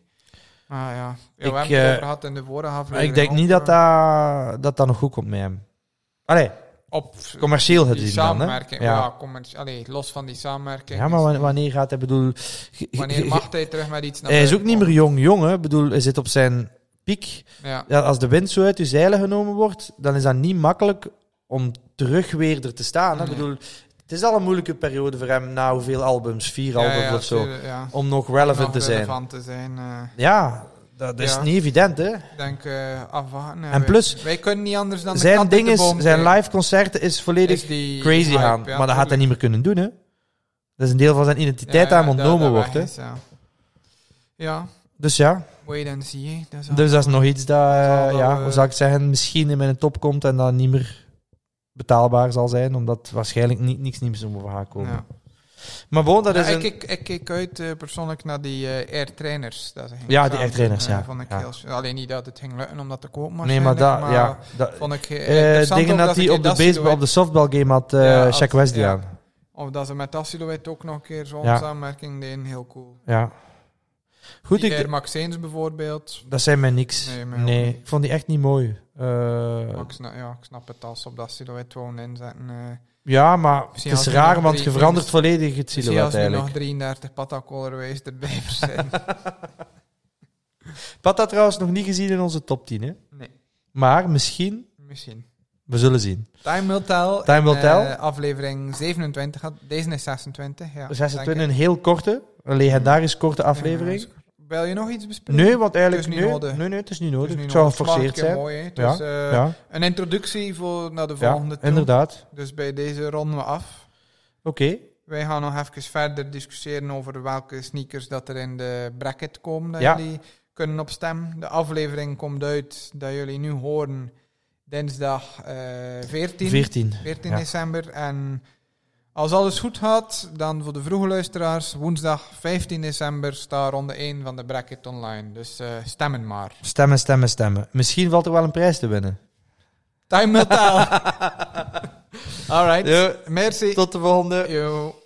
Speaker 2: Ah ja, ja
Speaker 1: Ik,
Speaker 2: we hebben het
Speaker 1: eh,
Speaker 2: over gehad in de vorige
Speaker 1: Maar
Speaker 2: aflevering.
Speaker 1: ik denk
Speaker 2: ook,
Speaker 1: niet dat
Speaker 2: eh,
Speaker 1: dat, dat dat nog goed komt met hem. Allee,
Speaker 2: Op
Speaker 1: commercieel
Speaker 2: die
Speaker 1: gezien dan, hè.
Speaker 2: samenwerking, ja,
Speaker 1: Ja.
Speaker 2: commerci- allee, los van die samenwerking. Dus
Speaker 1: ja, maar wan- wanneer gaat hij, bedoel... ge- ge-
Speaker 2: wanneer
Speaker 1: [LAUGHS] ge-
Speaker 2: mag hij terug met iets naar
Speaker 1: Hij is ook
Speaker 2: buiten
Speaker 1: niet meer jong, jong, hè. Ik bedoel, hij zit op zijn piek.
Speaker 2: komen? Ja.
Speaker 1: Ja, als de wind zo uit je zeilen genomen wordt, dan is dat niet makkelijk om terug weer er te staan. Hè? Ik
Speaker 2: Nee.
Speaker 1: bedoel, het is al een moeilijke periode voor hem na hoeveel albums, vier
Speaker 2: Ja,
Speaker 1: albums
Speaker 2: ja,
Speaker 1: of zo,
Speaker 2: tuurlijk, ja.
Speaker 1: om nog relevant
Speaker 2: Nog
Speaker 1: te zijn.
Speaker 2: relevant te zijn. eh,
Speaker 1: Ja, dat is
Speaker 2: Ja.
Speaker 1: niet evident, hè.
Speaker 2: ik denk, eh, afwachten. eh,
Speaker 1: En
Speaker 2: wij-
Speaker 1: plus,
Speaker 2: wij kunnen niet anders dan de kat
Speaker 1: Zijn
Speaker 2: uit de
Speaker 1: ding is,
Speaker 2: boom
Speaker 1: zijn
Speaker 2: kijken.
Speaker 1: live concerten is volledig
Speaker 2: Is die
Speaker 1: crazy
Speaker 2: hype,
Speaker 1: gaan,
Speaker 2: ja,
Speaker 1: maar dat gaat hij
Speaker 2: tuurlijk.
Speaker 1: niet meer kunnen doen, hè. Dat is een deel van zijn identiteit
Speaker 2: Ja,
Speaker 1: aan
Speaker 2: ja, dat-
Speaker 1: ontnomen
Speaker 2: dat
Speaker 1: wordt, hè.
Speaker 2: weg is, ja. ja,
Speaker 1: Dus ja,
Speaker 2: wait and see. hè. Dat is al-
Speaker 1: dus dat is nog iets dat, eh,
Speaker 2: zal wel,
Speaker 1: ja,
Speaker 2: eh,
Speaker 1: hoe zou ik zeggen, misschien in mijn top komt en dat niet meer betaalbaar zal zijn, omdat waarschijnlijk niet, niks nieuws over gaat komen.
Speaker 2: Ja.
Speaker 1: Maar bon, dat
Speaker 2: Ja,
Speaker 1: is een...
Speaker 2: ik, ik, ik keek uit eh, persoonlijk naar die eh air trainers. Dat ze gingen
Speaker 1: Ja, die
Speaker 2: samen
Speaker 1: airtrainers,
Speaker 2: doen, eh,
Speaker 1: ja.
Speaker 2: Vond ik
Speaker 1: Ja.
Speaker 2: heel s- Alleen niet dat het ging lukken om dat te kopen.
Speaker 1: nee, maar dat...
Speaker 2: waarschijnlijk,
Speaker 1: Ja, dat
Speaker 2: Vond ik eh,
Speaker 1: Eh,
Speaker 2: interessant
Speaker 1: tegen
Speaker 2: ook
Speaker 1: dat hij
Speaker 2: ze
Speaker 1: op de,
Speaker 2: dat
Speaker 1: baseball, op
Speaker 2: silhouet-
Speaker 1: de softballgame had eh
Speaker 2: Ja, had-
Speaker 1: Shaq Wesley
Speaker 2: ja.
Speaker 1: aan.
Speaker 2: Of dat ze met dat silhouet ook nog een keer zo'n
Speaker 1: Ja.
Speaker 2: samenwerking deden. Heel cool.
Speaker 1: Ja. Goed,
Speaker 2: die
Speaker 1: ik,
Speaker 2: Air Max 1's bijvoorbeeld.
Speaker 1: dat zijn mij niks.
Speaker 2: Nee,
Speaker 1: Nee,
Speaker 2: mij ook niet.
Speaker 1: ik vond die echt niet mooi. Eh,
Speaker 2: Maar ik snap, ja, ik snap het als ze op dat silhouet gewoon inzetten. eh
Speaker 1: ja, maar
Speaker 2: Misschien
Speaker 1: het
Speaker 2: als
Speaker 1: is
Speaker 2: die
Speaker 1: raar,
Speaker 2: nog
Speaker 1: want
Speaker 2: drie-
Speaker 1: je verandert volledig het
Speaker 2: zie
Speaker 1: silhouet
Speaker 2: als nu nog
Speaker 1: eigenlijk.
Speaker 2: 33 patacolorways erbij [LAUGHS] verzinnen.
Speaker 1: Pat had trouwens nog niet gezien in onze top 10, hè.
Speaker 2: nee,
Speaker 1: Maar misschien,
Speaker 2: misschien.
Speaker 1: we zullen zien.
Speaker 2: Time Will Tell.
Speaker 1: Time Will
Speaker 2: eh,
Speaker 1: Tell.
Speaker 2: aflevering 27. had- Deze is 26. Ja,
Speaker 1: 26,
Speaker 2: denk
Speaker 1: een
Speaker 2: ik.
Speaker 1: heel korte, een legendarisch korte aflevering.
Speaker 2: Ja, wil je nog iets bespreken?
Speaker 1: Nee, want eigenlijk...
Speaker 2: Het is niet
Speaker 1: nee,
Speaker 2: nodig.
Speaker 1: Nee, nee, het is niet
Speaker 2: Het is
Speaker 1: nodig.
Speaker 2: nu
Speaker 1: Het
Speaker 2: nog-
Speaker 1: zou
Speaker 2: het smaakt
Speaker 1: geforceerd
Speaker 2: heel
Speaker 1: zijn.
Speaker 2: Mooi, hè. Het is, eh,
Speaker 1: Ja,
Speaker 2: Een introductie voor, naar de
Speaker 1: ja
Speaker 2: volgende. toe.
Speaker 1: inderdaad.
Speaker 2: Dus bij deze ronden we af.
Speaker 1: Oké.
Speaker 2: Wij gaan nog even verder discussiëren over welke sneakers dat er in de bracket komen. Dat
Speaker 1: Ja.
Speaker 2: jullie kunnen op stem. De aflevering komt uit, dat jullie nu horen, dinsdag eh 14.
Speaker 1: 14.
Speaker 2: 14
Speaker 1: Ja.
Speaker 2: december. En als alles goed gaat, dan voor de vroege luisteraars, woensdag 15 december staat ronde 1 van de bracket online. Dus eh, stemmen maar.
Speaker 1: Stemmen, stemmen, stemmen. Misschien valt er wel een prijs te winnen. [LAUGHS]
Speaker 2: Time will tell. All right. Merci.
Speaker 1: Tot de volgende.
Speaker 2: Yo.